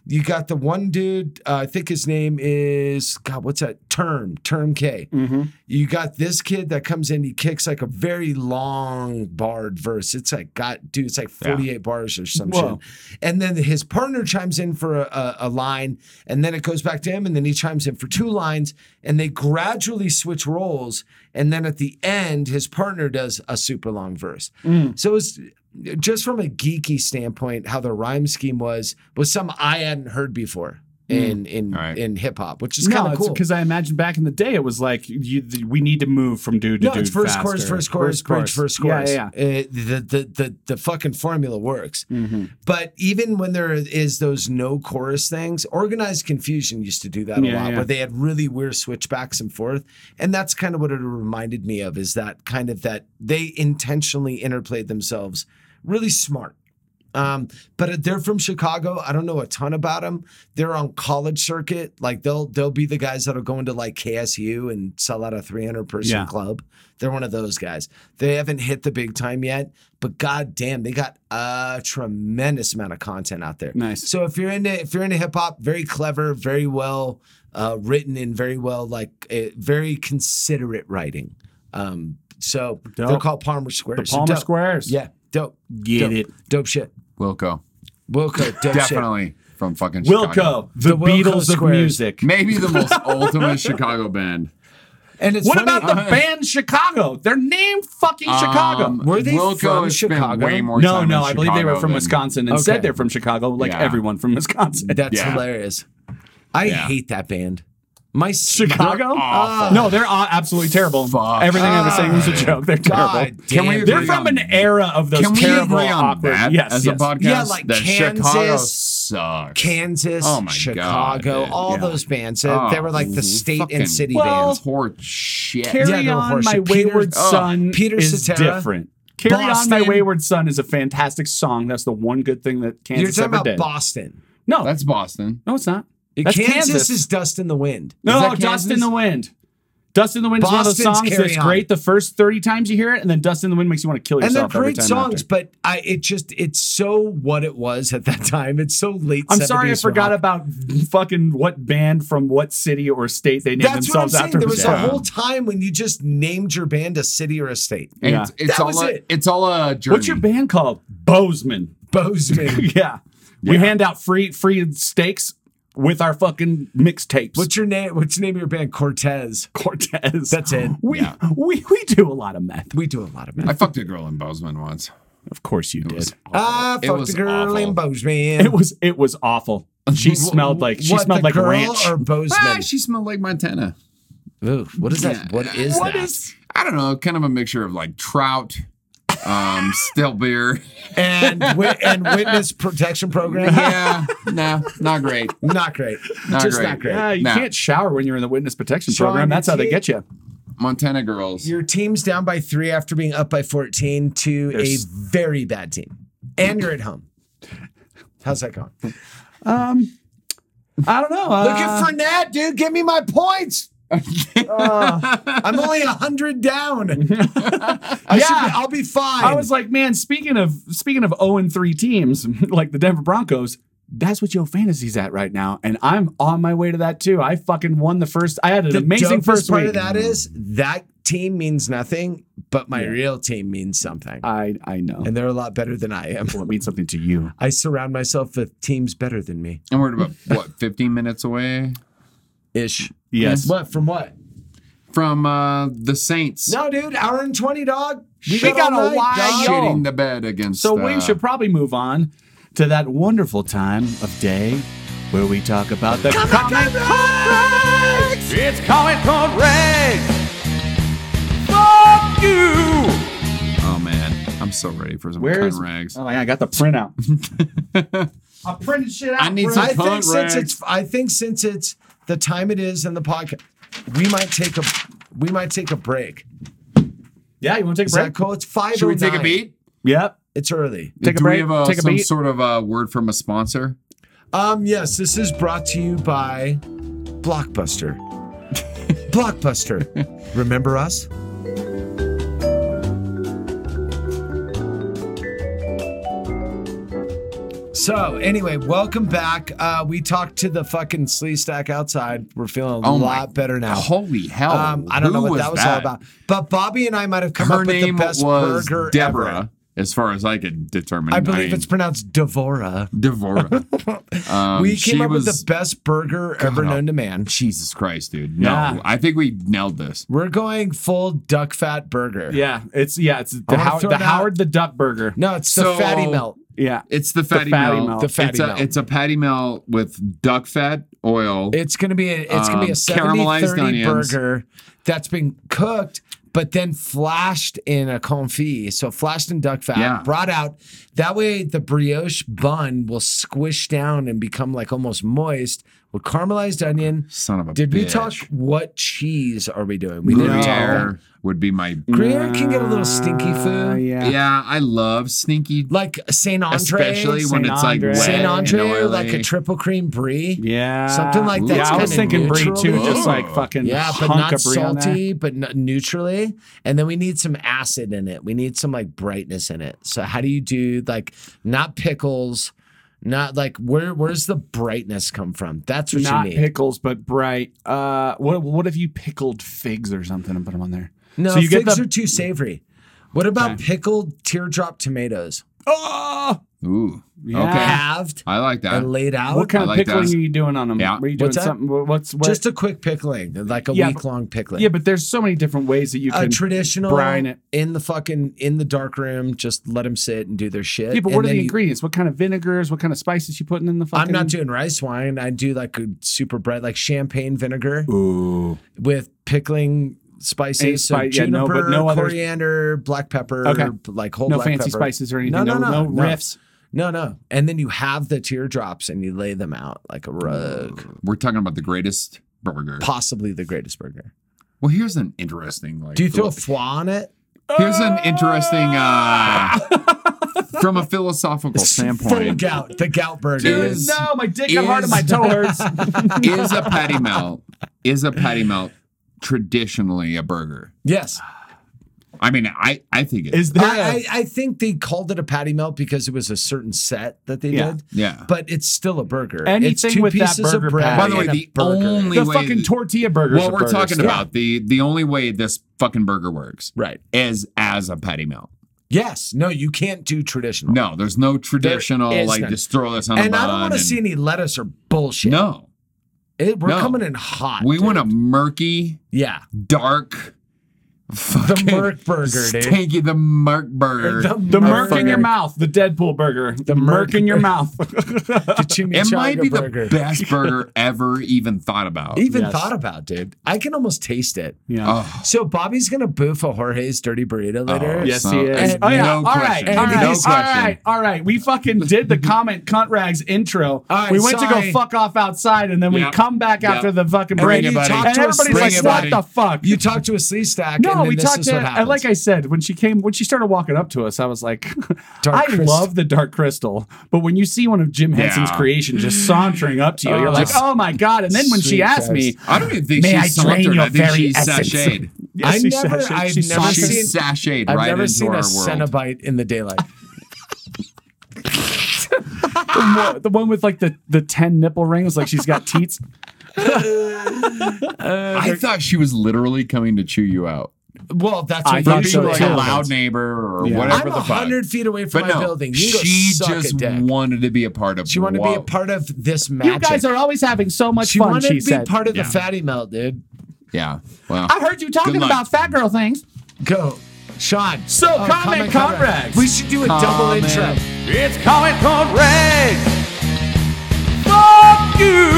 Speaker 2: you got the one dude, uh, I think his name is, God, what's that? Term, Term K.
Speaker 9: Mm-hmm.
Speaker 2: You got this kid that comes in, he kicks like a very long barred verse. It's like, God, dude, it's like
Speaker 9: Yeah.
Speaker 2: 48 bars or some
Speaker 9: Whoa.
Speaker 2: shit. And then his partner chimes in for a, a, a line, and then it goes back to him, and then he chimes in for two lines, and they gradually switch roles. And then at the end, his partner does a super long verse.
Speaker 9: Mm.
Speaker 2: So it's just from a geeky standpoint, how the rhyme scheme was was some I hadn't heard before
Speaker 4: Hmm.
Speaker 2: in in in hip hop, which is kind of cool.
Speaker 4: Because I imagine back in the day it was like you, th- we need to move from dude to
Speaker 2: No,
Speaker 4: dude.
Speaker 2: it's first chorus,
Speaker 4: faster.
Speaker 2: first chorus, bridge, first chorus.
Speaker 4: Yeah, yeah.
Speaker 2: Uh, the, the the the fucking formula works.
Speaker 4: Mm-hmm.
Speaker 2: But even when there is those no chorus things, organized confusion used to do that a
Speaker 4: Yeah,
Speaker 2: lot,
Speaker 4: yeah.
Speaker 2: where they had really weird switchbacks and forth, and that's kind of what it reminded me of. Is that kind of that they intentionally interplayed themselves, really smart. Um, but they're from Chicago. I don't know a ton about them. They're on college circuit. Like they'll they'll be the guys that'll go into like KSU and sell out a 300 person
Speaker 4: Yeah.
Speaker 2: club. They're one of those guys. They haven't hit the big time yet, but goddamn, they got a tremendous amount of content out there.
Speaker 4: Nice.
Speaker 2: So if you're into if you're into hip hop, very clever, very well uh, written, and very well like uh, very considerate writing. Um, so they're
Speaker 4: Dope.
Speaker 2: called Palmer Squares. So
Speaker 4: Palmer
Speaker 2: dope.
Speaker 4: Squares.
Speaker 2: Yeah, dope.
Speaker 4: Get
Speaker 2: Dope.
Speaker 4: it.
Speaker 2: Dope shit.
Speaker 1: Wilco.
Speaker 2: Wilco, dope shit.
Speaker 1: definitely from fucking
Speaker 4: Wilco,
Speaker 1: Chicago.
Speaker 4: the The Wilco Beatles of Squares. music.
Speaker 1: Maybe the most ultimate Chicago band.
Speaker 2: And
Speaker 1: it's
Speaker 4: what
Speaker 1: funny-
Speaker 4: about the
Speaker 1: Uh,
Speaker 4: band Chicago? They're named fucking Chicago.
Speaker 1: Um, Were they Wilco from has spent Chicago? way more
Speaker 4: no,
Speaker 1: time
Speaker 4: no.
Speaker 1: in
Speaker 4: I believe they were
Speaker 1: Chicago
Speaker 4: from
Speaker 1: than-
Speaker 4: Wisconsin and said
Speaker 1: Okay.
Speaker 4: they're from Chicago, like
Speaker 1: Yeah.
Speaker 4: everyone from Wisconsin.
Speaker 2: That's hilarious. I
Speaker 4: Yeah.
Speaker 2: hate that band. My Oh.
Speaker 4: Chicago?
Speaker 2: They're awful.
Speaker 4: Ah. no, they're a- absolutely terrible. Everything I was saying was a joke. They're
Speaker 2: God
Speaker 4: terrible.
Speaker 2: damn. Can we
Speaker 4: they're
Speaker 2: agree
Speaker 4: from
Speaker 2: on-
Speaker 4: an era of those
Speaker 2: Can we
Speaker 4: terrible,
Speaker 2: agree on
Speaker 4: awkward.
Speaker 2: that
Speaker 4: yes,
Speaker 2: as a
Speaker 4: yes.
Speaker 2: podcast? Yeah, like
Speaker 1: that Chicago
Speaker 2: Kansas,
Speaker 1: sucks.
Speaker 2: Kansas,
Speaker 1: Oh my God,
Speaker 2: Chicago,
Speaker 1: dude.
Speaker 2: all
Speaker 1: Yeah.
Speaker 2: those bands. They, they
Speaker 1: Oh,
Speaker 2: were like the state
Speaker 1: fucking-
Speaker 2: and city
Speaker 1: Well,
Speaker 2: bands.
Speaker 1: Horse shit.
Speaker 4: Carry on, my wayward son is different. Carry on, my
Speaker 2: Boston.
Speaker 4: wayward son is a fantastic song. That's the one good thing that Kansas
Speaker 2: You're talking
Speaker 4: ever
Speaker 2: about
Speaker 4: did.
Speaker 2: Boston.
Speaker 4: No,
Speaker 1: that's Boston.
Speaker 4: No, it's not. That's
Speaker 2: Kansas, is dust in the wind. Is
Speaker 4: no
Speaker 2: that
Speaker 4: dust in
Speaker 2: Kansas?
Speaker 4: the wind. Dust in the wind is one of
Speaker 2: Boston's
Speaker 4: those songs
Speaker 2: Carry
Speaker 4: that's
Speaker 2: On.
Speaker 4: great the first thirty times you hear it, and then dust in the wind makes you want to kill
Speaker 2: And
Speaker 4: yourself.
Speaker 2: they're
Speaker 4: every
Speaker 2: great
Speaker 4: time
Speaker 2: songs,
Speaker 4: after.
Speaker 2: but I it just it's so what it was at that time. It's so late.
Speaker 4: I'm sorry I
Speaker 2: 70s
Speaker 4: forgot
Speaker 2: rock.
Speaker 4: about fucking what band from what city or state they named
Speaker 2: That's what I'm
Speaker 4: themselves
Speaker 2: saying.
Speaker 4: after.
Speaker 2: There was a
Speaker 4: Yeah.
Speaker 2: whole time when you just named your band a city or a state.
Speaker 4: And it's-
Speaker 1: it's
Speaker 2: that
Speaker 1: all
Speaker 2: was
Speaker 1: a-
Speaker 2: it.
Speaker 1: It's all a
Speaker 4: What's your band called? Bozeman.
Speaker 2: Bozeman.
Speaker 4: yeah. We hand out free free steaks with our fucking mixtapes.
Speaker 2: What's your name? What's the name of your band? Cortez.
Speaker 4: Cortez.
Speaker 2: That's it.
Speaker 4: We we we do a lot of meth.
Speaker 2: We do a lot of
Speaker 1: I fucked a girl in Bozeman once.
Speaker 4: Of course you did.
Speaker 2: I
Speaker 1: It
Speaker 2: fucked
Speaker 1: was
Speaker 2: a Ah, girl in
Speaker 1: awful.
Speaker 2: Bozeman.
Speaker 4: It was it was awful. She smelled like she
Speaker 2: what,
Speaker 4: smelled
Speaker 2: the
Speaker 4: like
Speaker 2: girl
Speaker 4: ranch.
Speaker 2: or Bozeman?
Speaker 1: Ah, she smelled like Montana.
Speaker 2: Ooh, what is that? What is
Speaker 1: What
Speaker 2: that?
Speaker 1: is- I don't know. Kind of a mixture of like trout, um, still beer,
Speaker 2: and wit- and witness protection program.
Speaker 1: Yeah, no, not great.
Speaker 2: Not great.
Speaker 1: Not
Speaker 2: Just
Speaker 1: great.
Speaker 2: not great.
Speaker 4: Yeah, you
Speaker 1: No.
Speaker 4: can't shower when you're in the witness protection
Speaker 2: Sean,
Speaker 4: program.
Speaker 2: you
Speaker 4: That's how they
Speaker 2: can't-
Speaker 4: get you.
Speaker 1: Montana girls.
Speaker 2: Your team's down by three after being up by 14 to
Speaker 4: There's-
Speaker 2: a very bad team. And you're at home. How's that going?
Speaker 4: Um, I don't know.
Speaker 2: Look
Speaker 4: uh,
Speaker 2: at Fournette, dude. Give me my points. Uh, I'm only 100 down. I should be- I'll be fine.
Speaker 4: oh I was like, man, speaking of speaking of 0 and 3 teams, like the Denver Broncos, That's what Joe Fantasy's at right now, and I'm on my way to that too. I fucking won the first. I had an
Speaker 2: the
Speaker 4: amazing
Speaker 2: dopest
Speaker 4: first
Speaker 2: part
Speaker 4: week.
Speaker 2: of that is that team means nothing, but my real team means something.
Speaker 4: I I know,
Speaker 2: and they're a lot better than I am. Well,
Speaker 4: it means something to you.
Speaker 2: I surround myself with teams better than me.
Speaker 1: And we're about what, 15 minutes away?
Speaker 2: Ish.
Speaker 1: Yes.
Speaker 2: What from what?
Speaker 1: From uh the Saints.
Speaker 2: No, dude, hour and twenty, dog.
Speaker 4: We got a wide
Speaker 1: shitting the bed against.
Speaker 4: So we
Speaker 1: uh,
Speaker 4: should probably move on to that wonderful time of day where we talk about the comic It's comic code red. Fuck you.
Speaker 1: Oh man, I'm so ready for some
Speaker 4: Where's-
Speaker 1: cunt rags.
Speaker 4: Oh yeah, I got the printout. I printed shit out.
Speaker 1: I need some
Speaker 2: I
Speaker 1: cunt
Speaker 2: think since
Speaker 1: rags.
Speaker 2: it's I think since it's the time it is in the podcast, we might take a we might take a break.
Speaker 4: Yeah, you want to
Speaker 2: Is that cool? It's five. oh
Speaker 1: Should we take a beat?
Speaker 4: Yep.
Speaker 2: It's early.
Speaker 1: Do we have uh, some sort of uh, word from a sponsor?
Speaker 2: Um, yes, this is brought to you by Blockbuster. Blockbuster. Remember us? So, anyway, welcome back. Uh, we talked to the fucking slee stack outside. We're feeling a
Speaker 1: Oh my-
Speaker 2: lot better now.
Speaker 1: Holy hell.
Speaker 2: Um, I don't know
Speaker 1: Who
Speaker 2: what
Speaker 1: was
Speaker 2: that was all
Speaker 1: that?
Speaker 2: about. But Bobby and I might have come
Speaker 1: Her
Speaker 2: up with the
Speaker 1: name
Speaker 2: best
Speaker 1: was
Speaker 2: burger
Speaker 1: Deborah,
Speaker 2: ever.
Speaker 1: as far as I could determine.
Speaker 2: I believe
Speaker 1: mean,
Speaker 2: it's pronounced Devora.
Speaker 1: Devora. Um,
Speaker 2: we
Speaker 1: she
Speaker 2: came up
Speaker 1: was,
Speaker 2: with the best burger ever known to man.
Speaker 1: Jesus Christ, dude. No,
Speaker 2: Yeah.
Speaker 1: I think we nailed this.
Speaker 2: We're going full duck fat burger.
Speaker 4: Yeah, it's yeah, it's
Speaker 2: I
Speaker 4: the,
Speaker 2: wanna
Speaker 4: Howard
Speaker 2: throw
Speaker 4: the
Speaker 2: it out.
Speaker 4: Howard the Duck Burger.
Speaker 2: No, it's the
Speaker 1: So-
Speaker 2: fatty melt.
Speaker 4: Yeah,
Speaker 1: It's the fatty,
Speaker 4: fatty
Speaker 1: melt.
Speaker 4: melt. The
Speaker 2: fatty
Speaker 1: it's a,
Speaker 2: melt.
Speaker 1: It's a patty melt with duck fat oil.
Speaker 2: It's gonna be a, it's gonna be a
Speaker 1: Um,
Speaker 2: 70
Speaker 1: caramelized
Speaker 2: 30
Speaker 1: onions.
Speaker 2: burger that's been cooked but then flashed in a confit. So flashed in duck fat,
Speaker 1: Yeah.
Speaker 2: brought out. That way the brioche bun will squish down and become like almost moist with caramelized onion.
Speaker 1: Son of a
Speaker 2: Did we
Speaker 1: bitch.
Speaker 2: talk what cheese are we doing? We didn't talk.
Speaker 1: Gruyere would be my
Speaker 2: Gruyere can get a little stinky food.
Speaker 1: Yeah. I love stinky.
Speaker 2: Like St. Andre.
Speaker 1: Especially
Speaker 4: Saint
Speaker 1: when it's like
Speaker 4: Andre.
Speaker 1: wet
Speaker 2: St. Andre
Speaker 1: and
Speaker 2: or
Speaker 1: oily.
Speaker 2: like a triple cream brie.
Speaker 4: Yeah,
Speaker 2: Something like that.
Speaker 4: Yeah, I was thinking brie too, just like fucking
Speaker 2: Yeah, but
Speaker 4: hunk
Speaker 2: not
Speaker 4: of brie on there.
Speaker 2: salty, but not neutrally. And then we need some acid in it. We need some like brightness in it. So how do you do like not pickles, not like where where's the brightness come from? That's what
Speaker 4: Not
Speaker 2: you need.
Speaker 4: pickles, but bright. Uh, what what if you pickled figs or something and put them on there?
Speaker 2: no,
Speaker 4: so you
Speaker 2: figs
Speaker 4: get the
Speaker 2: are too savory. What about pickled teardrop tomatoes?
Speaker 4: oh,
Speaker 1: Ooh.
Speaker 4: Yeah.
Speaker 1: Okay.
Speaker 2: Halved
Speaker 1: I like that.
Speaker 2: and laid out.
Speaker 4: Uh, what kind
Speaker 1: I
Speaker 4: of
Speaker 1: like
Speaker 4: pickling
Speaker 1: that.
Speaker 4: are you doing on them?
Speaker 1: Yeah.
Speaker 4: Were you doing
Speaker 2: What's that?
Speaker 4: something? wha- What's what?
Speaker 2: Just a quick pickling, like a
Speaker 4: Yeah, but-
Speaker 2: week long pickling.
Speaker 4: yeah, but there's so many different ways that you
Speaker 2: a
Speaker 4: can
Speaker 2: traditional
Speaker 4: brine it.
Speaker 2: in the fucking in the dark room. Just let them sit and do their shit.
Speaker 4: Yeah, but
Speaker 2: And
Speaker 4: what are
Speaker 2: then
Speaker 4: the
Speaker 2: you-
Speaker 4: ingredients? What kind of vinegars? What kind of spices you putting in the fucking?
Speaker 2: I'm not doing rice wine. I do like a super bread, like champagne vinegar
Speaker 4: Ooh.
Speaker 2: with pickling
Speaker 4: Ain't
Speaker 2: spices, so
Speaker 4: spi- yeah, no,
Speaker 2: juniper,
Speaker 4: but no other-
Speaker 2: coriander, black pepper,
Speaker 4: Okay.
Speaker 2: like whole
Speaker 4: No
Speaker 2: black
Speaker 4: fancy
Speaker 2: pepper.
Speaker 4: spices or anything. No- no riffs.
Speaker 2: No, no. And then you have the teardrops and you lay them out like a rug.
Speaker 1: We're talking about the greatest burger.
Speaker 2: Possibly the greatest burger.
Speaker 1: Well, here's an interesting like.
Speaker 2: Do you throw
Speaker 1: philo-
Speaker 2: foie on it?
Speaker 1: Here's an interesting uh from a philosophical
Speaker 2: Ah! Full
Speaker 1: standpoint.
Speaker 2: gout, the gout burger.
Speaker 1: Dude,
Speaker 2: is-
Speaker 4: No, my dick got hard and my
Speaker 1: Is-
Speaker 4: toe hurts.
Speaker 1: is a patty melt is a patty melt traditionally a burger?
Speaker 2: Yes.
Speaker 1: I mean, I I think it
Speaker 4: Is there? a-
Speaker 2: I, I, I think they called it a patty melt because it was a certain set that they
Speaker 4: Yeah.
Speaker 2: did.
Speaker 1: Yeah.
Speaker 2: But it's still a burger.
Speaker 4: Anything
Speaker 2: it's two
Speaker 4: with that
Speaker 2: pieces of
Speaker 4: burger
Speaker 2: bread.
Speaker 4: patty.
Speaker 1: By the way,
Speaker 2: and a
Speaker 1: the
Speaker 2: burger.
Speaker 1: only
Speaker 4: the
Speaker 1: way
Speaker 4: fucking tortilla burgers.
Speaker 1: what
Speaker 4: are
Speaker 1: we're
Speaker 4: burgers.
Speaker 1: talking
Speaker 4: Yeah.
Speaker 1: about the the only way this fucking burger works
Speaker 2: right.
Speaker 1: is as a patty melt.
Speaker 2: Yes. No, you can't do traditional.
Speaker 1: No, there's no traditional
Speaker 2: is
Speaker 1: like
Speaker 2: none.
Speaker 1: just throw this on a
Speaker 2: And
Speaker 1: bun.
Speaker 2: I don't want to
Speaker 1: and-
Speaker 2: see any lettuce or bullshit.
Speaker 1: No,
Speaker 2: It- we're
Speaker 1: no.
Speaker 2: coming in hot.
Speaker 1: we
Speaker 2: dude.
Speaker 1: want a murky,
Speaker 2: Yeah.
Speaker 1: dark,
Speaker 2: The
Speaker 1: fucking
Speaker 2: Merc burger, dude.
Speaker 1: stinky the murk burger.
Speaker 4: The merc in your
Speaker 2: motherfucker.
Speaker 4: mouth, the Deadpool burger. The
Speaker 2: merc-
Speaker 4: merc in your mouth.
Speaker 2: The chimichanga
Speaker 1: it might be
Speaker 2: burger.
Speaker 1: the best burger ever even thought about.
Speaker 2: Even
Speaker 4: Yes.
Speaker 2: thought about, dude. I can almost taste it.
Speaker 4: yeah.
Speaker 1: Oh,
Speaker 2: So Bobby's gonna boof a Jorge's dirty burrito later.
Speaker 1: Oh,
Speaker 4: Yes,
Speaker 1: So-
Speaker 4: he is.
Speaker 1: and
Speaker 4: oh, yeah.
Speaker 1: no
Speaker 4: all right.
Speaker 1: question.
Speaker 4: All right. all
Speaker 1: No question.
Speaker 4: right. All right. We fucking did the comment cunt rags intro.
Speaker 2: All right,
Speaker 4: we went to
Speaker 2: sorry.
Speaker 4: go fuck off outside and then we
Speaker 1: Yep.
Speaker 4: come back
Speaker 1: Yep.
Speaker 4: after the fucking
Speaker 1: And
Speaker 4: break.
Speaker 1: then you talk
Speaker 4: And
Speaker 2: to us-
Speaker 4: everybody's
Speaker 2: bring
Speaker 4: like, what
Speaker 2: it, buddy.
Speaker 4: the fuck?
Speaker 2: You talk to a slee stack. and
Speaker 4: no,
Speaker 2: then
Speaker 4: we
Speaker 2: this
Speaker 4: talked
Speaker 2: is
Speaker 4: to
Speaker 2: what
Speaker 4: and
Speaker 2: happens.
Speaker 4: like I said when she came when she started walking up to us. I was like,
Speaker 2: Dark
Speaker 4: I
Speaker 2: crystal.
Speaker 4: love the dark crystal, but when you see one of Jim Henson's
Speaker 1: Yeah.
Speaker 4: creation just sauntering up to you, you're like,
Speaker 2: Just-
Speaker 4: oh my god! And then when she
Speaker 2: Sweet
Speaker 4: asked me,
Speaker 1: I don't even think
Speaker 4: May I
Speaker 1: she's
Speaker 4: drain
Speaker 1: sauntered.
Speaker 4: your
Speaker 1: I think
Speaker 4: very
Speaker 1: she's
Speaker 4: essence?
Speaker 1: sashayed.
Speaker 4: Yes,
Speaker 2: I
Speaker 4: she
Speaker 2: never-
Speaker 4: sauntered-
Speaker 2: I've
Speaker 4: she
Speaker 2: never
Speaker 4: sauntered.
Speaker 2: seen-
Speaker 1: She's sashayed
Speaker 2: I've
Speaker 1: right
Speaker 2: never
Speaker 1: into
Speaker 2: seen a
Speaker 1: our world.
Speaker 2: Cenobite in the daylight.
Speaker 4: The one- the one with like the the ten nipple rings, like she's got teats.
Speaker 1: I thought she was literally coming to chew you out.
Speaker 2: Well, that's
Speaker 1: I
Speaker 2: what
Speaker 1: thought
Speaker 2: usually
Speaker 1: she was a
Speaker 2: happens.
Speaker 1: loud neighbor or
Speaker 2: Yeah.
Speaker 1: whatever
Speaker 2: I'm
Speaker 1: the fuck.
Speaker 2: 100 feet away from
Speaker 1: But
Speaker 2: my
Speaker 1: no,
Speaker 2: building. You can go
Speaker 1: she
Speaker 2: suck a
Speaker 1: just
Speaker 2: dick.
Speaker 1: wanted to be a part of.
Speaker 2: She wanted to be a
Speaker 1: Whoa.
Speaker 2: part of this magic.
Speaker 4: You guys are always having so much
Speaker 2: she
Speaker 4: fun.
Speaker 2: wanted
Speaker 4: she
Speaker 2: to be
Speaker 4: said.
Speaker 2: part of
Speaker 4: Yeah.
Speaker 2: the fatty melt, dude.
Speaker 1: Yeah. Wow.
Speaker 4: I heard you talking
Speaker 2: Good luck.
Speaker 4: about fat girl things.
Speaker 2: Go, Sean. Oh,
Speaker 4: So, comment, Conrad.
Speaker 2: We should do a double
Speaker 4: Comment.
Speaker 2: intro.
Speaker 4: It's comment
Speaker 2: Conrad.
Speaker 4: Fuck you.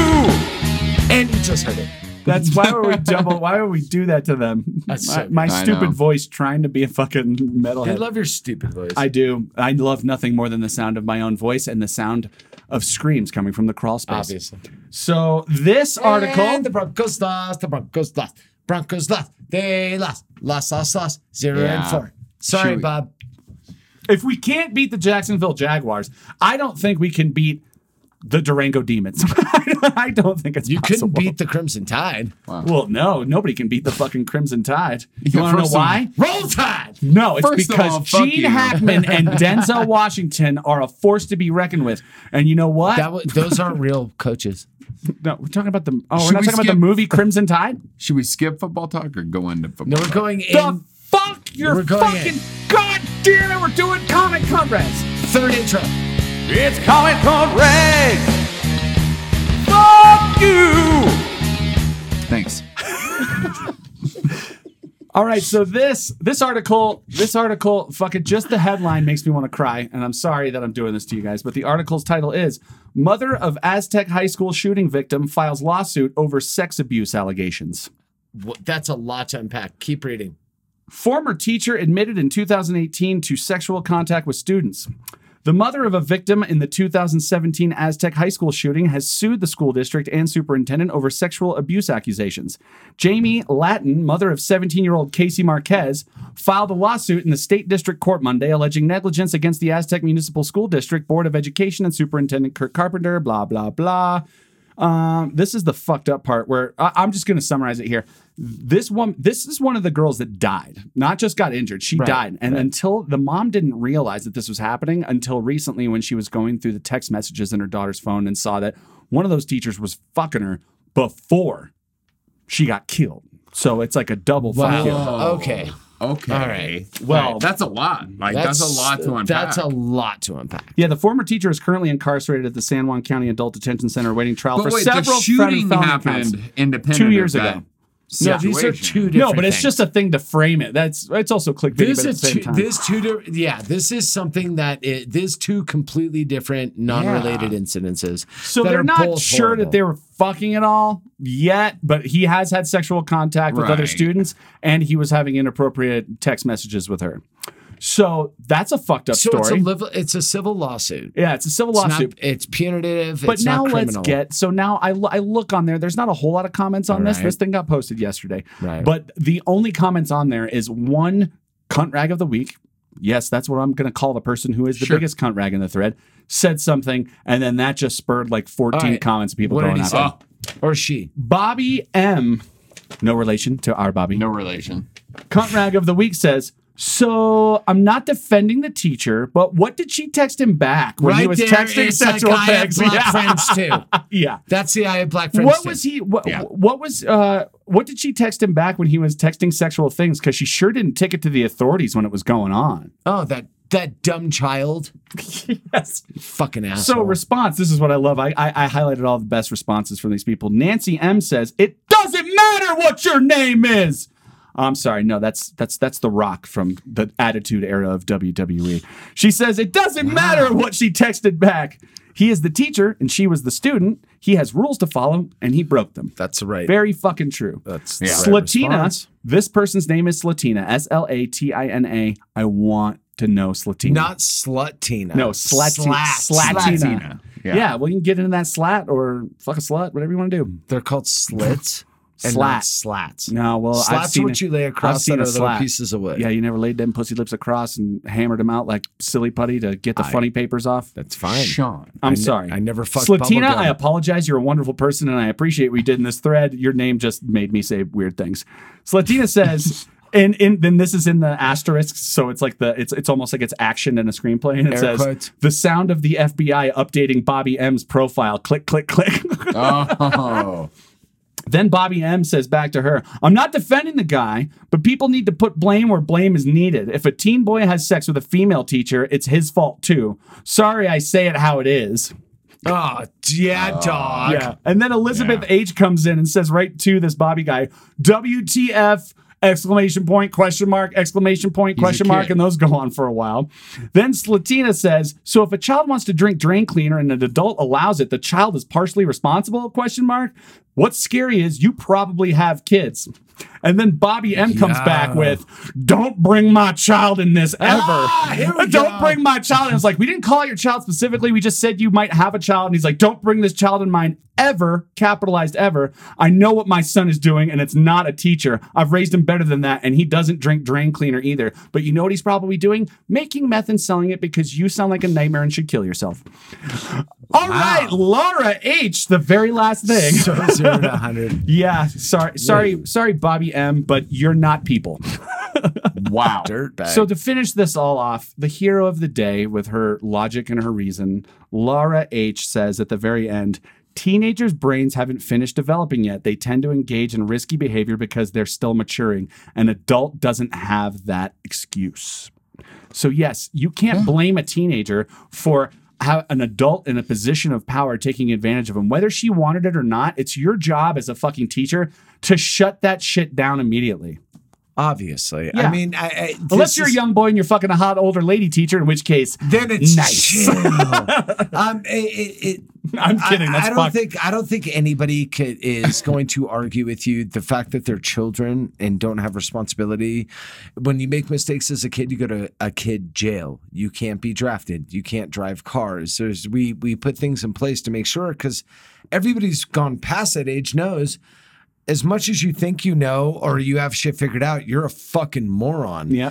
Speaker 2: And you just heard it.
Speaker 4: That's why would we double? Why would we do that to them?
Speaker 2: That's so
Speaker 4: my my
Speaker 2: good. I
Speaker 4: stupid
Speaker 2: know.
Speaker 4: voice trying to be a fucking
Speaker 2: I
Speaker 4: metalhead.
Speaker 2: love your stupid voice.
Speaker 4: I do. I love nothing more than the sound of my own voice and the sound of screams coming from the crawl space.
Speaker 2: Obviously.
Speaker 4: So this article.
Speaker 2: And the Broncos lost. The Broncos lost. Broncos lost. They lost. Lost, lost, lost. Zero and
Speaker 4: Yeah.
Speaker 2: four. Sorry,
Speaker 4: Should we-
Speaker 2: Bob.
Speaker 4: If we can't beat the Jacksonville Jaguars, I don't think we can beat the Durango Demons. I don't think it's you
Speaker 2: couldn't beat the Crimson Tide.
Speaker 4: Well, no, nobody can beat the fucking Crimson Tide. You
Speaker 2: Yeah,
Speaker 4: want to know
Speaker 2: first of all-
Speaker 4: why?
Speaker 2: Roll Tide.
Speaker 4: No, it's
Speaker 2: First of
Speaker 4: because
Speaker 2: all, fuck
Speaker 4: Gene
Speaker 2: you.
Speaker 4: Hackman and Denzel Washington are a force to be reckoned with. And you know what?
Speaker 2: That wa- those aren't real coaches.
Speaker 4: no, we're talking about the. Oh,
Speaker 1: Should
Speaker 4: we're not
Speaker 1: we
Speaker 4: talking about the
Speaker 1: skip-
Speaker 4: movie Crimson Tide.
Speaker 1: Should we skip football talk or go into football?
Speaker 2: No, we're going in.
Speaker 4: The fuck you're
Speaker 2: We're going
Speaker 4: fucking god damn it, we're doing comic comrades.
Speaker 2: Third intro.
Speaker 4: It's comic comrades. Fuck you.
Speaker 1: Thanks.
Speaker 4: All right, so this this article this article fucking just the headline makes me want to cry, and I'm sorry that I'm doing this to you guys, but the article's title is "Mother of Aztec High School Shooting Victim Files Lawsuit Over Sex Abuse Allegations."
Speaker 2: Wha- That's a lot to unpack. Keep reading.
Speaker 4: Former teacher admitted in 2018 to sexual contact with students. The mother of a victim in the 2017 Aztec High School shooting has sued the school district and superintendent over sexual abuse accusations. Jamie Latin, mother of 17 year old Casey Marquez, filed a lawsuit in the state district court Monday alleging negligence against the Aztec Municipal School District Board of Education and Superintendent Kirk Carpenter, blah, blah, blah. Um, this is the fucked up part where I, I'm just going to summarize it here. This one, this is one of the girls that died, not just got injured. She
Speaker 2: Right,
Speaker 4: died, and
Speaker 2: right.
Speaker 4: until the mom didn't realize that this was happening until recently when she was going through the text messages in her daughter's phone and saw that one of those teachers was fucking her before she got killed. So it's like a double fuck you.
Speaker 1: Uh,
Speaker 2: Wow. Oh, Okay.
Speaker 1: Okay.
Speaker 2: All right.
Speaker 4: Well,
Speaker 1: that's a lot. Like that's, a lot to unpack.
Speaker 2: That's a lot to unpack.
Speaker 4: Yeah, the former teacher is currently incarcerated at the San Juan County Adult Detention Center, waiting trial
Speaker 1: But
Speaker 4: for
Speaker 1: wait, the
Speaker 4: several
Speaker 1: shooting
Speaker 4: felony
Speaker 1: happened
Speaker 4: counts.
Speaker 1: independent.
Speaker 4: two
Speaker 1: of
Speaker 4: years
Speaker 1: that
Speaker 4: ago.
Speaker 2: No, these are
Speaker 1: situation.
Speaker 2: two different
Speaker 4: No, but it's just a thing to frame it. That's it's also clickbait but
Speaker 2: This
Speaker 4: at the
Speaker 2: is
Speaker 4: same
Speaker 2: two,
Speaker 4: time.
Speaker 2: this two di- yeah this is something that it, this two completely different non-related incidences
Speaker 4: so
Speaker 2: that
Speaker 4: they're
Speaker 2: are
Speaker 4: not
Speaker 2: both
Speaker 4: sure
Speaker 2: horrible.
Speaker 4: that they were fucking at all yet, but he has had sexual contact with other
Speaker 2: Right.
Speaker 4: students, and he was having inappropriate text messages with her. So that's a fucked up
Speaker 2: so
Speaker 4: story.
Speaker 2: it's a liv- it's a civil lawsuit
Speaker 4: yeah, it's a civil
Speaker 2: It's not-
Speaker 4: lawsuit.
Speaker 2: it's punitive
Speaker 4: but
Speaker 2: it's
Speaker 4: now
Speaker 2: not
Speaker 4: let's
Speaker 2: criminal.
Speaker 4: get so now I, lo- I look on there there's not a whole lot of comments on
Speaker 2: All
Speaker 4: this
Speaker 2: right.
Speaker 4: this thing got posted yesterday
Speaker 2: Right.
Speaker 4: but the only comments on there is one cunt rag of the week yes that's what i'm going to call the person who is the
Speaker 2: Sure.
Speaker 4: biggest cunt rag in the thread said something and then that just spurred like 14
Speaker 2: All right.
Speaker 4: comments of people
Speaker 2: What did
Speaker 4: going
Speaker 2: he
Speaker 4: out
Speaker 2: say?
Speaker 1: Oh,
Speaker 2: or she
Speaker 4: bobby m no relation to our bobby
Speaker 1: no relation
Speaker 4: cunt rag of the week says so I'm not defending the teacher, but what did she text him back when he was texting sexual
Speaker 2: like I have
Speaker 4: things?
Speaker 2: black
Speaker 4: Yeah.
Speaker 2: friends too
Speaker 4: yeah
Speaker 2: that's the I have black friends
Speaker 4: what
Speaker 2: too.
Speaker 4: was he? What, what was? Uh, what did she text him back when he was texting sexual things? Because she sure didn't take it to the authorities when it was going on.
Speaker 2: oh that that dumb child
Speaker 4: yes
Speaker 2: fucking asshole
Speaker 4: So response. This is what I love. I, I I highlighted all the best responses from these people. Nancy M says it doesn't matter what your name is. Oh, I'm sorry. No, that's that's that's the Rock from the Attitude Era of WWE. She says it doesn't matter what she texted back. He is the teacher and she was the student. He has rules to follow and he broke them.
Speaker 2: That's right.
Speaker 4: Very fucking true.
Speaker 2: That's
Speaker 1: Yeah.
Speaker 2: the right
Speaker 4: Slatina.
Speaker 2: response.
Speaker 4: This person's name is Slatina. S L A T I N A. I want to know Slatina.
Speaker 2: not slutina
Speaker 4: no, Slati-
Speaker 2: Uh, Slat-
Speaker 4: Slatina. Yeah. well, you can get into that slat or fuck a slut, whatever you want to do.
Speaker 2: They're called slits. and
Speaker 4: slat.
Speaker 2: not slats.
Speaker 4: No, well, I've
Speaker 2: slats
Speaker 4: seen
Speaker 2: what
Speaker 4: it-
Speaker 2: you lay
Speaker 4: I've
Speaker 2: across
Speaker 4: seen
Speaker 2: that
Speaker 4: a
Speaker 2: are little
Speaker 4: slat.
Speaker 2: pieces of wood.
Speaker 4: Yeah, you never laid them pussy lips across and hammered them out like silly putty to get the
Speaker 2: I-
Speaker 4: funny papers off.
Speaker 2: That's fine.
Speaker 1: Sean.
Speaker 4: I'm
Speaker 2: I ne-
Speaker 4: sorry.
Speaker 2: I never fucked
Speaker 4: Slatina,
Speaker 2: bubblegum.
Speaker 4: I apologize. You're a wonderful person, and I appreciate what you did in this thread. Your name just made me say weird things. Slatina says, and and then this is in the asterisks, so it's like the it's it's almost like it's action in a screenplay, and it
Speaker 3: Air
Speaker 4: says
Speaker 3: quotes.
Speaker 4: the sound of the FBI updating Bobby M's profile. Click, click, click.
Speaker 1: Oh.
Speaker 4: Then Bobby M says back to her, I'm not defending the guy, but people need to put blame where blame is needed. If a teen boy has sex with a female teacher, it's his fault too. Sorry, I say it how it is.
Speaker 2: Oh, yeah, dog.
Speaker 4: Yeah. And then Elizabeth H comes in and says right to this Bobby guy, WTF exclamation point question mark exclamation point
Speaker 3: He's a
Speaker 4: question mark
Speaker 3: kid.
Speaker 4: and those go on for a while then slatina says so if a child wants to drink drain cleaner and an adult allows it the child is partially responsible question mark what's scary is you probably have kids and then bobby m comes
Speaker 3: Yeah.
Speaker 4: back with don't bring my child in this ever don't bring my child and it's like we didn't call out your child specifically we just said you might have a child and he's like don't bring this child in mind ever capitalized ever i know what my son is doing and it's not a teacher i've raised him better than that and he doesn't drink drain cleaner either but you know what he's probably doing making meth and selling it because you sound like a nightmare and should kill yourself All right, laura h the very last thing
Speaker 2: So zero to 100.
Speaker 4: yeah sorry sorry sorry bobby m but you're not people
Speaker 1: wow.
Speaker 2: Dirtbag.
Speaker 4: so to finish this all off, the hero of the day with her logic and her reason, Laura H says at the very end, teenagers' brains haven't finished developing yet. They tend to engage in risky behavior because they're still maturing. An adult doesn't have that excuse. So yes, you can't blame a teenager for how an adult in a position of power taking advantage of him, whether she wanted it or not. It's your job as a fucking teacher to shut that shit down immediately.
Speaker 2: Obviously. I
Speaker 4: Yeah.
Speaker 2: mean, I, I,
Speaker 4: Unless
Speaker 2: this
Speaker 4: you're
Speaker 2: is-
Speaker 4: a young boy and you're fucking a hot older lady teacher, in which case,
Speaker 2: then it's
Speaker 4: nice.
Speaker 2: chill. um, it, it, it,
Speaker 4: I'm kidding,
Speaker 2: I-
Speaker 4: that's
Speaker 2: I, don't
Speaker 4: fucked.
Speaker 2: think I don't think anybody could, is going to argue with you the fact that they're children and don't have responsibility. When you make mistakes as a kid, you go to a kid jail. You can't be drafted. You can't drive cars. There's we we put things in place to make sure because everybody's gone past that age knows. As much as you think you know or you have shit figured out, you're a fucking moron.
Speaker 4: Yeah.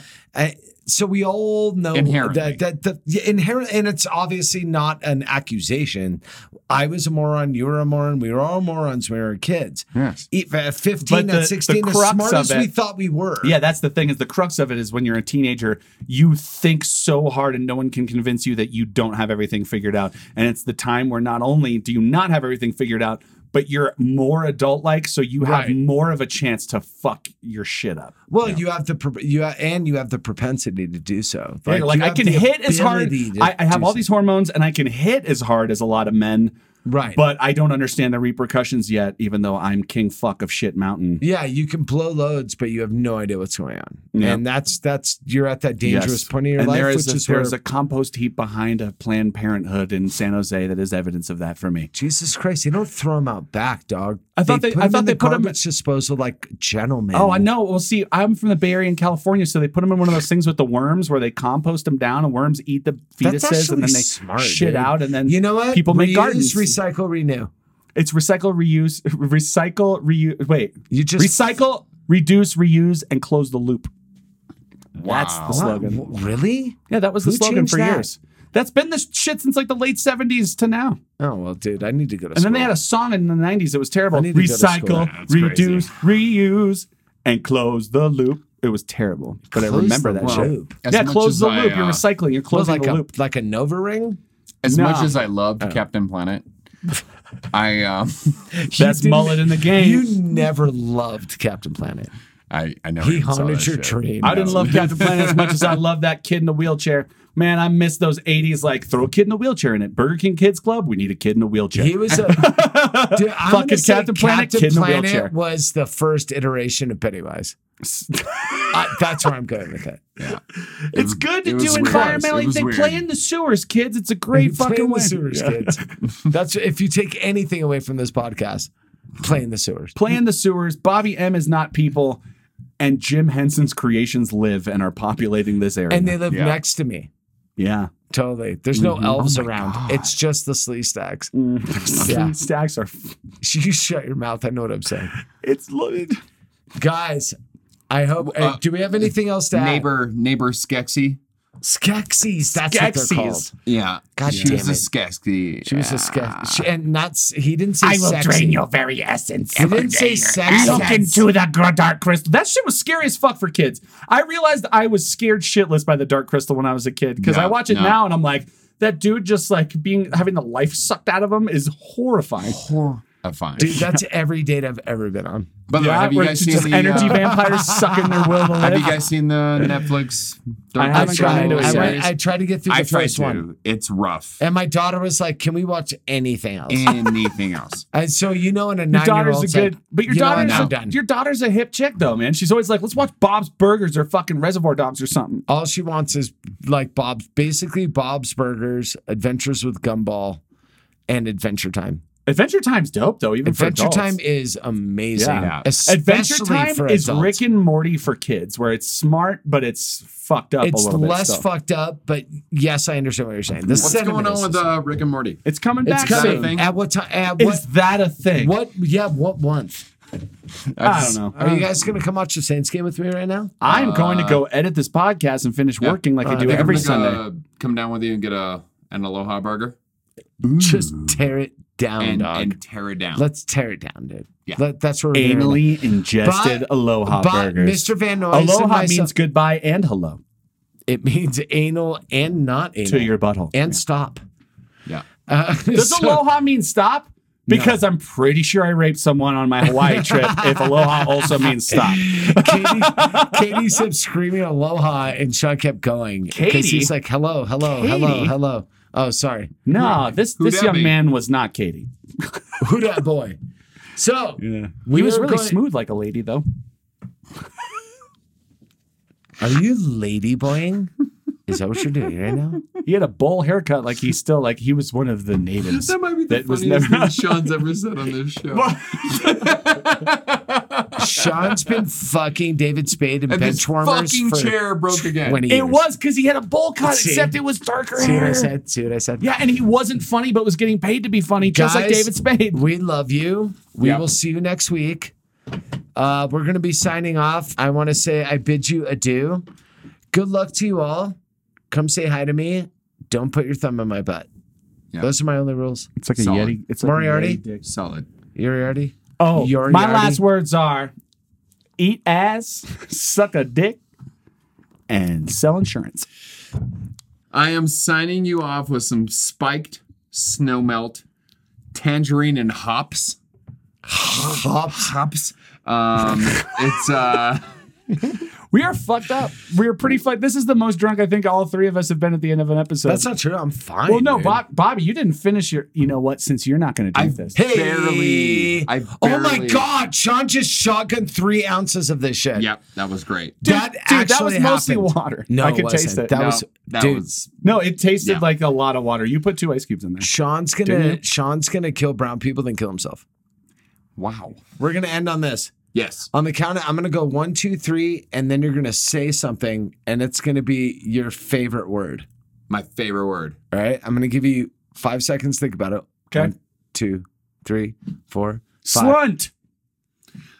Speaker 2: so we all know
Speaker 1: Inherently.
Speaker 2: that that that yeah, inherent and it's obviously not an accusation. I was a moron, you were a moron, we were all morons when we were kids. E, uh,
Speaker 1: Yes.
Speaker 2: If at 15
Speaker 4: But the-
Speaker 2: at 16,
Speaker 4: the
Speaker 2: as
Speaker 4: crux
Speaker 2: smart
Speaker 4: of
Speaker 2: as we
Speaker 4: it-
Speaker 2: thought we were.
Speaker 4: Yeah, that's the thing. Is the crux of it is when you're a teenager, you think so hard, and no one can convince you that you don't have everything figured out. And it's the time where not only do you not have everything figured out, but you're more adult-like, so you have
Speaker 2: Right.
Speaker 4: more of a chance to fuck your shit up.
Speaker 2: Well, you have the pro- you ha- and you have the propensity to do so.
Speaker 4: Yeah, like
Speaker 2: you
Speaker 4: I
Speaker 2: have
Speaker 4: can
Speaker 2: the
Speaker 4: hit as hard.
Speaker 2: ability to
Speaker 4: I, I have
Speaker 2: do
Speaker 4: all these hormones, and I can hit as hard as a lot of men.
Speaker 2: Right.
Speaker 4: But I don't understand the repercussions yet, even though I'm king fuck of shit mountain.
Speaker 2: Yeah, you can blow loads, but you have no idea what's going on.
Speaker 4: Yeah.
Speaker 2: And that's that's you're at that dangerous
Speaker 4: Yes.
Speaker 2: point in your
Speaker 4: and
Speaker 2: life,
Speaker 4: there is
Speaker 2: which
Speaker 4: a,
Speaker 2: is
Speaker 4: there
Speaker 2: where
Speaker 4: is a compost heap behind a Planned Parenthood in San Jose that is evidence of that for me.
Speaker 2: Jesus Christ, they don't throw them out back, dog.
Speaker 4: I thought they-
Speaker 2: put
Speaker 4: I
Speaker 2: 'em
Speaker 4: thought
Speaker 2: in the
Speaker 4: they put 'em-
Speaker 2: garbage disposal like gentlemen.
Speaker 4: Oh, I know. Well, see, I'm from the Bay Area in California, so they put them in one of those things with the worms where they compost them down, and worms eat the fetuses,
Speaker 2: That's
Speaker 4: and
Speaker 2: actually
Speaker 4: then they
Speaker 2: smart,
Speaker 4: shit
Speaker 2: dude.
Speaker 4: out, and then
Speaker 2: You know what?
Speaker 4: People make
Speaker 2: Reuse,
Speaker 4: gardens.
Speaker 2: recycle, renew.
Speaker 4: It's recycle, reuse, recycle, reuse. Wait,
Speaker 2: you just
Speaker 4: recycle, reduce, reuse, and close the loop. That's
Speaker 2: Wow.
Speaker 4: the slogan.
Speaker 2: Wow, really?
Speaker 4: Yeah, that was the
Speaker 2: Who
Speaker 4: slogan
Speaker 2: changed
Speaker 4: for
Speaker 2: that?
Speaker 4: years. That's been this shit since like the late '70s to now.
Speaker 2: Oh well, dude, I need to go to.
Speaker 4: And then they had a song in the '90s. It was terrible.
Speaker 2: I need to go to school.
Speaker 4: Recycle,
Speaker 2: Yeah, that's
Speaker 4: reduce, reuse, and close the loop. It was terrible, but I
Speaker 2: Close
Speaker 4: remember
Speaker 2: the
Speaker 4: that shit.
Speaker 2: loop.
Speaker 1: As
Speaker 4: Yeah,
Speaker 1: much
Speaker 4: close
Speaker 1: as
Speaker 4: the
Speaker 1: I,
Speaker 4: loop. You're
Speaker 1: uh,
Speaker 4: recycling. You're
Speaker 2: Well,
Speaker 4: closing
Speaker 2: like
Speaker 4: the
Speaker 2: a
Speaker 4: loop.
Speaker 2: like a Nova ring.
Speaker 1: As
Speaker 4: Nah.
Speaker 1: much as I loved
Speaker 2: Oh.
Speaker 1: Captain Planet, I um,
Speaker 4: Best
Speaker 2: didn't-
Speaker 4: mullet in the game.
Speaker 2: You never loved Captain Planet.
Speaker 1: I I never
Speaker 2: He
Speaker 1: even saw
Speaker 2: haunted
Speaker 1: that
Speaker 2: your
Speaker 1: shit.
Speaker 2: dream.
Speaker 4: I didn't love Captain Planet as much as I love that kid in the wheelchair. Man, I miss those 80s like throw a kid in a wheelchair in it. Burger King Kids Club, we need a kid in a wheelchair.
Speaker 2: He was a dude, I'm
Speaker 4: Fucking
Speaker 2: gonna say
Speaker 4: Captain Planet, kid in a wheelchair.
Speaker 2: was the first iteration of Pennywise. I- that's where I'm going with it.
Speaker 4: it's good to
Speaker 1: it
Speaker 4: do
Speaker 1: was weird. It
Speaker 4: environmentally.
Speaker 1: was
Speaker 4: They
Speaker 1: weird.
Speaker 4: play in the sewers, kids. It's a great
Speaker 2: Play in
Speaker 4: fucking way.
Speaker 2: the sewers,
Speaker 4: Yeah.
Speaker 2: kids. That's if you take anything away from this podcast, play in the sewers.
Speaker 4: Play in the sewers. Bobby M is not people. And Jim Henson's creations live and are populating this area.
Speaker 2: And they live
Speaker 1: Yeah.
Speaker 2: next to me.
Speaker 4: yeah.
Speaker 2: Totally. There's no
Speaker 4: Mhm.
Speaker 2: elves
Speaker 1: Oh my
Speaker 2: around.
Speaker 1: God.
Speaker 2: It's just the slee stacks.
Speaker 4: yeah. Stacks are.
Speaker 2: You shut your mouth. I know what I'm saying.
Speaker 4: It's loaded.
Speaker 2: Guys, I hope. uh,
Speaker 1: Uh,
Speaker 2: do we have anything else to add?
Speaker 1: Neighbor neighbor Skexy.
Speaker 2: Skeksis. That's what they're called.
Speaker 1: Yeah.
Speaker 2: God
Speaker 1: she
Speaker 2: damn
Speaker 1: was a
Speaker 2: it.
Speaker 1: Skeksis.
Speaker 2: She was a Skeksis. She- And not, s- he didn't say
Speaker 4: I will
Speaker 2: sexy.
Speaker 4: drain your very essence.
Speaker 2: He didn't say sexy.
Speaker 4: Look into the gr- dark crystal. That shit was scary as fuck for kids. I realized I was scared shitless by the dark crystal when I was a kid because I
Speaker 10: Yeah,
Speaker 4: watch it
Speaker 10: yeah.
Speaker 4: now and I'm like, that dude just like being having the life sucked out of him is horrifying.
Speaker 1: Horrifying.
Speaker 2: Dude, that's every date I've ever been on.
Speaker 1: By the way, have you guys seen
Speaker 4: just
Speaker 1: the,
Speaker 4: energy
Speaker 1: uh,
Speaker 4: vampires sucking their will to live?
Speaker 1: Have you guys seen the Netflix?
Speaker 2: I,
Speaker 1: Dark
Speaker 2: haven't
Speaker 1: Crystal
Speaker 2: gotten into it. I,
Speaker 1: series?
Speaker 2: went- I tried to get through the
Speaker 1: I tried
Speaker 2: first
Speaker 1: to.
Speaker 2: one.
Speaker 1: It's rough.
Speaker 2: And my daughter was like, "Can we watch anything else?"
Speaker 1: Anything else?
Speaker 2: and so you know, in a
Speaker 4: Your daughter's
Speaker 2: nine-year-old,
Speaker 4: a good, but your daughter's
Speaker 2: i
Speaker 4: a, your daughter's a hip chick though, man. She's always like, let's watch Bob's Burgers or fucking Reservoir Dogs or something.
Speaker 2: All she wants is like Bob's, basically Bob's Burgers, Adventures with Gumball, and Adventure Time.
Speaker 4: Adventure Time's dope though. Even for
Speaker 2: Adventure
Speaker 4: adults.
Speaker 2: Time is amazing.
Speaker 4: Adventure
Speaker 2: especially
Speaker 4: Time
Speaker 2: for
Speaker 4: is
Speaker 2: adults.
Speaker 4: Rick and Morty for kids, where it's smart but it's fucked up.
Speaker 2: It's
Speaker 4: a little
Speaker 2: less
Speaker 4: bit still.
Speaker 2: fucked up, but yes, I understand what you're saying. The
Speaker 1: What's going
Speaker 2: sentiment
Speaker 1: on
Speaker 2: is
Speaker 1: with
Speaker 2: the
Speaker 1: uh, Rick and Morty?
Speaker 4: It's coming
Speaker 2: It's
Speaker 4: back.
Speaker 2: coming.
Speaker 4: soon.
Speaker 2: At what time? At
Speaker 4: Is
Speaker 2: what,
Speaker 4: that a thing?
Speaker 2: What? Yeah. What month?
Speaker 4: I don't know.
Speaker 2: Are you
Speaker 1: Uh,
Speaker 2: guys Uh, gonna come watch the Saints game with me right now?
Speaker 4: I'm going to go edit this podcast and finish
Speaker 1: Yeah.
Speaker 4: working like I
Speaker 1: Uh,
Speaker 4: do
Speaker 1: think I'm
Speaker 4: every
Speaker 1: gonna,
Speaker 4: Sunday.
Speaker 1: uh, Come down with you and get a an aloha burger.
Speaker 2: Just tear it down,
Speaker 1: Mm. and,
Speaker 2: Oh dog.
Speaker 1: and tear it down.
Speaker 2: Let's tear it down, dude.
Speaker 1: Yeah.
Speaker 2: Let- that's where we're going.
Speaker 4: Anally ingested
Speaker 2: But-
Speaker 4: aloha
Speaker 2: but
Speaker 4: burgers.
Speaker 2: Mr. Van Noy
Speaker 4: aloha
Speaker 2: and myself-
Speaker 4: means goodbye and hello
Speaker 2: It means anal and not anal.
Speaker 4: to your butthole.
Speaker 2: and stop.
Speaker 1: Yeah.
Speaker 2: Uh,
Speaker 4: Does
Speaker 2: so-
Speaker 4: aloha mean stop? Because I'm pretty sure I raped someone on my Hawaii trip. if aloha also means stop,
Speaker 2: Katie, Katie kept screaming aloha, and Sean kept going. 'Cause
Speaker 4: Katie?
Speaker 2: he's like, hello, hello, hello,
Speaker 4: Katie?
Speaker 2: hello. Oh, sorry.
Speaker 4: no, this
Speaker 2: Who
Speaker 4: this
Speaker 2: dat
Speaker 4: young
Speaker 2: be?
Speaker 4: man was not Katie.
Speaker 2: Who that boy? So
Speaker 4: he was
Speaker 2: are
Speaker 4: really
Speaker 2: going-
Speaker 4: smooth like a lady though.
Speaker 2: Are you ladyboying? Is that what you're doing right now?
Speaker 4: He had a bowl haircut, like he's still like he was one of the natives.
Speaker 1: That might be the
Speaker 4: was
Speaker 1: funniest
Speaker 4: never-
Speaker 1: thing Sean's ever said on this show.
Speaker 2: Sean's been fucking David Spade and,
Speaker 1: And this
Speaker 2: bench warmers.
Speaker 1: fucking
Speaker 2: for
Speaker 1: chair broke again.
Speaker 2: 20
Speaker 4: It
Speaker 2: years.
Speaker 4: was because he had a bowl cut,
Speaker 2: See?
Speaker 4: except it was darker
Speaker 2: See what I
Speaker 4: hair.
Speaker 2: said? See what I said?
Speaker 4: Yeah, and he wasn't funny, but was getting paid to be funny, just like
Speaker 2: Guys,
Speaker 4: David Spade.
Speaker 2: We love you. We
Speaker 4: Yeah.
Speaker 2: will see you next week. Uh, we're going to be signing off. I want to say I bid you adieu. Good luck to you all. Come say hi to me. Don't put your thumb in my butt. Those are my only rules.
Speaker 4: It's like a
Speaker 1: Solid.
Speaker 4: yeti. It's like A
Speaker 2: Moriarty,
Speaker 4: yeti dick.
Speaker 1: Solid.
Speaker 2: Yoriarty.
Speaker 4: Oh,
Speaker 2: Yoriarty.
Speaker 4: my last words are: eat ass, suck a dick, and sell insurance.
Speaker 1: I am signing you off with some spiked snowmelt, tangerine and hops.
Speaker 2: Hops.
Speaker 1: Hops. Um, it's uh
Speaker 4: We are fucked up. We are pretty fucked. This is the most drunk I think all three of us have been at the end of an episode.
Speaker 2: That's not true. I'm fine.
Speaker 4: well, no,
Speaker 2: dude.
Speaker 4: Bob, Bobby, you didn't finish your. You know what? Since you're not going to do this,
Speaker 2: Hey.
Speaker 1: barely I barely
Speaker 2: Oh my God. Sean just shotgunned three ounces of this shit.
Speaker 1: Yep, that was great.
Speaker 2: That
Speaker 4: dude,
Speaker 2: actually
Speaker 4: that was mostly
Speaker 2: happened.
Speaker 4: water.
Speaker 2: No,
Speaker 4: I could
Speaker 2: wasn't.
Speaker 4: taste it.
Speaker 2: That
Speaker 4: No.
Speaker 2: was,
Speaker 1: That
Speaker 2: dude,
Speaker 1: was
Speaker 4: No, it tasted
Speaker 1: Yeah.
Speaker 4: like a lot of water. You put two ice cubes in there.
Speaker 2: Sean's
Speaker 4: Didn't
Speaker 2: gonna
Speaker 4: you?
Speaker 2: Sean's gonna kill brown people, then kill himself.
Speaker 1: wow.
Speaker 2: We're gonna end on this.
Speaker 1: Yes.
Speaker 2: On the count, of- I'm gonna go one, two, three, and then you're gonna say something, and it's gonna be your favorite word.
Speaker 1: My favorite word.
Speaker 2: All right. I'm gonna give you five seconds. to Think about it.
Speaker 4: Okay.
Speaker 2: One, two, three, four, five.
Speaker 4: Slunt.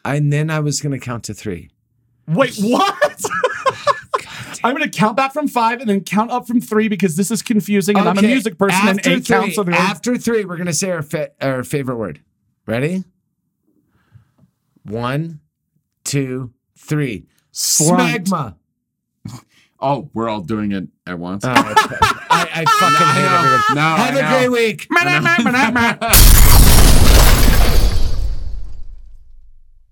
Speaker 2: And then I was gonna count to three.
Speaker 4: Wait, what? I'm going to count back from five and then count up from three because this is confusing and I'm a
Speaker 2: Okay,
Speaker 4: music person and
Speaker 2: after
Speaker 4: eight
Speaker 2: three,
Speaker 4: counts of the
Speaker 2: After three, we're gonna say our fa- our favorite word. Ready? One, two, three.
Speaker 4: Slunt.
Speaker 2: Smegma.
Speaker 1: Oh, we're all doing it at once.
Speaker 2: Oh, okay. I, I fucking hate everyone. Have a
Speaker 1: no, I know.
Speaker 2: great week.
Speaker 4: word.